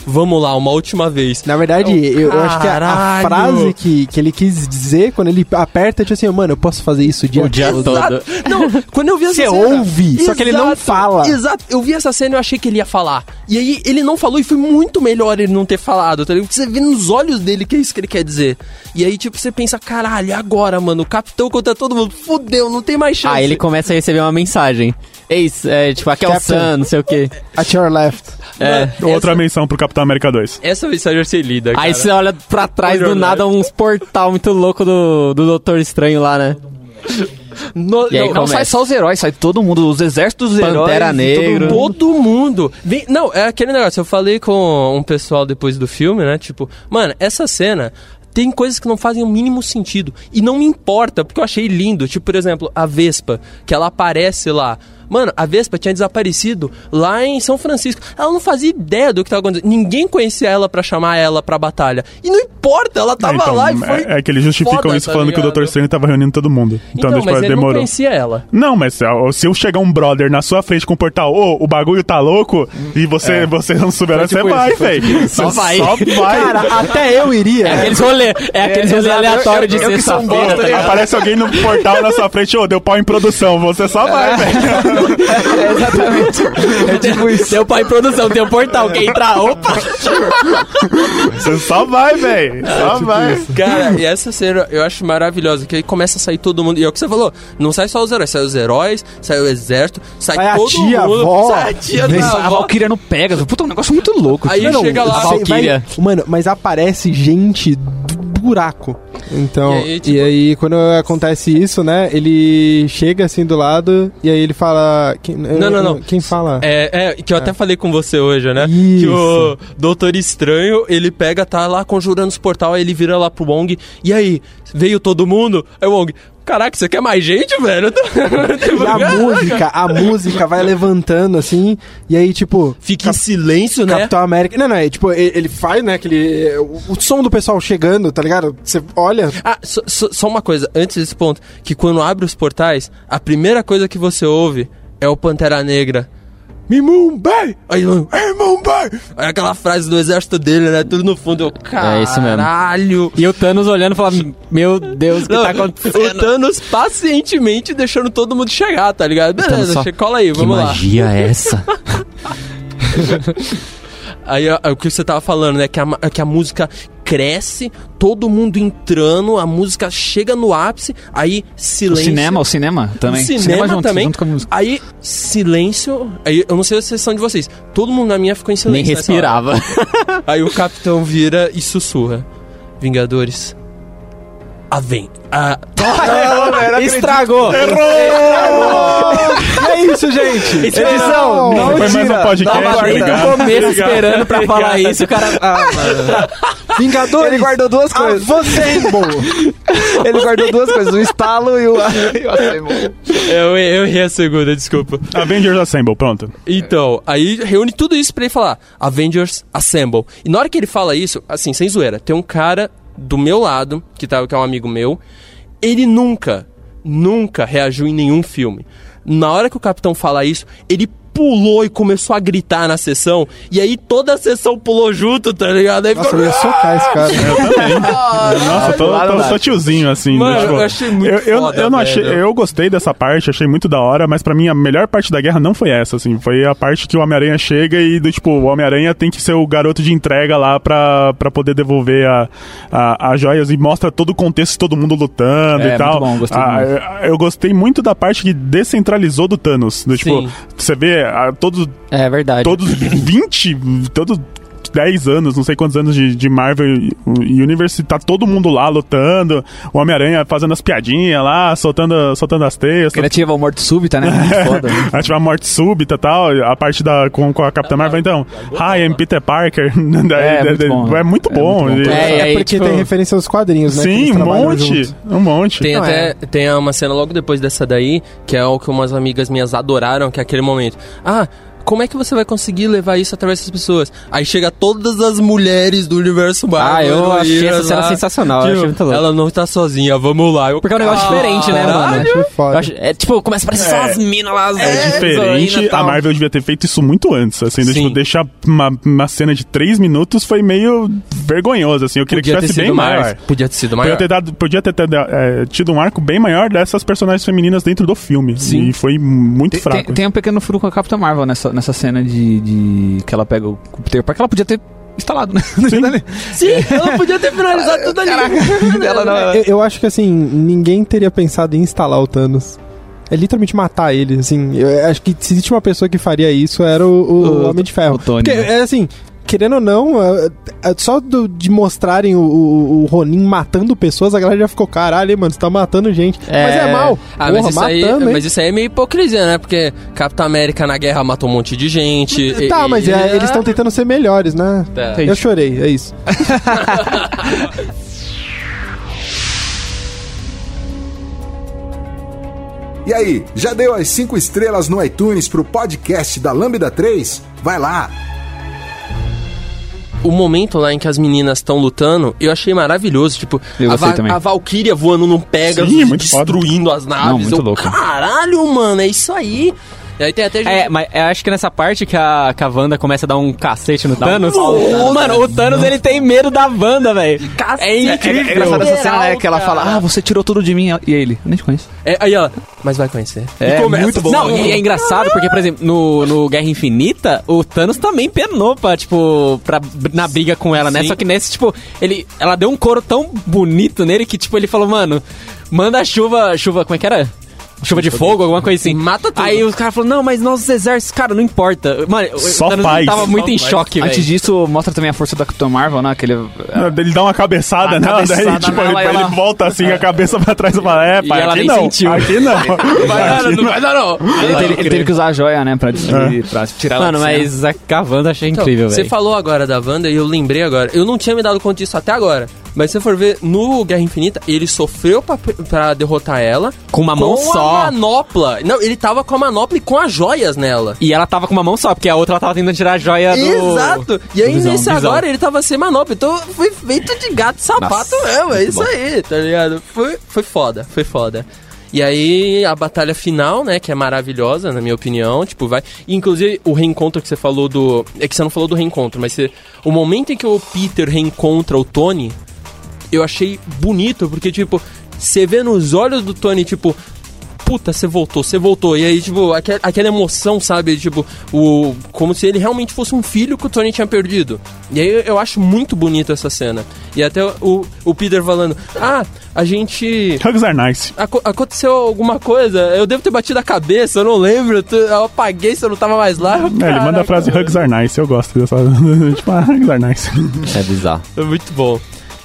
Speaker 3: vamos lá, uma última vez.
Speaker 6: Na verdade,
Speaker 3: Oh,
Speaker 6: eu, eu acho que é a- a,
Speaker 3: caralho.
Speaker 6: frase que, que ele quis dizer quando ele aperta, é tipo assim, mano, eu posso fazer isso o dia,
Speaker 4: O dia todo.
Speaker 3: Exato. Não, quando eu vi essa
Speaker 6: Você
Speaker 3: cena.
Speaker 6: ouve, só que ele não fala.
Speaker 3: Exato, eu vi essa cena e eu achei que ele ia falar. E aí ele não falou e foi muito melhor ele não ter falado, tá ligado? Porque você vê nos olhos dele que é isso que ele quer dizer. E aí, tipo, você pensa, caralho, e agora, mano, o capitão contra todo mundo, fudeu, não tem mais
Speaker 6: Ah,
Speaker 3: chance.
Speaker 4: Aí Ah, ele começa a receber uma mensagem. Ei, é, tipo, aqui é o
Speaker 6: Capitão.
Speaker 4: Sam, não sei o quê.
Speaker 6: At your left.
Speaker 4: É.
Speaker 7: Outra
Speaker 3: essa,
Speaker 7: menção pro Capitão América 2.
Speaker 3: essa mensagem vai ser lida.
Speaker 4: Aí
Speaker 3: cara.
Speaker 4: você olha pra trás
Speaker 3: Olha
Speaker 4: do
Speaker 3: o
Speaker 4: nada uns portal muito louco do, do Doutor Estranho lá, né?
Speaker 3: No-
Speaker 4: E aí
Speaker 3: não,
Speaker 5: Não sai
Speaker 4: começa.
Speaker 5: só os heróis, sai todo mundo, os exércitos dos heróis.
Speaker 4: Pantera
Speaker 5: todo
Speaker 4: Negra.
Speaker 5: mundo.
Speaker 3: Todo mundo. Vem- não, é aquele negócio. Eu falei com um pessoal depois do filme, né? Tipo, mano, essa cena. Tem coisas que não fazem o mínimo sentido. E não me importa, porque eu achei lindo. Tipo, por exemplo, a Vespa, que ela aparece lá. Mano, a Vespa tinha desaparecido lá em São Francisco. Ela não fazia ideia do que tava acontecendo. Ninguém conhecia ela pra chamar ela pra batalha. E não importa, ela tava
Speaker 7: É, então,
Speaker 3: Tá, lá e foi.
Speaker 7: é, é que eles justificam
Speaker 3: foda,
Speaker 7: isso
Speaker 3: tá
Speaker 7: falando que o
Speaker 3: ligado?
Speaker 7: Dr. Strange tava reunindo todo mundo. Então,
Speaker 3: Então,
Speaker 7: tipo,
Speaker 3: mas ele não
Speaker 7: demorou.
Speaker 3: conhecia ela.
Speaker 7: Não, mas se se eu chegar um brother na sua frente com o portal, ô, o bagulho tá louco, e você,
Speaker 3: É.
Speaker 7: você não souber, você
Speaker 4: tipo
Speaker 7: vai,
Speaker 4: isso, foi
Speaker 7: velho. Você
Speaker 4: Só vai.
Speaker 7: Só vai.
Speaker 6: Cara, até eu iria.
Speaker 4: É aqueles rolê, é aqueles rolê aleatório de
Speaker 5: eu que sou um
Speaker 4: sexta-feira. tá
Speaker 5: bosta,
Speaker 4: ligado?
Speaker 7: Aparece alguém no portal na sua frente, ô, deu pau em produção, você só vai, velho.
Speaker 4: Seu pai em produção, tem um portal, quem entrar, opa!
Speaker 7: Você só vai, velho. Só vai.
Speaker 3: Cara, e essa cena eu acho maravilhosa, que aí começa a sair todo mundo. E é o que você falou, não sai só os heróis, sai os heróis, sai o exército, sai,
Speaker 6: Sai a
Speaker 3: todo
Speaker 6: tia, a
Speaker 3: mundo.
Speaker 6: avó.
Speaker 3: sai a tia
Speaker 5: Vem
Speaker 3: da
Speaker 5: a
Speaker 3: avó.
Speaker 5: Valkyria no Pegasus. Puta, um negócio muito louco. um
Speaker 3: Aí
Speaker 5: tio.
Speaker 3: chega lá,
Speaker 4: a
Speaker 6: Sei,
Speaker 4: Valkyria.
Speaker 6: vai- mano, mas aparece gente do buraco. Então,
Speaker 3: E
Speaker 6: e
Speaker 3: aí,
Speaker 6: aí,
Speaker 3: tipo-
Speaker 6: quando acontece isso, né? Ele chega assim do lado e aí ele fala. Quem,
Speaker 3: Não, não, não.
Speaker 6: Quem fala?
Speaker 3: É, é, que eu até falei com você hoje, né? Que o
Speaker 6: Isso.
Speaker 3: Doutor Estranho, ele pega, tá lá conjurando os portal, aí ele vira lá pro Wong. E aí, veio todo mundo? Aí o Wong, caraca, você quer mais gente, velho?
Speaker 6: E a música, a música vai levantando assim, e aí, tipo.
Speaker 3: Fica em silêncio, né?
Speaker 6: Capitão América. Não, não, é tipo, ele ele faz, né? Aquele. O, o som do pessoal chegando, tá ligado? Você olha.
Speaker 3: Ah, só, só- só uma coisa, antes desse ponto, que quando abre os portais, a primeira coisa que você ouve é o Pantera Negra. Me Mumbai! Aí, "Ei, Mumbai! Aí aquela frase do exército dele, né? Tudo no fundo, eu, caralho!
Speaker 4: É isso mesmo. E o Thanos olhando e falando, meu Deus, o que
Speaker 3: Não,
Speaker 4: tá
Speaker 3: o
Speaker 4: acontecendo?
Speaker 3: Thanos pacientemente deixando todo mundo chegar, tá ligado? Beleza,
Speaker 4: só-
Speaker 3: che- cola aí,
Speaker 4: Que
Speaker 3: vamos lá.
Speaker 4: magia é essa?
Speaker 3: Aí ó, é o que você tava falando, né? Que a, ma- que a música cresce, todo mundo entrando, a música chega no ápice, aí
Speaker 5: O
Speaker 3: silêncio.
Speaker 5: cinema, o cinema também.
Speaker 3: O cinema
Speaker 5: junto,
Speaker 3: também.
Speaker 5: junto com a música.
Speaker 3: Aí, silêncio. Aí, eu não sei a sessão de vocês. Todo mundo na minha ficou em
Speaker 4: Nem
Speaker 3: silêncio. né? nessa
Speaker 4: respirava.
Speaker 3: hora. Aí o capitão vira e sussurra: Vingadores, Ah, vem. Ah,
Speaker 4: Estragou!
Speaker 6: É isso, gente!
Speaker 4: é Edição! tá
Speaker 6: Não,
Speaker 7: Foi mais um podcast,
Speaker 4: Tava desde
Speaker 7: obrigado.
Speaker 4: o É, começo
Speaker 7: Obrigado.
Speaker 4: esperando pra falar isso, o cara. Ah,
Speaker 10: Vingadores! Ele guardou
Speaker 7: Ah,
Speaker 10: duas coisas.
Speaker 7: é
Speaker 10: Ele guardou duas
Speaker 6: um
Speaker 10: coisas, o estalo e o. e o
Speaker 7: é
Speaker 10: Assemble.
Speaker 3: eu, eu errei a segunda, desculpa.
Speaker 7: Avengers Assemble, pronto.
Speaker 3: Então, aí reúne tudo isso pra ele falar Avengers Assemble. E na hora que ele fala isso, assim, sem zoeira, tem um cara do meu lado, que, tá, que é um amigo meu, ele nunca, nunca reagiu em nenhum filme. Na hora que o capitão fala isso, ele pulou e começou a gritar na sessão, e aí toda a sessão pulou junto, tá ligado? Aí
Speaker 6: Nossa,
Speaker 3: ficou-
Speaker 6: eu ia socar esse cara. né?
Speaker 7: Eu também. Nossa, tô,
Speaker 10: Lá não
Speaker 7: tô,
Speaker 10: dá.
Speaker 7: tô tiozinho, assim.
Speaker 3: Mano,
Speaker 7: né, tipo,
Speaker 3: eu achei muito
Speaker 7: eu, eu,
Speaker 3: foda,
Speaker 7: eu não achei,
Speaker 3: velho.
Speaker 7: Eu gostei dessa parte, achei muito da hora, mas pra mim a melhor parte da guerra não foi essa, assim. Foi a parte que o Homem-Aranha chega e, do, tipo, o Homem-Aranha tem que ser o garoto de entrega lá pra, pra poder devolver a, a, as joias e mostra todo o contexto, todo mundo lutando
Speaker 5: É,
Speaker 7: e
Speaker 5: muito
Speaker 7: tal.
Speaker 5: bom, gostei
Speaker 7: Ah,
Speaker 5: muito.
Speaker 7: eu, eu gostei muito da parte que descentralizou do Thanos. Do, tipo,
Speaker 3: Sim.
Speaker 7: você vê ah, todos
Speaker 4: É verdade.
Speaker 7: todos 20, todos 10 anos, não sei quantos anos de, de Marvel Universe, tá todo mundo lá lutando, o Homem-Aranha fazendo as piadinhas lá, soltando, soltando as teias,
Speaker 5: Criativa morte súbita, né? Muito foda. né?
Speaker 7: ativar a morte súbita e tal, a parte da, com, com a Capitã Marvel, então, hi, I'm Peter Parker. né,
Speaker 5: É, muito bom.
Speaker 7: é muito
Speaker 5: É
Speaker 7: bom.
Speaker 5: muito
Speaker 7: e-
Speaker 5: bom.
Speaker 4: É, e
Speaker 6: É
Speaker 4: aí,
Speaker 6: porque
Speaker 4: tipo-
Speaker 6: tem referência aos quadrinhos, né? que
Speaker 7: Sim,
Speaker 6: eles
Speaker 7: um
Speaker 6: trabalham
Speaker 7: monte,
Speaker 6: junto.
Speaker 7: um monte.
Speaker 3: Tem
Speaker 6: Não,
Speaker 3: até
Speaker 6: é.
Speaker 3: tem uma cena logo depois dessa daí, que é o que umas amigas minhas adoraram, que é aquele momento. Ah, como é que você vai conseguir levar isso através das pessoas? Aí chega todas as mulheres do universo Marvel.
Speaker 4: Ah, eu achei
Speaker 3: heroínas
Speaker 4: essa cena
Speaker 3: lá.
Speaker 4: sensacional. Eu
Speaker 3: Tipo,
Speaker 4: achei muito louco.
Speaker 3: ela não tá sozinha, vamos lá. Eu- Ah,
Speaker 4: Porque é um
Speaker 5: Ah,
Speaker 4: negócio diferente, né,
Speaker 3: Caralho.
Speaker 4: mano?
Speaker 6: Achei Ah, foda.
Speaker 4: Eu acho- é, tipo, começa a aparecer só as minas lá, as
Speaker 7: É diferente, a Marvel devia ter feito isso muito antes, assim, de,
Speaker 3: Sim.
Speaker 7: tipo, deixar uma, uma cena de 3 minutos foi meio vergonhoso, assim, eu queria
Speaker 3: Podia
Speaker 7: que
Speaker 3: ter
Speaker 7: tivesse
Speaker 3: sido
Speaker 7: bem
Speaker 3: maior.
Speaker 7: mais.
Speaker 3: Podia ter sido
Speaker 7: Podia
Speaker 3: maior.
Speaker 7: ter, dado, podia ter tido, é, tido um arco bem maior dessas personagens femininas dentro do filme.
Speaker 3: Sim.
Speaker 7: E foi muito
Speaker 5: Tem-
Speaker 7: fraco.
Speaker 5: Tem, tem um pequeno furo com a Capitã Marvel nessa, nessa cena de, de- que ela pega o Peter Parker. Ela podia ter instalado, né?
Speaker 3: Sim, ela podia ter finalizado tudo ali.
Speaker 10: Ela não.
Speaker 6: Eu, eu acho que, assim, ninguém teria pensado em instalar o Thanos. É literalmente matar ele, assim. Eu acho que se existe uma pessoa que faria isso, era o, o
Speaker 5: O-
Speaker 6: Homem de Ferro.
Speaker 5: o Tony,
Speaker 6: Porque,
Speaker 5: né?
Speaker 6: é assim, querendo ou não, é- é só do- de mostrarem o, o- o Ronin matando pessoas, a galera já ficou, caralho, hein, mano, você tá matando gente. Mas é mal.
Speaker 3: Ah,
Speaker 6: Porra,
Speaker 3: mas, isso aí,
Speaker 6: matando, hein?
Speaker 3: mas isso aí é meio hipocrisia, né? Porque Capitão América na guerra matou um monte de gente. e-
Speaker 6: Tá,
Speaker 3: e-
Speaker 6: mas é, eles estão tentando ser melhores, né?
Speaker 3: Tá.
Speaker 6: Eu chorei, é isso.
Speaker 1: E aí, já deu as 5 estrelas no iTunes pro podcast da Lambda 3? Vai lá!
Speaker 3: o momento lá em que as meninas estão lutando, eu achei maravilhoso. Tipo,
Speaker 5: Eu
Speaker 3: a,
Speaker 5: gostei
Speaker 3: Va-
Speaker 5: também.
Speaker 3: a Valkyria voando num Pegasus,
Speaker 7: Sim, é muito foda.
Speaker 3: destruindo as
Speaker 5: Não,
Speaker 3: naves.
Speaker 5: muito
Speaker 3: eu,
Speaker 5: louco.
Speaker 3: Caralho, mano, é isso aí. E aí tem até gente.
Speaker 4: É, mas eu acho que nessa parte que a, que a Wanda começa a dar um cacete no Thanos.
Speaker 3: pau.
Speaker 4: Mano, o Thanos ele tem medo da Wanda, velho. É incrível.
Speaker 5: É engraçado essa cena, né? Que ela fala, ah, você tirou tudo de mim. E ele, nem te conheço.
Speaker 3: É, aí ela, mas vai conhecer.
Speaker 5: É,
Speaker 3: começa,
Speaker 5: muito bom.
Speaker 4: Não, e é engraçado porque, por exemplo, no, no Guerra Infinita, o Thanos também penou pra, tipo, pra, na briga com ela, né?
Speaker 3: Sim.
Speaker 4: Só que nesse, tipo, ele, ela deu um coro tão bonito nele que, tipo, ele falou, mano, manda a chuva, chuva, como é que era? Chuva de fogo, alguma coisa assim.
Speaker 3: Mata tudo.
Speaker 4: Aí os caras falaram, não, mas nossos exércitos, cara, não importa. Mano, o-
Speaker 7: Só
Speaker 4: o Thanos
Speaker 7: faz.
Speaker 4: tava muito
Speaker 7: Só
Speaker 4: em
Speaker 7: faz.
Speaker 4: choque, velho.
Speaker 5: Antes disso, mostra também a força da Capitã Marvel, né? Que ele,
Speaker 7: Ele dá uma cabeçada
Speaker 5: Uma
Speaker 7: nela, daí
Speaker 5: cabeçada
Speaker 7: tipo,
Speaker 5: nela,
Speaker 7: ele,
Speaker 5: ela-
Speaker 7: ele volta assim com a cabeça pra trás e fala: É,
Speaker 4: E
Speaker 7: pai,
Speaker 4: ela
Speaker 7: aqui
Speaker 4: nem
Speaker 7: não,
Speaker 4: sentiu.
Speaker 7: aqui não.
Speaker 3: Vai, não, não vai dar, não.
Speaker 5: ele, teve, ele teve que usar a joia, né? Pra, destruir, pra tirar ela
Speaker 4: Mano,
Speaker 5: da cena.
Speaker 4: mas a a Wanda achei
Speaker 3: Então,
Speaker 4: incrível,
Speaker 3: Você
Speaker 4: velho.
Speaker 3: falou agora da Wanda e eu lembrei agora. Eu não tinha me dado conta disso até agora. Mas se você for ver, no Guerra Infinita, ele sofreu pra, pra derrotar ela.
Speaker 4: Com uma mão
Speaker 3: com
Speaker 4: só.
Speaker 3: a manopla. Não, ele tava com a manopla e com as joias nela.
Speaker 4: E ela tava com uma mão só, porque a outra ela tava tentando tirar a joia do...
Speaker 3: Exato. E aí,
Speaker 4: do Visão,
Speaker 3: nesse
Speaker 4: Visão.
Speaker 3: agora, ele tava sem manopla. Então, foi feito de gato e sapato mesmo. É isso aí, tá ligado? Foi, foi foda, foi foda. E aí, a batalha final, né, que é maravilhosa, na minha opinião, tipo, vai... e, Inclusive, o reencontro que você falou do... É que você não falou do reencontro, mas você- o momento em que o Peter reencontra o Tony, eu achei bonito, porque, tipo, você vê nos olhos do Tony, tipo, puta, você voltou, você voltou. E aí, tipo, aquel- aquela emoção, sabe? Tipo, o, como se ele realmente fosse um filho que o Tony tinha perdido. E aí eu, eu acho muito bonito essa cena. E até o, o Peter falando, ah, a gente.
Speaker 7: é Hugs are nice.
Speaker 3: aco- aconteceu alguma coisa, eu devo ter batido a cabeça, eu não lembro, eu, tô- eu apaguei se eu não tava mais lá.
Speaker 7: É, ele manda a frase Hugs are nice, eu gosto dessa. tipo, ah, Hugs are nice.
Speaker 4: É bizarro.
Speaker 3: É muito bom.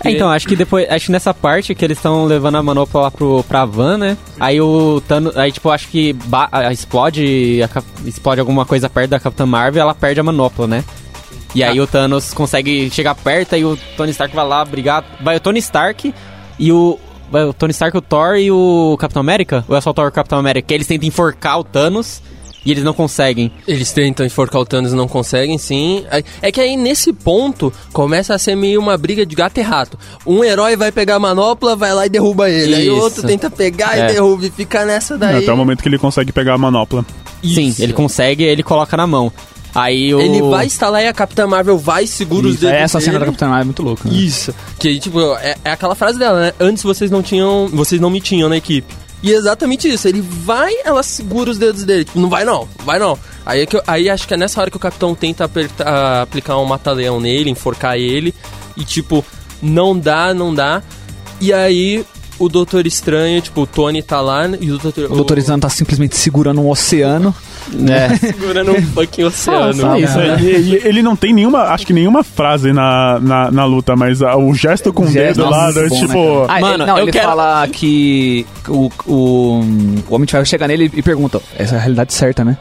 Speaker 4: É, então, acho que depois. Acho que nessa parte que eles estão levando a manopla lá pro, pra van, né? Aí o Thanos. Aí, tipo, acho que ba- a- explode. a cap- explode alguma coisa perto da Capitã Marvel ela perde a manopla, né? E
Speaker 3: Ah.
Speaker 4: aí o Thanos consegue chegar perto aí o Tony Stark vai lá brigar. Vai o Tony Stark e o. Vai o Tony Stark, o Thor e o Capitão América? Ou é só o Thor e o Capitão América? Que eles tentam enforcar o Thanos e eles não conseguem.
Speaker 3: Eles tentam enforcar o Thanos e não conseguem, sim. Aí- É que aí, nesse ponto, começa a ser meio uma briga de gato e rato. Um herói vai pegar a manopla, vai lá e derruba ele. Aí o
Speaker 4: Isso.
Speaker 3: outro tenta pegar
Speaker 4: É.
Speaker 3: e derruba e fica nessa daí.
Speaker 5: tá
Speaker 7: Até o momento que ele consegue pegar a manopla.
Speaker 4: Sim, ele consegue ele coloca na mão. Aí o.
Speaker 3: Ele vai instalar e a Capitã Marvel vai e segura os
Speaker 5: Isso,
Speaker 3: dedos
Speaker 5: é, essa cena da
Speaker 3: dele.
Speaker 5: Capitã Marvel é muito louca. Né?
Speaker 3: Isso. Que, tipo, é, é aquela frase dela, né? Antes vocês não tinham. Vocês não me tinham na equipe. E é exatamente isso. Ele vai, ela segura os dedos dele. Tipo, não vai não, vai não. Aí, é que eu- aí acho que é nessa hora que o capitão tenta apertar, aplicar um mataleão nele, enforcar ele. E, tipo, não dá, não dá. E aí o Doutor Estranho, tipo, o Tony tá lá e o Doutor.
Speaker 5: O Doutor Estranho tá simplesmente segurando um oceano.
Speaker 4: É.
Speaker 3: segurando um fucking
Speaker 5: Ah,
Speaker 3: oceano.
Speaker 5: Nossa,
Speaker 4: isso, né?
Speaker 7: É, e- e- ele não tem nenhuma, acho que nenhuma frase na, na, na luta, mas ah, o gesto com o
Speaker 5: Gesto,
Speaker 7: dedo lá,
Speaker 5: nossa,
Speaker 7: né,
Speaker 5: bom, né,
Speaker 7: tipo.
Speaker 5: Ah,
Speaker 4: Mano,
Speaker 5: ele, não,
Speaker 4: eu
Speaker 5: ele
Speaker 4: quero-
Speaker 5: fala que o, o, o Homem de Ferro chega nele e pergunta: essa é a realidade certa, né?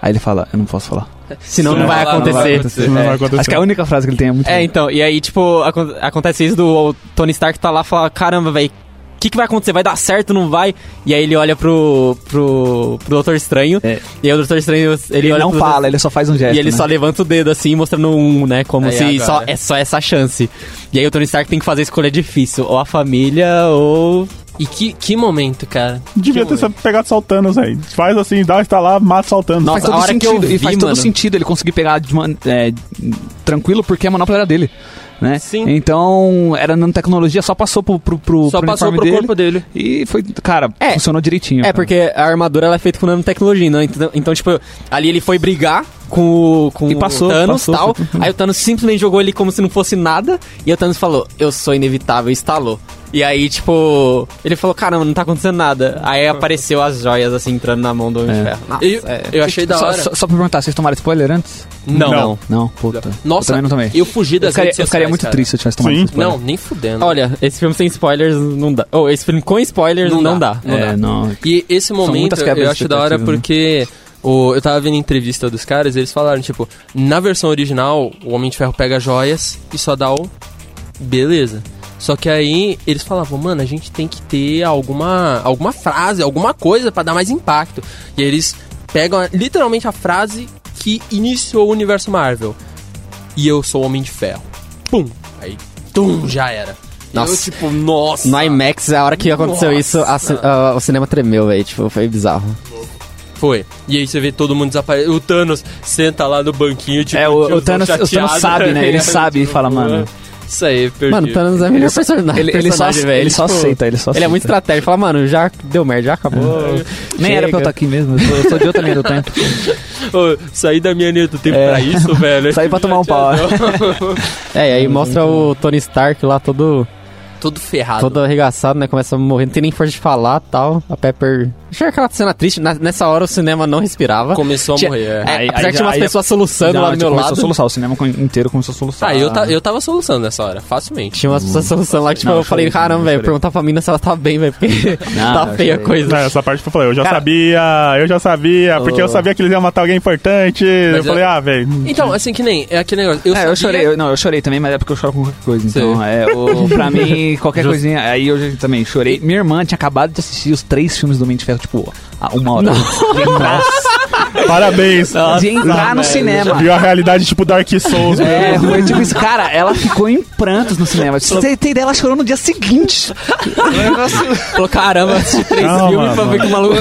Speaker 5: Aí ele fala: eu não posso falar.
Speaker 4: Senão não vai
Speaker 3: Não vai
Speaker 4: acontecer.
Speaker 7: isso não
Speaker 5: É,
Speaker 7: vai acontecer.
Speaker 5: Acho que é a única frase que ele tem é muito.
Speaker 4: É, então, e aí, tipo, acon- acontece isso do o Tony Stark tá lá e fala, caramba, velho, o que, que vai acontecer? Vai dar certo, não vai? E aí ele olha pro, pro, pro Doutor Estranho,
Speaker 5: É.
Speaker 4: e aí o Doutor Estranho, então, ele,
Speaker 5: ele
Speaker 4: olha
Speaker 5: não
Speaker 4: pro
Speaker 5: fala, ele só faz um gesto.
Speaker 4: E ele
Speaker 5: né?
Speaker 4: só levanta o dedo assim, mostrando um, né? Como
Speaker 3: Aí
Speaker 4: se
Speaker 3: agora.
Speaker 4: só, é só essa chance. E aí o Tony Stark tem que fazer a escolha difícil. Ou a família, ou.
Speaker 3: E que, que momento, cara.
Speaker 7: Devia ter pegado saltando, velho. Faz assim, dá, está lá, mata saltando.
Speaker 5: Faz
Speaker 4: Nossa,
Speaker 5: todo
Speaker 4: a hora que eu
Speaker 5: sentido, e
Speaker 4: vi,
Speaker 5: faz
Speaker 4: mano.
Speaker 5: todo sentido ele conseguir pegar de man- é, tranquilo porque a manopla era dele. Né?
Speaker 3: Sim.
Speaker 5: Então, era nanotecnologia, só passou pro, pro, pro,
Speaker 3: Só
Speaker 5: pro
Speaker 3: passou
Speaker 5: uniforme
Speaker 3: pro corpo dele.
Speaker 5: E foi, cara,
Speaker 4: É.
Speaker 5: funcionou direitinho.
Speaker 4: É,
Speaker 5: cara.
Speaker 4: porque a armadura ela é feita com nanotecnologia, né? Então, então, tipo, ali ele foi brigar com o, com
Speaker 5: E passou,
Speaker 4: o Thanos e Uhum.
Speaker 5: passou,
Speaker 4: tal.
Speaker 5: foi tranquilo.
Speaker 4: Aí o Thanos simplesmente jogou ele como se não fosse nada. E o Thanos falou, eu sou inevitável, e instalou. E aí, tipo, ele falou, caramba, não tá acontecendo nada. Aí apareceu as joias, assim, entrando na mão do Homem de
Speaker 5: É. Tipo,
Speaker 4: Ferro. Nossa,
Speaker 3: Eu,
Speaker 4: é.
Speaker 3: eu achei da
Speaker 5: só,
Speaker 3: hora.
Speaker 5: Só, só pra perguntar, vocês tomaram spoiler antes?
Speaker 4: Não.
Speaker 7: Não.
Speaker 5: Não, puta.
Speaker 3: Nossa,
Speaker 5: eu também não tomei.
Speaker 3: eu fugi das
Speaker 5: Eu ficaria,
Speaker 3: redes
Speaker 5: eu ficaria
Speaker 3: sociais,
Speaker 5: muito
Speaker 3: cara.
Speaker 5: triste se eu tivesse tomado
Speaker 7: Sim.
Speaker 5: esse spoiler.
Speaker 3: Não, nem fudendo.
Speaker 4: Olha, esse filme sem spoilers não dá. Ou esse filme com spoilers não,
Speaker 3: Não dá.
Speaker 4: dá.
Speaker 3: não
Speaker 5: é,
Speaker 3: dá. Tipo,
Speaker 5: não.
Speaker 3: E esse momento
Speaker 5: muitas quebras
Speaker 3: eu
Speaker 5: de
Speaker 3: acho da hora
Speaker 5: expectativa, né?
Speaker 3: porque o, eu tava vendo entrevista dos caras, eles falaram, tipo, na versão original, o Homem de Ferro pega joias e só dá o. Beleza. Só que aí eles falavam, mano, a gente tem que ter alguma, alguma frase, alguma coisa pra dar mais impacto. E aí eles pegam a- literalmente a frase que iniciou o universo Marvel. E eu sou o Homem de Ferro. Pum! Aí, tum, já era.
Speaker 4: Nossa.
Speaker 3: Eu, tipo, nossa.
Speaker 4: No IMAX, a hora que aconteceu
Speaker 3: Nossa.
Speaker 4: isso, a ci- a- o cinema tremeu, velho. Tipo, foi bizarro.
Speaker 3: Foi. E aí você vê todo mundo desaparecer. O Thanos senta lá no banquinho, tipo,
Speaker 5: É, o,
Speaker 3: tiozão
Speaker 5: o, Thanos, o
Speaker 3: chateado, Tipo,
Speaker 5: Thanos sabe, né? Ele sabe e fala, mano.
Speaker 3: Isso aí, perdi.
Speaker 4: Mano, o Thanos é o melhor personagem.
Speaker 5: Ele, ele só,
Speaker 4: personagem, velho.
Speaker 5: ele só
Speaker 4: Tipo,
Speaker 5: aceita, ele só
Speaker 4: Ele é muito
Speaker 5: aceita.
Speaker 4: estratégico. Fala, mano, já deu merda, já acabou.
Speaker 5: Nem era pra eu estar aqui mesmo, eu sou, eu sou de outra linha do tempo.
Speaker 3: Ô, saí da minha linha do tempo
Speaker 5: É.
Speaker 3: pra isso, velho.
Speaker 5: Saí pra tomar um pau.
Speaker 4: É, e aí mostra o Tony Stark lá todo,
Speaker 3: Todo ferrado.
Speaker 4: todo arregaçado, né? Começa a morrer, não tem nem força de falar tal. A Pepper. Achei aquela cena triste. na- nessa hora o cinema não respirava.
Speaker 3: Começou a
Speaker 4: Tinha-
Speaker 3: morrer. é.
Speaker 4: É,
Speaker 5: Aí-
Speaker 4: apesar
Speaker 5: aí
Speaker 4: de tinha
Speaker 5: já-
Speaker 4: umas
Speaker 5: aí
Speaker 4: pessoas soluçando
Speaker 5: Não,
Speaker 4: lá do
Speaker 5: tipo,
Speaker 4: meu
Speaker 5: começou
Speaker 4: lado.
Speaker 5: a soluçar, o cinema inteiro começou a soluçar.
Speaker 3: Ah, eu, ta, eu tava solucionando nessa hora, facilmente.
Speaker 4: Tinha umas pessoas soluçando lá que tipo,
Speaker 5: Não,
Speaker 4: eu falei,
Speaker 5: chorei,
Speaker 4: caramba,
Speaker 5: não,
Speaker 4: velho,
Speaker 5: chorei.
Speaker 4: perguntar pra mina se ela tá bem, velho, porque
Speaker 5: Não,
Speaker 4: tá
Speaker 5: não,
Speaker 4: feia a
Speaker 5: chorei.
Speaker 4: coisa.
Speaker 7: Não, É, essa parte que eu falei, eu já
Speaker 4: Cara-
Speaker 7: sabia, eu já sabia, porque eu
Speaker 4: Oh.
Speaker 7: sabia que eles iam matar alguém importante. eu
Speaker 3: Mas é-
Speaker 7: falei, ah, velho.
Speaker 3: Então, assim que nem. É aquele negócio. Eu,
Speaker 5: Uhum. é,
Speaker 3: sabia-
Speaker 5: eu chorei, eu- não, eu chorei também, mas é porque eu choro com qualquer coisa. Então, é, o, pra mim, qualquer coisinha. Aí eu já- também chorei. Minha irmã tinha acabado de assistir os três filmes do Mente Ferro, tipo, a uma hora. De entrar,
Speaker 7: Parabéns. Ah,
Speaker 5: de entrar no
Speaker 7: velho.
Speaker 5: cinema.
Speaker 7: Viu a realidade tipo Dark Souls mesmo.
Speaker 5: É, foi tipo isso. Cara, ela ficou em prantos no cinema. Pra Você tem ideia, ela chorou no dia seguinte.
Speaker 4: Falou, caramba, assisti três
Speaker 7: Calma,
Speaker 4: filmes pra ver
Speaker 7: mano.
Speaker 4: que o maluco.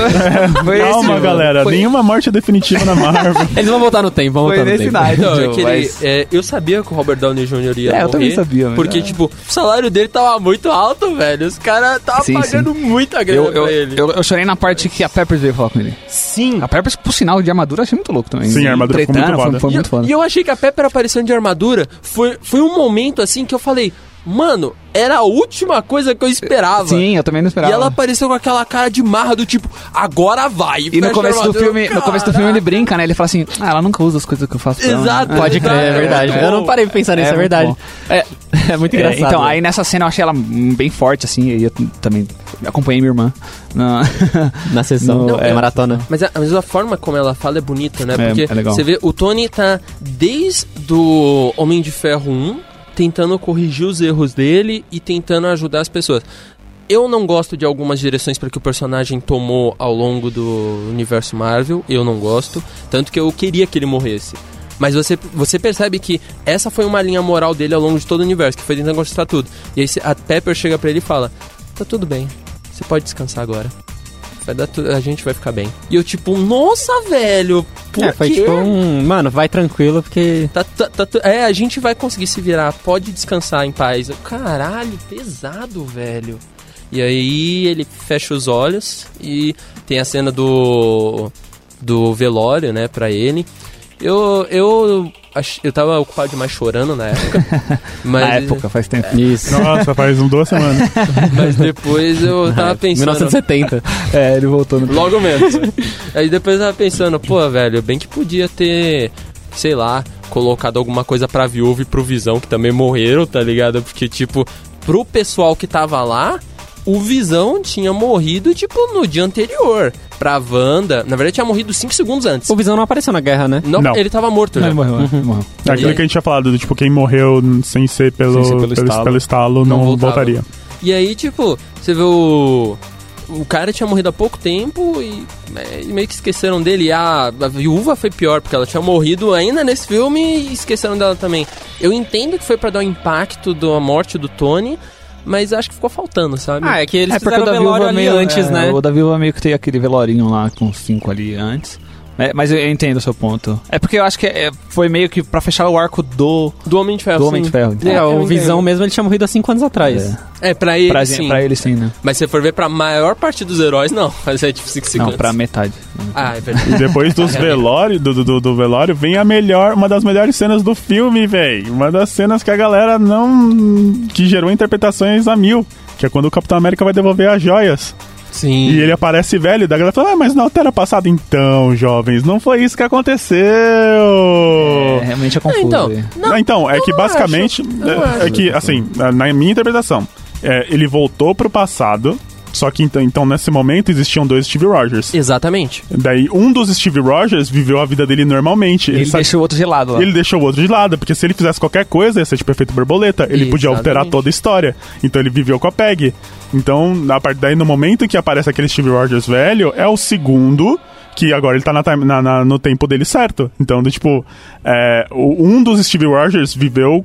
Speaker 5: Foi esse
Speaker 7: Calma,
Speaker 5: nível.
Speaker 7: galera.
Speaker 5: Foi,
Speaker 7: Nenhuma morte definitiva na Marvel.
Speaker 4: Eles vão voltar no tempo, vão
Speaker 5: foi
Speaker 4: voltar no
Speaker 5: nesse
Speaker 4: tempo.
Speaker 5: night,
Speaker 3: Não, é
Speaker 5: Joe,
Speaker 3: que ele-
Speaker 5: mas-
Speaker 3: é, eu sabia que o Robert Downey Jr. ia
Speaker 5: É, eu também
Speaker 3: morrer,
Speaker 5: sabia, mas-
Speaker 3: Porque,
Speaker 5: é.
Speaker 3: tipo, o salário dele tava muito alto, velho. Os caras tava
Speaker 5: Sim, sim.
Speaker 3: pagando muita grana
Speaker 5: Eu, eu,
Speaker 3: pra ele.
Speaker 5: eu- eu chorei na parte que a Peppers veio falar com ele.
Speaker 3: Sim.
Speaker 5: A Peppers, por sinal, de armadura, eu achei muito louco também.
Speaker 7: Sim, a armadura ficou muito
Speaker 5: Tretando,
Speaker 7: foda.
Speaker 5: foi- Foi
Speaker 3: E eu,
Speaker 5: muito foda.
Speaker 3: e eu achei que a Pepper aparecendo de armadura foi, foi um momento assim que eu falei, mano, era a última coisa que eu esperava.
Speaker 5: Sim, eu também não
Speaker 3: E
Speaker 5: esperava.
Speaker 3: ela apareceu com aquela cara de marra do tipo, agora vai.
Speaker 5: E no começo do filme, no começo do filme ele brinca, né? Ele fala assim: "Ah, ela nunca usa as coisas que eu faço pra ela, né?"
Speaker 3: Exato.
Speaker 4: Pode crer, é,
Speaker 3: É,
Speaker 4: verdade.
Speaker 3: é
Speaker 4: eu não parei pra pensar nisso, é,
Speaker 5: muito
Speaker 4: verdade.
Speaker 5: bom.
Speaker 4: É, é muito
Speaker 5: É,
Speaker 4: engraçado.
Speaker 5: então, aí nessa cena eu achei ela hum, bem forte, assim, e eu t- também acompanhei minha irmã. na-
Speaker 4: na sessão,
Speaker 5: no-
Speaker 4: é,
Speaker 5: é.
Speaker 4: maratona.
Speaker 3: Mas a, mas a forma como ela fala é bonita, né?
Speaker 5: É,
Speaker 3: Porque
Speaker 5: é legal.
Speaker 3: você vê, o Tony tá desde o Homem de Ferro 1 tentando corrigir os erros dele e tentando ajudar as pessoas. Eu não gosto de algumas direções para que o personagem tomou ao longo do universo Marvel, eu não gosto, tanto que eu queria que ele morresse. Mas você, você percebe que essa foi uma linha moral dele ao longo de todo o universo, que foi tentando conquistar tudo. E aí a Pepper chega pra ele e fala: Tá tudo bem, você pode descansar agora. Vai dar tu- a gente vai ficar bem. E eu, tipo, nossa, velho, por
Speaker 4: É, foi
Speaker 3: quê?
Speaker 4: tipo um. Mano, vai tranquilo, porque.
Speaker 3: Tá- tá- tá tu- é, a gente vai conseguir se virar, pode descansar em paz. Eu, Caralho, pesado, velho. E aí ele fecha os olhos e tem a cena do do velório, né, pra ele. Eu eu ach- eu tava ocupado demais chorando na época. mas
Speaker 5: Na época, faz tempo.
Speaker 4: Isso.
Speaker 7: Nossa, faz um duas semanas.
Speaker 3: mas depois eu tava pensando
Speaker 4: 1970.
Speaker 5: É, ele voltou no
Speaker 3: Logo menos. Aí depois eu tava pensando, pô, velho, bem que podia ter, sei lá, colocado alguma coisa pra viúva e pro Visão, que também morreram, tá ligado? Porque, tipo, pro pessoal que tava lá, o Visão tinha morrido, tipo, no dia anterior. Pra Wanda, na verdade tinha morrido 5 segundos antes.
Speaker 4: O Visão não apareceu na guerra, né?
Speaker 3: Não,
Speaker 7: Não.
Speaker 3: ele tava morto
Speaker 5: Não,
Speaker 3: já.
Speaker 5: ele morreu, né? Ele morreu.
Speaker 7: É Aquilo que a gente tinha falado, do, tipo, quem morreu sem ser pelo,
Speaker 5: Sem ser
Speaker 7: pelo,
Speaker 5: pelo
Speaker 7: pelo
Speaker 5: estalo.
Speaker 7: estalo. não,
Speaker 3: Não voltava.
Speaker 7: voltaria.
Speaker 3: E aí, tipo, você vê o. O cara tinha morrido há pouco tempo e é, e meio que esqueceram dele. E a, a viúva foi pior, porque ela tinha morrido ainda nesse filme e esqueceram dela também. Eu entendo que foi pra dar o impacto da morte do Tony, mas acho que ficou faltando, sabe?
Speaker 4: Ah, é que eles
Speaker 5: É, porque
Speaker 4: fizeram o
Speaker 5: o da
Speaker 4: velório
Speaker 5: Viúva
Speaker 4: ali
Speaker 5: meio,
Speaker 4: antes,
Speaker 5: é,
Speaker 4: né?
Speaker 5: O da Viúva meio que tem aquele velorinho lá com os cinco ali antes. É, mas eu, eu entendo o seu ponto. É porque eu acho que é- foi meio que pra fechar o arco do,
Speaker 3: do Homem de Ferro.
Speaker 5: do Homem
Speaker 3: sim.
Speaker 5: de Ferro. então.
Speaker 4: É,
Speaker 3: eu
Speaker 4: o
Speaker 3: entendo.
Speaker 4: Visão mesmo ele tinha morrido há 5 anos atrás.
Speaker 5: É.
Speaker 3: É, pra ele,
Speaker 5: Pra,
Speaker 3: sim.
Speaker 5: gente, pra ele sim, né?
Speaker 3: Mas se for ver pra maior parte dos heróis, não. Mas é tipo 5 segundos.
Speaker 5: Não, pra metade.
Speaker 3: Ah, é verdade.
Speaker 7: E depois dos velório, do, do, do velório, vem a melhor, uma das melhores cenas do filme, velho. Uma das cenas que a galera não. que gerou interpretações a mil. Que é quando o Capitão América vai devolver as joias.
Speaker 3: Sim.
Speaker 7: E ele aparece velho, da galera fala, ah, mas na altera passada então, jovens, não foi isso que aconteceu.
Speaker 5: É, realmente é confuso.
Speaker 3: então,
Speaker 5: aí.
Speaker 7: Não, então, é que basicamente. é, é que, assim, na- na minha interpretação, é, ele voltou pro passado. Só que então, então, nesse momento, existiam dois Steve Rogers.
Speaker 3: Exatamente.
Speaker 7: Daí, um dos Steve Rogers viveu a vida dele normalmente.
Speaker 5: Ele,
Speaker 7: Ele, sa-
Speaker 5: deixa o outro gelado lá.
Speaker 7: ele deixou o outro de lado, porque se ele fizesse qualquer coisa, ia ser tipo efeito borboleta. Ele podia alterar
Speaker 3: Exatamente.
Speaker 7: toda a história. Então ele viveu com a Peg. Então, a partir daí, no momento que aparece aquele Steve Rogers velho, é o segundo. Que agora ele tá na time- na- na- no tempo dele certo. Então, do tipo, é, o- um dos Steve Rogers viveu.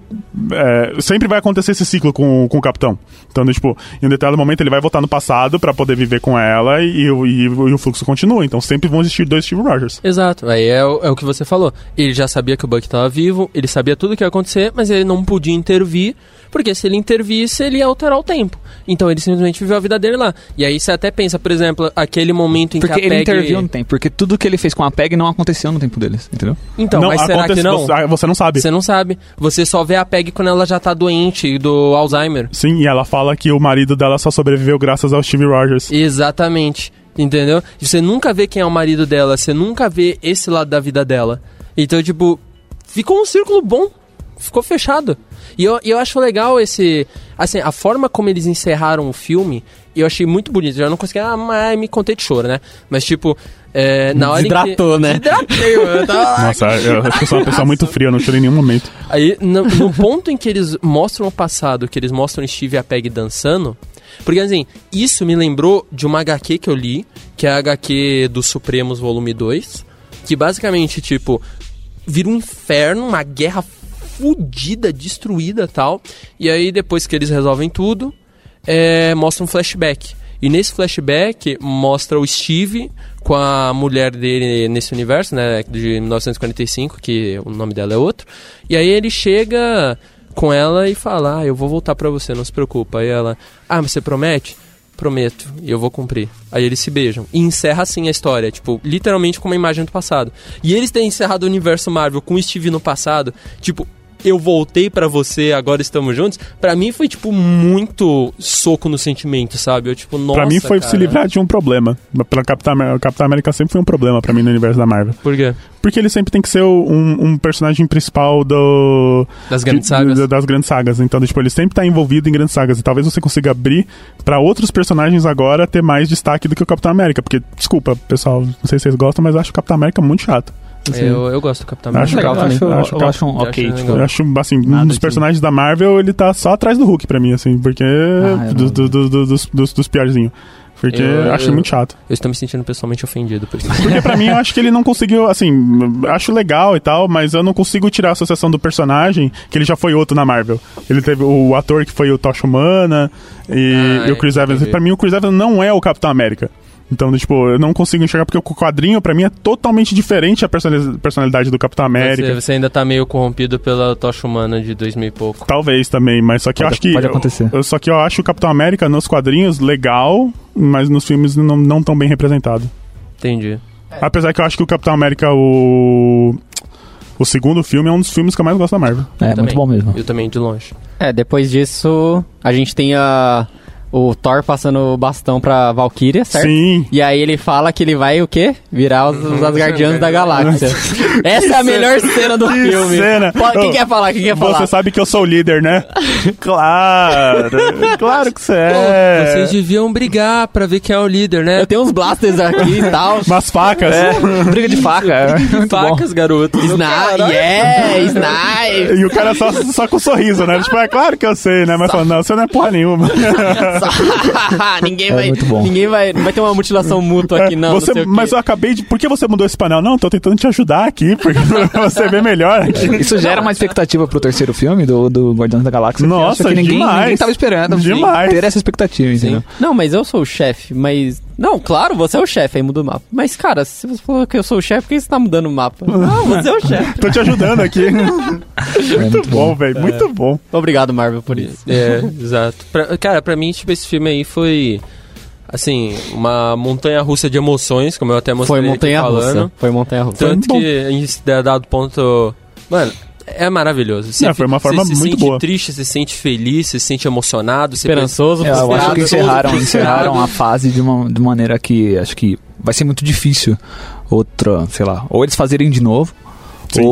Speaker 7: é, sempre vai acontecer esse ciclo com, com o capitão. Então, do tipo, em um determinado momento ele vai voltar no passado pra poder viver com ela e, o- e o- e o fluxo continua. Então, sempre vão existir dois Steve Rogers.
Speaker 3: Exato, aí é, o- é o que você falou. Ele já sabia que o Buck estava vivo, ele sabia tudo o que ia acontecer, mas ele não podia intervir, porque se ele intervisse, ele ia alterar o tempo. Então ele simplesmente viveu a vida dele lá. E aí você até pensa, por exemplo, aquele momento em
Speaker 5: Porque
Speaker 3: que a
Speaker 5: ele
Speaker 3: Peggy...
Speaker 5: interviu no tempo. Porque tudo que ele fez com a PEG não aconteceu no tempo deles, entendeu?
Speaker 3: Então, mas será que
Speaker 7: acontece-
Speaker 3: não?
Speaker 7: Você, você não sabe.
Speaker 3: Você não sabe. Você só vê a Peg quando ela já tá doente do Alzheimer.
Speaker 7: Sim, e ela fala que o marido dela só sobreviveu graças ao Steve Rogers.
Speaker 3: Exatamente. Entendeu? E Você nunca vê quem é o marido dela, você nunca vê esse lado da vida dela. Então, tipo, ficou um círculo bom. Ficou fechado. E eu, e eu acho legal esse. Assim, a forma como eles encerraram o filme, eu achei muito bonito. Eu já não consegui. Ah, mas me contei de choro, né? Mas, tipo, é, na hora. em que-
Speaker 4: Desidratou, né?
Speaker 3: Desidratei, mano. eu tava lá,
Speaker 7: Nossa, eu, eu sou uma pessoa muito fria, eu não chorei em nenhum momento.
Speaker 3: Aí, no, no ponto em que eles mostram o passado, que eles mostram Steve e a Peg dançando, porque assim, isso me lembrou de uma HQ que eu li, que é a HQ do Supremos Volume 2, que basicamente, tipo, vira um inferno, uma guerra fudida, destruída tal. E aí, depois que eles resolvem tudo, é, mostra um flashback. E nesse flashback mostra o Steve com a mulher dele nesse universo, né? De 1945, que o nome dela é outro. E aí ele chega com ela e fala: ah, Eu vou voltar pra você, não se preocupa. Aí ela: Ah, mas você promete? Prometo, e eu vou cumprir. Aí eles se beijam. E encerra assim a história, tipo, literalmente com uma imagem do passado. E eles têm encerrado o universo Marvel com o Steve no passado, tipo, eu voltei pra você, agora estamos juntos, pra mim foi, tipo, muito soco no sentimento, sabe? Eu, tipo, nossa.
Speaker 7: pra mim foi
Speaker 3: cara.
Speaker 7: se livrar de um problema. Pra Capitã, Amer- o Capitão América sempre foi um problema pra mim no universo da Marvel.
Speaker 3: Por quê?
Speaker 7: Porque ele sempre tem que ser o- um, um personagem principal do.
Speaker 3: Das grandes
Speaker 7: de-
Speaker 3: sagas.
Speaker 7: da- das grandes sagas. Então, tipo, ele sempre tá envolvido em grandes sagas. E talvez você consiga abrir pra outros personagens agora ter mais destaque do que o Capitão América. Porque, desculpa, pessoal, não sei se vocês gostam, mas eu acho o Capitão América muito chato. Assim,
Speaker 3: Eu, eu gosto do Capitão
Speaker 7: Acho
Speaker 3: América.
Speaker 7: legal
Speaker 5: eu
Speaker 7: também.
Speaker 5: acho, eu
Speaker 7: Acho
Speaker 5: acho, um
Speaker 3: legal.
Speaker 5: ok.
Speaker 3: Acho
Speaker 5: tipo,
Speaker 7: Eu acho, assim, um
Speaker 5: Nada
Speaker 7: dos
Speaker 5: de- Ah,
Speaker 7: personagens da Marvel, ele tá só atrás do Hulk pra mim, assim, porque.
Speaker 5: eu
Speaker 7: do-
Speaker 5: não-
Speaker 7: do- do- do- dos, dos, dos piorzinhos. Porque
Speaker 3: Eu-
Speaker 7: acho
Speaker 3: eu-
Speaker 7: muito chato.
Speaker 3: Eu estou me sentindo pessoalmente ofendido por isso.
Speaker 7: Porque pra mim eu acho que ele não conseguiu, assim, acho legal e tal, mas eu não consigo tirar a associação do personagem, que ele já foi outro na Marvel. Ele teve o ator que foi o Tocha Humana e,
Speaker 3: Ah,
Speaker 7: e o Chris Evans.
Speaker 3: entendi.
Speaker 7: Pra mim o Chris Evans não é o Capitão América. Então, tipo, eu não consigo enxergar, porque o quadrinho pra mim é totalmente diferente a personali- personalidade do Capitão América.
Speaker 3: Você, você ainda tá meio corrompido pela tocha humana de 2000 e pouco.
Speaker 7: Talvez também, mas só que eu
Speaker 5: Pode-
Speaker 7: acho que.
Speaker 5: pode acontecer.
Speaker 7: Eu, só que eu acho o Capitão América nos quadrinhos legal, mas nos filmes não, não tão bem representado.
Speaker 3: Entendi.
Speaker 4: É.
Speaker 7: Apesar que eu acho que o Capitão América, o. O segundo filme é um dos filmes que eu mais gosto da Marvel.
Speaker 5: É,
Speaker 3: também.
Speaker 5: muito bom mesmo.
Speaker 3: Eu também, de longe.
Speaker 4: É, depois disso, a gente tem a, o Thor passando o bastão pra Valkyria, certo?
Speaker 7: Sim.
Speaker 4: E aí ele fala que ele vai o quê? Virar os, os Asgardianos da Galáxia. Essa é a melhor cena do
Speaker 7: que
Speaker 4: filme.
Speaker 7: cena.
Speaker 4: Po- Quem
Speaker 7: Ô,
Speaker 4: quer falar? Quem quer falar?
Speaker 7: Você sabe que eu sou o líder, né? claro! Claro que você é!
Speaker 3: Vocês deviam brigar pra ver quem é o líder, né?
Speaker 4: Eu tenho uns blasters aqui e tal.
Speaker 7: Umas facas!
Speaker 4: É.
Speaker 5: Briga de faca. é. Muito bom.
Speaker 3: Facas, garoto.
Speaker 4: Snipe, yeah, snipe.
Speaker 7: E o cara só, só com um sorriso, né? Tipo, é claro que eu sei, né? Mas fala, não, você não é porra nenhuma.
Speaker 4: ninguém
Speaker 5: É
Speaker 4: vai,
Speaker 5: muito bom.
Speaker 4: ninguém vai, não vai ter uma mutilação mútua aqui não,
Speaker 7: Você-
Speaker 4: não sei o quê.
Speaker 7: mas eu acabei de. Por que você mudou esse painel? Não, tô tentando te ajudar aqui, porque pra você vê melhor aqui.
Speaker 5: Isso gera uma expectativa pro terceiro filme do, do Guardiões da Galáxia. que eu
Speaker 7: Nossa,
Speaker 5: acho que ninguém,
Speaker 7: demais.
Speaker 5: ninguém tava esperando assim,
Speaker 7: Demais.
Speaker 5: ter essa expectativa, entendeu?
Speaker 4: Não, mas eu sou o chefe, mas. Não, claro, você é o chefe, aí muda o mapa. Mas, cara, se você falou que eu sou o chefe, por que você tá mudando o mapa? Não, você é o chefe.
Speaker 7: Tô te ajudando aqui.
Speaker 5: É
Speaker 7: Muito bom, velho. Muito bom.
Speaker 4: Obrigado, Marvel, por isso.
Speaker 3: É, exato. Pra- cara, pra mim, tipo, esse filme aí foi. Assim, uma montanha russa de emoções, como eu até mostrei
Speaker 4: Foi
Speaker 3: aqui
Speaker 4: montanha russa.
Speaker 3: falando.
Speaker 4: Foi montanha russa.
Speaker 3: Tanto
Speaker 7: bom.
Speaker 3: que a gente der dado ponto. Mano, é maravilhoso. Você
Speaker 7: É, foi uma
Speaker 3: fi-
Speaker 7: forma
Speaker 3: você se
Speaker 7: muito
Speaker 3: sente
Speaker 7: boa.
Speaker 3: triste, você se sente feliz, você se sente emocionado, você
Speaker 4: Esperançoso,
Speaker 5: É, eu acho
Speaker 4: frustrado.
Speaker 5: que encerraram,
Speaker 3: todo
Speaker 5: encerraram
Speaker 3: frustrado.
Speaker 5: a fase de uma de maneira que acho que vai ser muito difícil outra, sei lá, ou eles fazerem de novo.
Speaker 7: Sim.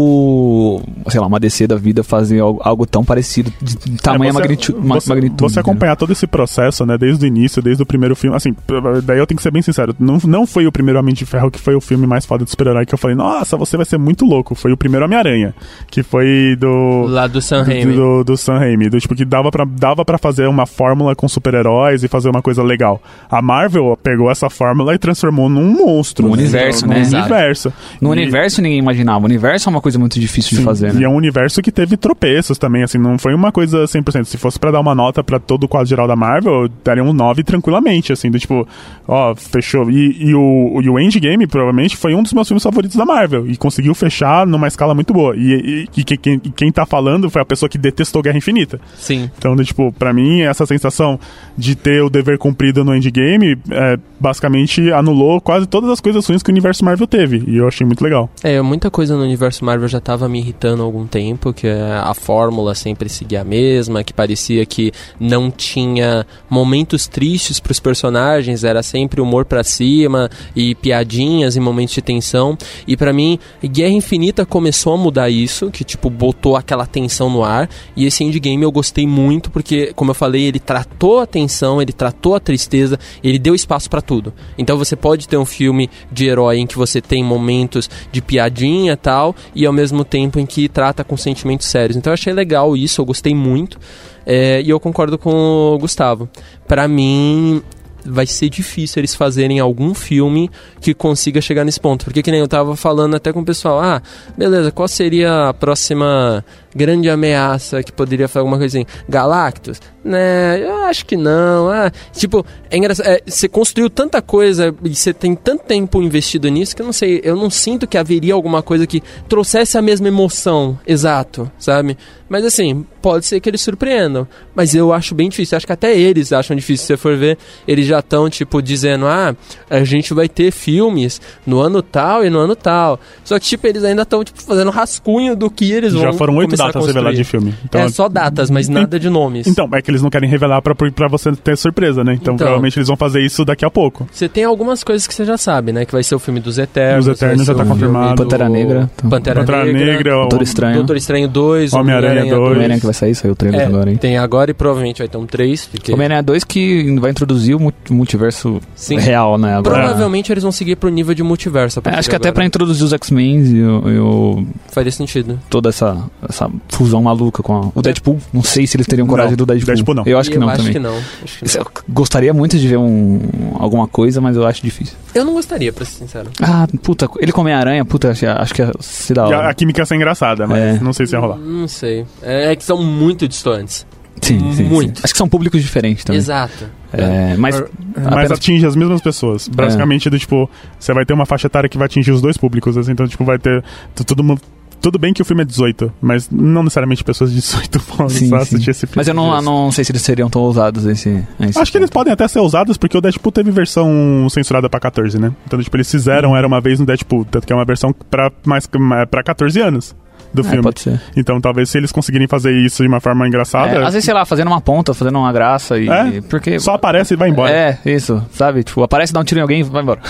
Speaker 5: Ou, sei lá, uma DC da vida fazer algo, algo tão parecido, de de tamanha
Speaker 7: É,
Speaker 5: magnitu- ma-
Speaker 7: você,
Speaker 5: magnitude. né?
Speaker 7: Você acompanhar todo esse processo, né? Desde o início, desde o primeiro filme. Assim, p- daí eu tenho que ser bem sincero. Não, não foi o primeiro Homem de Ferro que foi o filme mais foda de super-herói que eu falei, nossa, você vai ser muito louco. Foi o primeiro Homem-Aranha. Que foi do.
Speaker 3: Lá do San
Speaker 7: do-
Speaker 3: Raimi.
Speaker 7: Do, do Sam Raimi. Do, tipo, que dava pra, dava pra fazer uma fórmula com super-heróis e fazer uma coisa legal. A Marvel pegou essa fórmula e transformou num monstro. assim,
Speaker 5: Num universo,
Speaker 7: num
Speaker 5: né?
Speaker 7: universo.
Speaker 5: No
Speaker 7: E-
Speaker 5: universo ninguém imaginava. O universo é uma coisa muito difícil de fazer,
Speaker 7: E é
Speaker 5: né?
Speaker 7: um universo que teve tropeços também, assim, não foi uma coisa 100%. Se fosse pra dar uma nota pra todo o quadro geral da Marvel, eu daria um 9 tranquilamente, assim, do tipo, ó, fechou. E, e o, e o Endgame, provavelmente, foi um dos meus filmes favoritos da Marvel, e conseguiu fechar numa escala muito boa. E, e- e que- quem, quem tá falando foi a pessoa que detestou Guerra Infinita.
Speaker 3: Sim.
Speaker 7: Então, do tipo, pra mim, essa sensação de ter o dever cumprido no Endgame, é, basicamente anulou quase todas as coisas ruins que o universo Marvel teve, e eu achei muito legal.
Speaker 3: É, muita coisa no universo Marvel já tava me irritando há algum tempo, que é a fórmula sempre seguia a mesma, que parecia que não tinha momentos tristes pros personagens, era sempre humor pra cima e piadinhas em momentos de tensão. E pra mim, Guerra Infinita começou a mudar isso, que tipo botou aquela tensão no ar, e esse endgame eu gostei muito porque, como eu falei, ele tratou a tensão, ele tratou a tristeza, ele deu espaço pra tudo. Então você pode ter um filme de herói em que você tem momentos de piadinha e tal, e ao mesmo tempo em que trata com sentimentos sérios. Então eu achei legal isso, eu gostei muito. É, e eu concordo com o Gustavo. Pra mim, vai ser difícil eles fazerem algum filme que consiga chegar nesse ponto. Porque que nem eu tava falando até com o pessoal, ah, beleza, qual seria a próxima grande ameaça que poderia fazer alguma coisa assim? Galactus? Né, eu acho que não. Ah, tipo, é engraçado, é, você construiu tanta coisa e você tem tanto tempo investido nisso que eu não sei, eu não sinto que haveria alguma coisa que trouxesse a mesma emoção, exato, sabe? Mas assim, pode ser que eles surpreendam, mas eu acho bem difícil, acho que até eles acham difícil, se você for ver, eles já estão, tipo, dizendo, ah, a gente vai ter filmes no ano tal e no ano tal. Só que, tipo, eles ainda estão, tipo, fazendo rascunho do que eles
Speaker 7: Já
Speaker 3: vão
Speaker 7: foram oito
Speaker 3: começar
Speaker 7: datas
Speaker 3: construir.
Speaker 7: reveladas de filme. Então,
Speaker 3: é só datas, mas nada de nomes.
Speaker 7: Então, é que eles não querem revelar pra, pra você ter surpresa, né? Então,
Speaker 3: Então.
Speaker 7: provavelmente eles vão fazer isso daqui a pouco.
Speaker 3: Você tem algumas coisas que você já sabe, né? Que vai ser o filme dos Eternos.
Speaker 7: Dos
Speaker 3: vai
Speaker 7: Eternos
Speaker 3: ser
Speaker 7: já tá
Speaker 3: o filme
Speaker 7: confirmado.
Speaker 3: do-
Speaker 5: Pantera Negra. Então,
Speaker 3: Pantera,
Speaker 7: Pantera
Speaker 3: Negra.
Speaker 7: Negra, o-
Speaker 5: Doutor Estranho.
Speaker 3: Doutor Estranho 2.
Speaker 7: Homem-Aranha é um dois.
Speaker 5: Homem-Aranha que vai sair, saiu o trailer
Speaker 3: É,
Speaker 5: agora, hein?
Speaker 3: tem agora e provavelmente vai ter um 3. Porque...
Speaker 5: Homem-Aranha 2 que vai introduzir o mu- multiverso
Speaker 3: Sim.
Speaker 5: real, né? Agora.
Speaker 3: Provavelmente eles vão seguir pro nível de multiverso. a
Speaker 5: É,
Speaker 3: partir
Speaker 5: Acho
Speaker 3: de
Speaker 5: que até
Speaker 3: agora.
Speaker 5: pra introduzir os X-Men e, o- e o-
Speaker 3: Faria sentido.
Speaker 5: toda essa, essa fusão maluca com a- o Deadpool. Não sei se eles teriam coragem
Speaker 7: Não,
Speaker 5: do Deadpool.
Speaker 7: Deadpool não.
Speaker 5: Eu acho que
Speaker 3: eu
Speaker 5: não
Speaker 3: acho
Speaker 5: também.
Speaker 3: que não. Acho que não.
Speaker 5: Isso, Eu gostaria muito de ver um, alguma coisa, mas eu acho difícil.
Speaker 3: Eu não gostaria, pra ser sincero.
Speaker 5: Ah, puta, ele come aranha, puta, acho, acho que se dá
Speaker 7: E a, a química ia ser engraçada, mas
Speaker 5: É.
Speaker 7: não sei se ia rolar.
Speaker 3: Não sei. É, é que são muito distantes.
Speaker 5: Sim, sim,
Speaker 3: muito.
Speaker 5: sim. Acho que são públicos diferentes também.
Speaker 3: Exato.
Speaker 5: É, mas
Speaker 7: Mas
Speaker 5: apenas- É.
Speaker 7: atinge as mesmas pessoas. Basicamente, do tipo, você vai ter uma faixa etária que vai atingir os dois públicos, assim, então, tipo, vai ter. t- Todo mundo. Tudo bem que o filme é 18, mas não necessariamente pessoas de 18 vão
Speaker 5: Sim,
Speaker 7: só
Speaker 5: sim.
Speaker 7: assistir esse filme.
Speaker 5: mas eu não, não sei se eles seriam tão ousados nesse. nesse
Speaker 7: Acho que eles
Speaker 5: ponto.
Speaker 7: podem até ser usados, porque o Deadpool teve versão censurada pra 14, né? Então, tipo, eles fizeram
Speaker 5: Uhum.
Speaker 7: Era Uma Vez no Deadpool, tanto que é uma versão pra, mais, é, pra 14 anos do
Speaker 5: É,
Speaker 7: filme.
Speaker 5: pode ser.
Speaker 7: Então, talvez se eles conseguirem fazer isso de uma forma engraçada,
Speaker 5: É, às vezes, sei lá, fazendo uma ponta, fazendo uma graça e.
Speaker 7: É?
Speaker 5: Porque.
Speaker 7: só aparece e vai embora.
Speaker 5: É, isso, sabe? Tipo, aparece, dá um tiro em alguém e vai embora.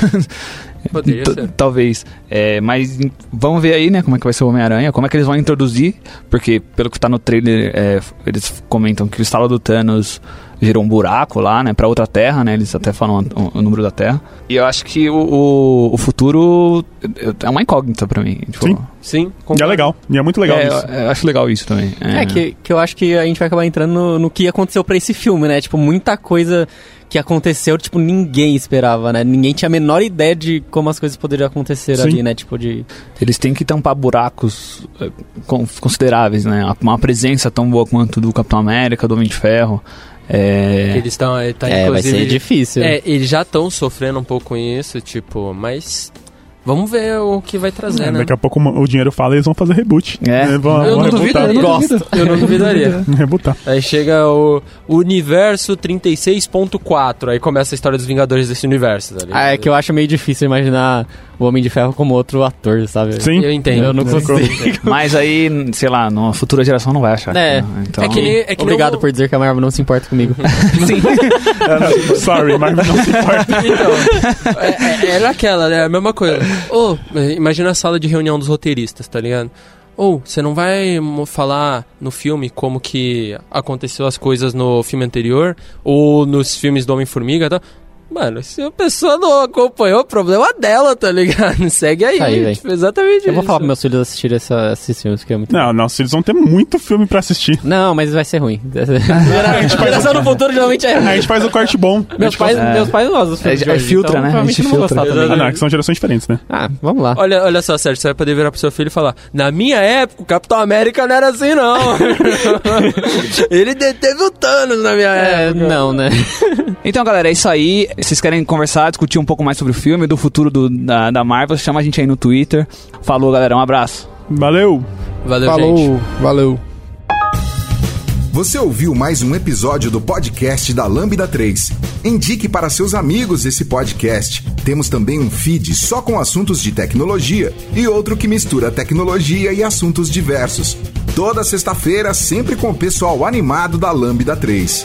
Speaker 3: Poderia
Speaker 5: T-
Speaker 3: ser.
Speaker 5: Então, Talvez. É, mas em- vamos ver aí, né, como é que vai ser o Homem-Aranha, como é que eles vão introduzir, porque pelo que tá no trailer, é, f- eles comentam que o estalo do Thanos gerou um buraco lá, né, pra outra terra, né, eles até falam o, o número da terra. E eu acho que o, o, o futuro é uma incógnita pra mim. Tipo,
Speaker 7: Sim,
Speaker 3: Sim,
Speaker 7: E é legal. E é muito legal
Speaker 5: é,
Speaker 7: isso.
Speaker 5: eu, eu acho legal isso também.
Speaker 4: É, que, que eu acho que a gente vai acabar entrando no, no que aconteceu pra esse filme, né? Tipo, muita coisa que aconteceu, tipo, ninguém esperava, né? Ninguém tinha a menor ideia de como as coisas poderiam acontecer
Speaker 7: Sim.
Speaker 4: ali, né? Tipo, de...
Speaker 5: Eles têm que tampar buracos eh, con- consideráveis, né? Uma presença tão boa quanto do Capitão América, do Homem de Ferro. É...
Speaker 3: Eles estão. é, Tá,
Speaker 4: é, vai
Speaker 3: inclusive,
Speaker 4: ser difícil.
Speaker 3: É, eles já estão sofrendo um pouco com isso, tipo, mas. Vamos ver o que vai trazer,
Speaker 7: É,
Speaker 3: né?
Speaker 7: Daqui a pouco o o dinheiro fala e eles vão fazer reboot.
Speaker 5: É.
Speaker 7: Eles Vão,
Speaker 3: Eu
Speaker 7: vão
Speaker 3: não duvido,
Speaker 7: rebootar.
Speaker 3: eu não duvido. Eu não duvidaria.
Speaker 7: Rebutar.
Speaker 3: Aí chega o Universo 36.4, aí começa a história dos Vingadores desse universo, tá ligado?
Speaker 4: Ah, é que eu acho meio difícil imaginar o Homem de Ferro como outro ator,
Speaker 5: É.
Speaker 4: sabe?
Speaker 7: Sim.
Speaker 3: Eu entendo.
Speaker 4: Eu não consigo.
Speaker 5: Mas aí, sei lá, numa futura geração não vai achar.
Speaker 4: É.
Speaker 5: né? Então,
Speaker 3: É que nem- é que nem
Speaker 4: Obrigado
Speaker 3: o-
Speaker 4: por dizer que a Marvel não se importa comigo.
Speaker 7: Sorry, mas não se importa.
Speaker 3: Então, é- é- era aquela, né? A mesma coisa. Ô, imagina a sala de reunião dos roteiristas, tá ligado? Ou, você não vai mo- falar no filme como que aconteceu as coisas no filme anterior? Ou nos filmes do Homem-Formiga e tal? Mano, se a pessoa não acompanhou, o problema dela, tá ligado? Segue aí.
Speaker 4: Aí, véi.
Speaker 3: tipo, exatamente
Speaker 4: eu vou
Speaker 3: isso.
Speaker 4: falar pros meus filhos assistirem essa, esses filmes, que é muito...
Speaker 7: Não, não, eles vão ter muito filme pra assistir.
Speaker 4: Não, mas vai ser ruim. Geração no futuro geralmente é
Speaker 7: A
Speaker 4: ruim.
Speaker 7: gente faz o corte bom.
Speaker 4: Meus pais,
Speaker 5: É.
Speaker 4: meus pais não gostam dos filmes
Speaker 5: É,
Speaker 4: de
Speaker 5: é
Speaker 4: hoje,
Speaker 5: filtra,
Speaker 4: então,
Speaker 5: né? A
Speaker 4: provavelmente
Speaker 5: gente
Speaker 4: não vão
Speaker 5: filtra,
Speaker 4: gostar
Speaker 3: né?
Speaker 4: também.
Speaker 7: Ah, não, é que são gerações diferentes, né?
Speaker 4: Ah, vamos lá.
Speaker 3: Olha, olha só, Sérgio, você vai poder virar pro seu filho e falar: Na minha época, o Capitão América não era assim, não. Ele deteve o Thanos na minha
Speaker 4: É,
Speaker 3: época.
Speaker 4: não, né?
Speaker 5: então, galera, é isso aí. Vocês querem conversar, discutir um pouco mais sobre o filme, do futuro do- da, da Marvel, chama a gente aí no Twitter. Falou, galera, um abraço.
Speaker 7: Valeu!
Speaker 3: Valeu,
Speaker 6: Falou,
Speaker 3: gente.
Speaker 6: valeu.
Speaker 1: Você ouviu mais um episódio do podcast da Lambda 3. Indique para seus amigos esse podcast. Temos também um feed só com assuntos de tecnologia e outro que mistura tecnologia e assuntos diversos. Toda sexta-feira, sempre com o pessoal animado da Lambda 3.